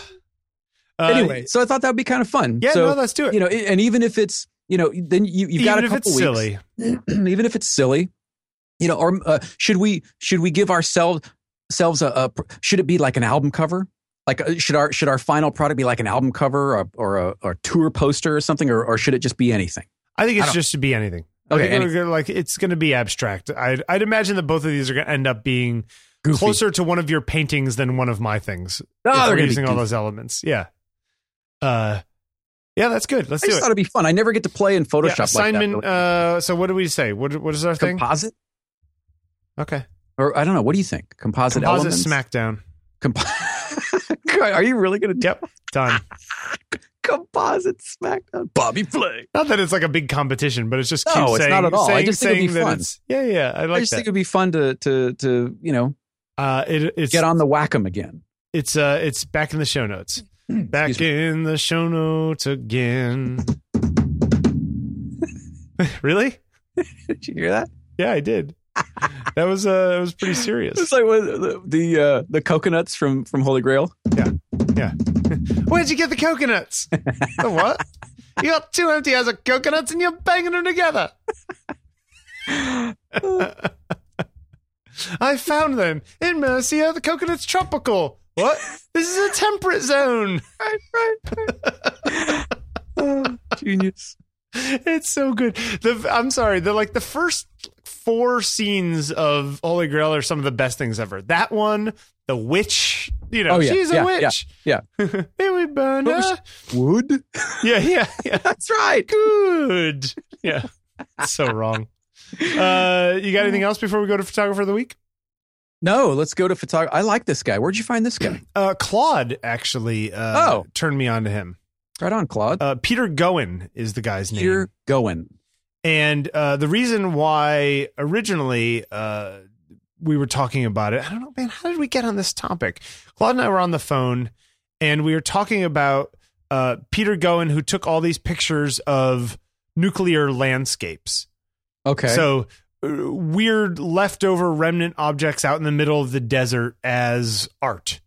Speaker 2: uh,
Speaker 1: anyway, so I thought that would be kind of fun.
Speaker 2: yeah,
Speaker 1: so,
Speaker 2: no, let's do it.
Speaker 1: you know, and even if it's, you know, then you, you've got a
Speaker 2: Even
Speaker 1: couple
Speaker 2: if it's
Speaker 1: weeks.
Speaker 2: silly.
Speaker 1: even if it's silly, you know, or uh, should we should we give ourselves selves a, a should it be like an album cover? Like uh, should our should our final product be like an album cover or or a, or a tour poster or something, or, or should it just be anything?
Speaker 2: I think
Speaker 1: I
Speaker 2: it's
Speaker 1: don't-
Speaker 2: just to be anything. I
Speaker 1: Okay,
Speaker 2: think we're gonna, like it's going to be abstract. I'd, I'd imagine that both of these are going to end up being
Speaker 1: Goofy.
Speaker 2: closer to one of your paintings than one of my things.
Speaker 1: No,
Speaker 2: if
Speaker 1: they're
Speaker 2: we're
Speaker 1: gonna be
Speaker 2: using all
Speaker 1: goofy.
Speaker 2: those elements. Yeah. Uh, yeah, that's good. Let's
Speaker 1: I
Speaker 2: do
Speaker 1: just
Speaker 2: it.
Speaker 1: thought it'd be fun. I never get to play in
Speaker 2: Yeah,
Speaker 1: Photoshop.
Speaker 2: assignment.
Speaker 1: like that, really.
Speaker 2: uh, so what do we say? What what is our thing?
Speaker 1: composite,
Speaker 2: Okay.
Speaker 1: or I don't know. What do you think? Composite,
Speaker 2: Composite
Speaker 1: elements.
Speaker 2: smackdown.
Speaker 1: Comp- God, Are you really going to do
Speaker 2: Yep. Done.
Speaker 1: Ah. composite SmackDown? Bobby Flay.
Speaker 2: not that it's like a big competition, but it's just
Speaker 1: No,
Speaker 2: keep
Speaker 1: it's
Speaker 2: saying,
Speaker 1: not at all. I
Speaker 2: saying-
Speaker 1: just think it'd be
Speaker 2: saying that
Speaker 1: fun.
Speaker 2: it's- Yeah, yeah. I
Speaker 1: I
Speaker 2: like
Speaker 1: just
Speaker 2: that.
Speaker 1: think it'd be fun to to to you know
Speaker 2: uh, it, it's
Speaker 1: get on the whack-em again.
Speaker 2: It's uh, it's back in the show notes. Back in the show notes again. really?
Speaker 1: Did you hear that?
Speaker 2: Yeah, I did. That was uh, that was pretty serious.
Speaker 1: It's like what, the the, uh, the coconuts from from Holy Grail.
Speaker 2: Where'd you get the coconuts? the what? You got two empty as of coconuts and you're banging them together. I found them in Mercia. The coconut's tropical. What? This is a temperate zone.
Speaker 1: Right, right. genius.
Speaker 2: It's so good. The I'm sorry. The like the first four scenes of Holy Grail are some of the best things ever. That one, the witch. You know,
Speaker 1: Oh, yeah,
Speaker 2: she's a
Speaker 1: yeah,
Speaker 2: witch.
Speaker 1: yeah,
Speaker 2: May we burn
Speaker 1: What
Speaker 2: her?
Speaker 1: Wood.
Speaker 2: Yeah, yeah, yeah.
Speaker 1: That's right.
Speaker 2: Good. Yeah. so wrong. Uh, you got anything else before we go to photographer of the week?
Speaker 1: No, let's go to photography. I like this guy. Where'd you find this guy?
Speaker 2: Uh, Claude actually uh,
Speaker 1: Oh.
Speaker 2: turned me on to him.
Speaker 1: Right on, Claude.
Speaker 2: Uh, Peter Goen is the guy's name.
Speaker 1: You're going.
Speaker 2: And uh, the reason why originally uh, we were talking about it, I don't know, man, how did we get on this topic? Claude and I were on the phone and we were talking about uh, Peter Goen, who took all these pictures of nuclear landscapes.
Speaker 1: Okay.
Speaker 2: So uh, weird leftover remnant objects out in the middle of the desert as art.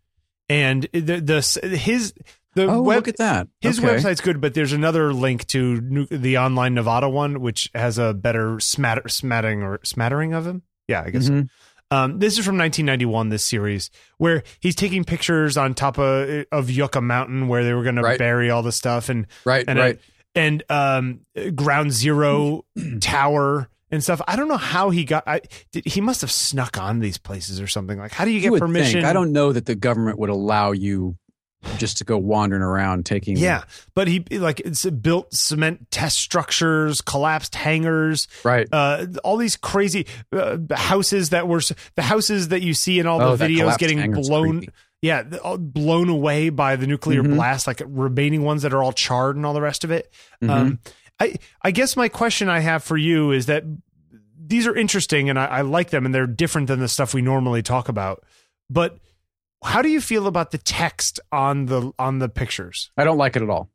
Speaker 2: And the, the his the
Speaker 1: oh,
Speaker 2: web
Speaker 1: look at that.
Speaker 2: his
Speaker 1: Okay.
Speaker 2: website's good, but there's another link to nu- the online Nevada one, which has a better smatter, smattering or smattering of him. Yeah, I guess.
Speaker 1: Mhm.
Speaker 2: Um, this is from 1991. This series where he's taking pictures on top of of Yucca Mountain, where they were going to
Speaker 1: Right.
Speaker 2: bury all the stuff, and
Speaker 1: Right.
Speaker 2: and uh,
Speaker 1: right.
Speaker 2: and um, Ground Zero Tower and stuff. I don't know how he got. I did, he must have snuck on these places or something. Like, how do you
Speaker 1: You
Speaker 2: get
Speaker 1: would
Speaker 2: permission?
Speaker 1: Think. I don't know that the government would allow you just to go wandering around taking.
Speaker 2: Yeah, but he like it's built cement test structures, collapsed hangars,
Speaker 1: Right.
Speaker 2: uh, all these crazy uh, houses that were the houses that you see in all
Speaker 1: Oh,
Speaker 2: the
Speaker 1: that
Speaker 2: videos
Speaker 1: collapsed
Speaker 2: getting
Speaker 1: hangar's
Speaker 2: blown.
Speaker 1: creepy.
Speaker 2: yeah, th- all blown away by the nuclear
Speaker 1: Mhm.
Speaker 2: blast, like remaining ones that are all charred and all the rest of it.
Speaker 1: Mm-hmm.
Speaker 2: Um, I I guess my question I have for you is that these are interesting and I, I like them and they're different than the stuff we normally talk about. But how do you feel about the text on the on the pictures?
Speaker 1: I don't like it at all.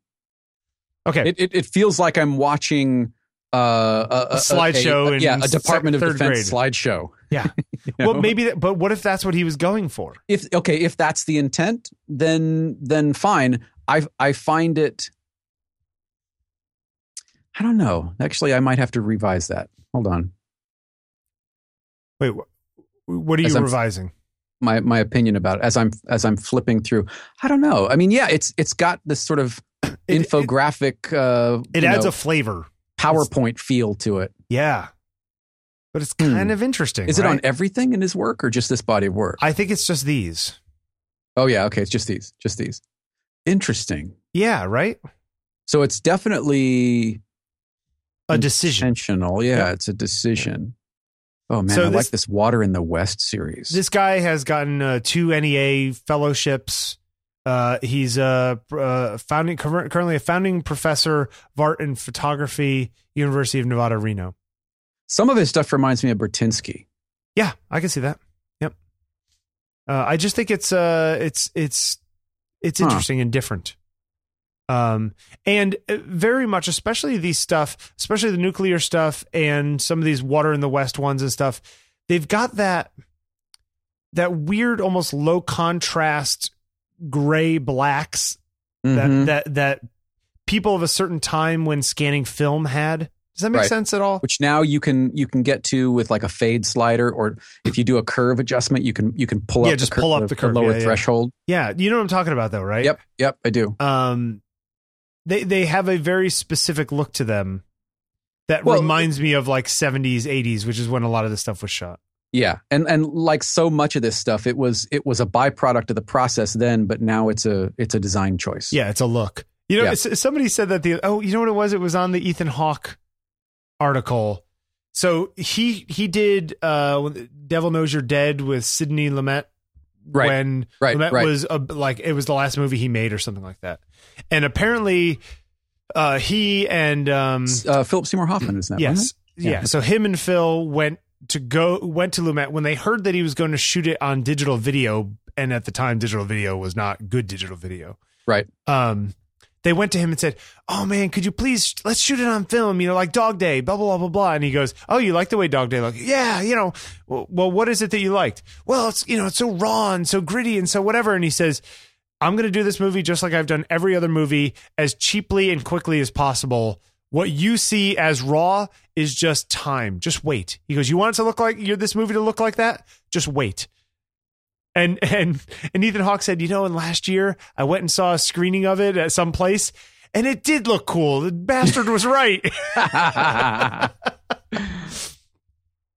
Speaker 2: Okay,
Speaker 1: It, it, it feels like I'm watching uh, a,
Speaker 2: A slideshow in
Speaker 1: yeah, a
Speaker 2: s-
Speaker 1: Department of
Speaker 2: third
Speaker 1: Defense slideshow.
Speaker 2: Yeah.
Speaker 1: You know?
Speaker 2: well maybe, that, but what if that's what he was going for?
Speaker 1: if okay if that's the intent then then fine i i find it i don't know actually i might have to revise that hold on
Speaker 2: Wait, wh- what are you
Speaker 1: As I'm-
Speaker 2: revising?
Speaker 1: my my opinion about it as i'm as i'm flipping through i don't know i mean yeah it's it's got this sort of
Speaker 2: It-
Speaker 1: infographic uh
Speaker 2: It
Speaker 1: you
Speaker 2: adds
Speaker 1: know,
Speaker 2: a flavor.
Speaker 1: powerpoint feel to it
Speaker 2: Yeah, but it's
Speaker 1: Hmm.
Speaker 2: kind of interesting.
Speaker 1: is it on
Speaker 2: right?
Speaker 1: everything in his work or just this body of work
Speaker 2: I think it's just these.
Speaker 1: oh yeah okay it's just these just these interesting
Speaker 2: Yeah, right.
Speaker 1: so it's definitely
Speaker 2: A decision.
Speaker 1: Intentional. Yeah, it's a decision. Oh man,
Speaker 2: So
Speaker 1: I
Speaker 2: this-
Speaker 1: like this Water in the West series.
Speaker 2: This guy has gotten uh, two NEA fellowships. Uh, he's a uh, founding curr- currently a founding professor of art and photography, University of Nevada, Reno.
Speaker 1: Some of his stuff reminds me of Bertinsky.
Speaker 2: Yeah, I can see that. Yep. Uh, I just think it's uh, it's it's it's
Speaker 1: Huh.
Speaker 2: interesting and different. Um, and uh, very much, especially these stuff, especially the nuclear stuff and some of these water in the west ones and stuff. They've got that that weird, almost low contrast gray blacks
Speaker 1: Mhm.
Speaker 2: that that that people of a certain time when scanning film had. Does that make
Speaker 1: Right.
Speaker 2: sense at all?
Speaker 1: Which now you can you can get to with like a fade slider, or if you do a curve adjustment, you can you can pull
Speaker 2: Yeah,
Speaker 1: up
Speaker 2: just
Speaker 1: the cur-
Speaker 2: pull up the curve.
Speaker 1: lower
Speaker 2: Yeah, yeah.
Speaker 1: threshold.
Speaker 2: Yeah, you know what I'm talking about, though, right?
Speaker 1: Yep, yep, I do.
Speaker 2: um they they have a very specific look to them that
Speaker 1: Well,
Speaker 2: reminds me of like 70s 80s which is when a lot of this stuff was shot
Speaker 1: Yeah, and and like so much of this stuff, it was it was a byproduct of the process then, but now it's a it's a design choice.
Speaker 2: yeah it's a look you know
Speaker 1: Yeah.
Speaker 2: s- somebody said that the oh you know what it was it was on the ethan hawke article so he he did uh devil knows you're dead with sidney lumet
Speaker 1: Right.
Speaker 2: when
Speaker 1: right,
Speaker 2: that
Speaker 1: right.
Speaker 2: was a, like it was the last movie he made or something like that and apparently uh he and um
Speaker 1: uh, Philip Seymour Hoffman is that wasn't
Speaker 2: Yes.
Speaker 1: it?
Speaker 2: Yeah.
Speaker 1: Yeah.
Speaker 2: So him and Phil went to go went to Lumet when they heard that he was going to shoot it on digital video, and at the time digital video was not good digital video.
Speaker 1: Right.
Speaker 2: Um they went to him and said, Oh man, could you please let's shoot it on film, you know, like Dog Day, blah blah blah blah blah. And he goes, Oh, you like the way Dog Day looked? Yeah, you know, well, well what is it that you liked? Well, it's you know, it's so raw and so gritty and so whatever. And he says, I'm going to do this movie just like I've done every other movie as cheaply and quickly as possible. What you see as raw is just time. Just wait. He goes, "You want it to look like you this movie to look like that? Just wait." And and and Ethan Hawke said, "You know, and last year I went and saw a screening of it at some place, and it did look cool. The bastard was right."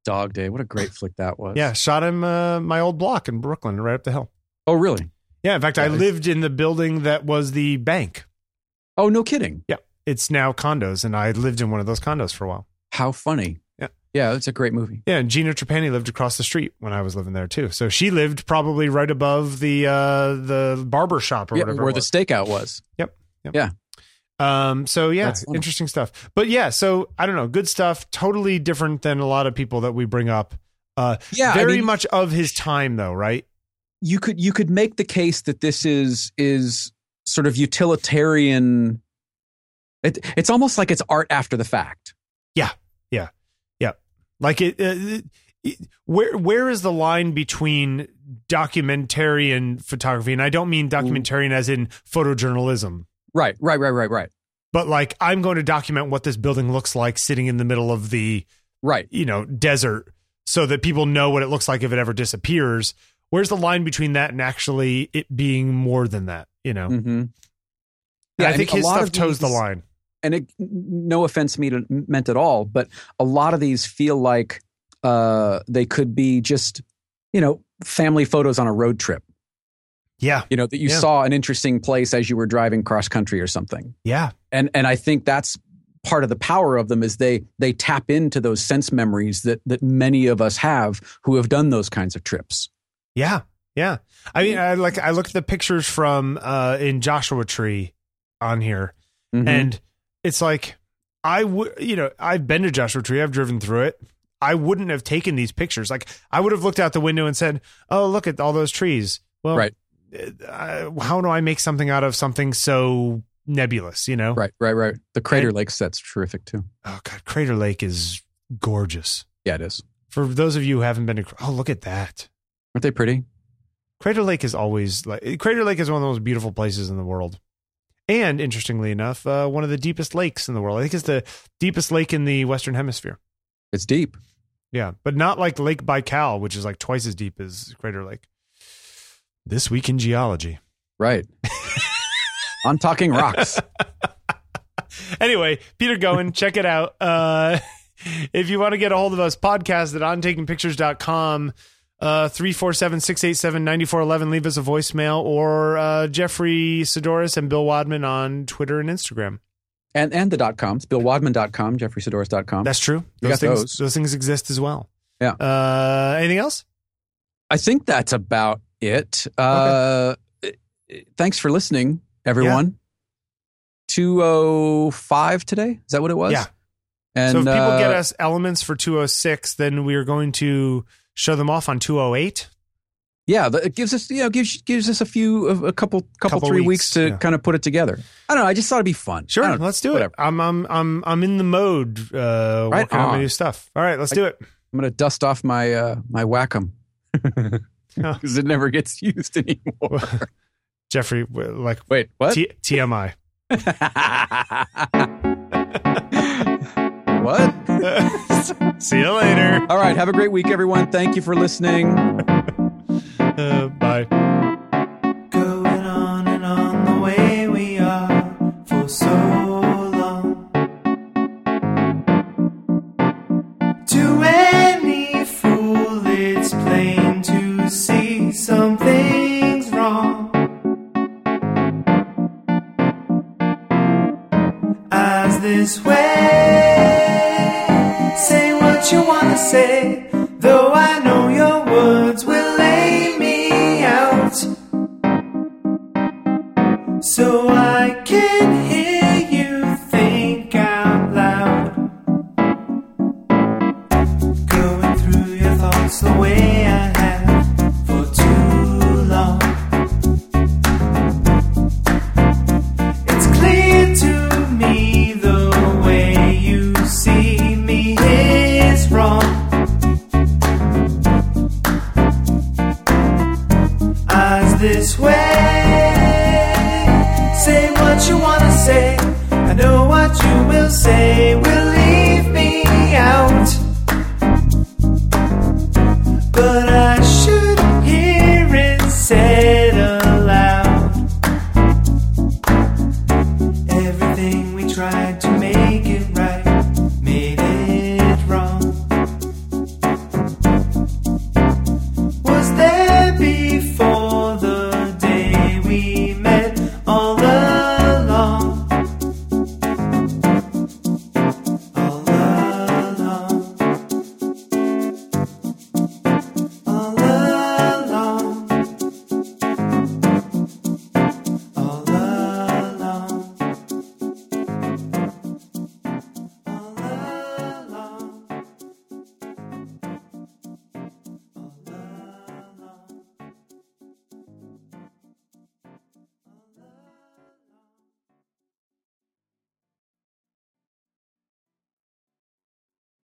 Speaker 1: Dog Day. What a great flick that was.
Speaker 2: yeah, shot him uh, my old block in Brooklyn, right up the hill.
Speaker 1: Oh, really?
Speaker 2: Yeah, in fact, I
Speaker 1: Nice.
Speaker 2: lived in the building that was the bank.
Speaker 1: Oh, no kidding.
Speaker 2: It's now condos, and I lived in one of those condos for a while.
Speaker 1: How funny.
Speaker 2: Yeah.
Speaker 1: Yeah, it's a great movie.
Speaker 2: Yeah, and Gina Trapani lived across the street when I was living there too. So she lived probably right above the uh the barber shop or
Speaker 1: Yeah,
Speaker 2: whatever.
Speaker 1: where
Speaker 2: it
Speaker 1: the
Speaker 2: was.
Speaker 1: stakeout was.
Speaker 2: um so yeah,
Speaker 1: That's funny.
Speaker 2: interesting stuff. But yeah, so I don't know, good stuff, totally different than a lot of people that we bring up. Uh
Speaker 1: Yeah,
Speaker 2: very
Speaker 1: I mean,
Speaker 2: much of his time though, right?
Speaker 1: you could you could make the case that this is is sort of utilitarian. It, it's almost like it's art after the fact.
Speaker 2: Like it, uh, it- where where is the line between documentarian photography and I don't mean
Speaker 1: Mm.
Speaker 2: documentarian as in photojournalism.
Speaker 1: Right, right, right, right, right,
Speaker 2: But like I'm going to document what this building looks like sitting in the middle of the
Speaker 1: right.
Speaker 2: you know, desert so that people know what it looks like if it ever disappears. Where's the line between that and actually it being more than that? You know,
Speaker 1: Mm-hmm.
Speaker 2: And I think
Speaker 1: mean, a
Speaker 2: his
Speaker 1: lot
Speaker 2: stuff
Speaker 1: of
Speaker 2: toes the
Speaker 1: these-
Speaker 2: line.
Speaker 1: and it, no offense me to, meant at all, but a lot of these feel like uh, they could be just, you know, family photos on a road trip.
Speaker 2: Yeah,
Speaker 1: You know, that you
Speaker 2: Yeah.
Speaker 1: saw an interesting place as you were driving cross country or something.
Speaker 2: yeah,
Speaker 1: And and I think that's part of the power of them is they they tap into those sense memories that that many of us have who have done those kinds of trips.
Speaker 2: yeah, yeah. Yeah. I mean, I like I looked at the pictures from uh in Joshua Tree on here
Speaker 1: Mhm.
Speaker 2: and it's like I would you know, I've been to Joshua Tree, I've driven through it. I wouldn't have taken these pictures. Like I would have looked out the window and said, "Oh, look at all those trees." Well,
Speaker 1: Right.
Speaker 2: uh, how do I make something out of something so nebulous, you know?
Speaker 1: right, right, right. The Crater Lake set's terrific too.
Speaker 2: Oh god, Crater Lake is gorgeous.
Speaker 1: Yeah, it is.
Speaker 2: For those of you who haven't been to Oh, look at that.
Speaker 1: Aren't they pretty?
Speaker 2: Crater Lake is always like Crater Lake is one of the most beautiful places in the world, and interestingly enough, uh, one of the deepest lakes in the world. I think it's the deepest lake in the Western Hemisphere.
Speaker 1: It's deep.
Speaker 2: Yeah, but not like Lake Baikal, which is like twice as deep as Crater Lake. This week in geology.
Speaker 1: Right. I'm talking rocks.
Speaker 2: Anyway, Peter Goen, check it out. Uh, if you want to get a hold of us, podcast at ontakingpictures.com, uh, 347-687-9411. Leave us a voicemail or uh, Jeffrey Sidoris and Bill Wadman on Twitter and Instagram.
Speaker 1: and and the dot coms, BillWadman.com, JeffreySidoris.com.
Speaker 2: That's true.
Speaker 1: We
Speaker 2: Those
Speaker 1: got
Speaker 2: things,
Speaker 1: those.
Speaker 2: things exist as well.
Speaker 1: Yeah.
Speaker 2: Uh, anything else?
Speaker 1: I think that's about it. Uh, Thanks for listening, everyone. 205 today? Is that what it was?
Speaker 2: Yeah.
Speaker 1: And
Speaker 2: so if people get
Speaker 1: uh,
Speaker 2: us elements for 206, then we are going to show them off on 208.
Speaker 1: yeah, th- it gives us you know gives gives us a few a, a couple couple,
Speaker 2: Couple
Speaker 1: three weeks,
Speaker 2: weeks,
Speaker 1: to
Speaker 2: yeah.
Speaker 1: kind of put it together. I don't know. I just thought it'd be fun. I
Speaker 2: Sure,
Speaker 1: don't know.
Speaker 2: let's do
Speaker 1: whatever.
Speaker 2: it. I'm I'm I'm I'm in the mode uh
Speaker 1: Right
Speaker 2: working on my
Speaker 1: on.
Speaker 2: new stuff. All right, let's
Speaker 1: I-
Speaker 2: do it.
Speaker 1: I'm gonna dust off my uh, my whackum because it never gets used anymore.
Speaker 2: Jeffrey w- like
Speaker 1: Wait, what?
Speaker 2: T- TMI.
Speaker 1: what?
Speaker 2: See you later.
Speaker 1: All right. Have a great week, everyone. Thank you for listening.
Speaker 2: Uh, bye.
Speaker 3: Going on and on the way we are for so long. To any fool, it's plain to see something's wrong. Eyes this way, say what you wanna say, though I know your words will lay me out so I can hear you think out loud. Going through your thoughts the way I have for too long. It's clear to me the way you see me is wrong. eyes this way. Say what you wanna say. I know what you will say will leave me out. But I should hear it said aloud. Everything we tried to make it right made it wrong. Was there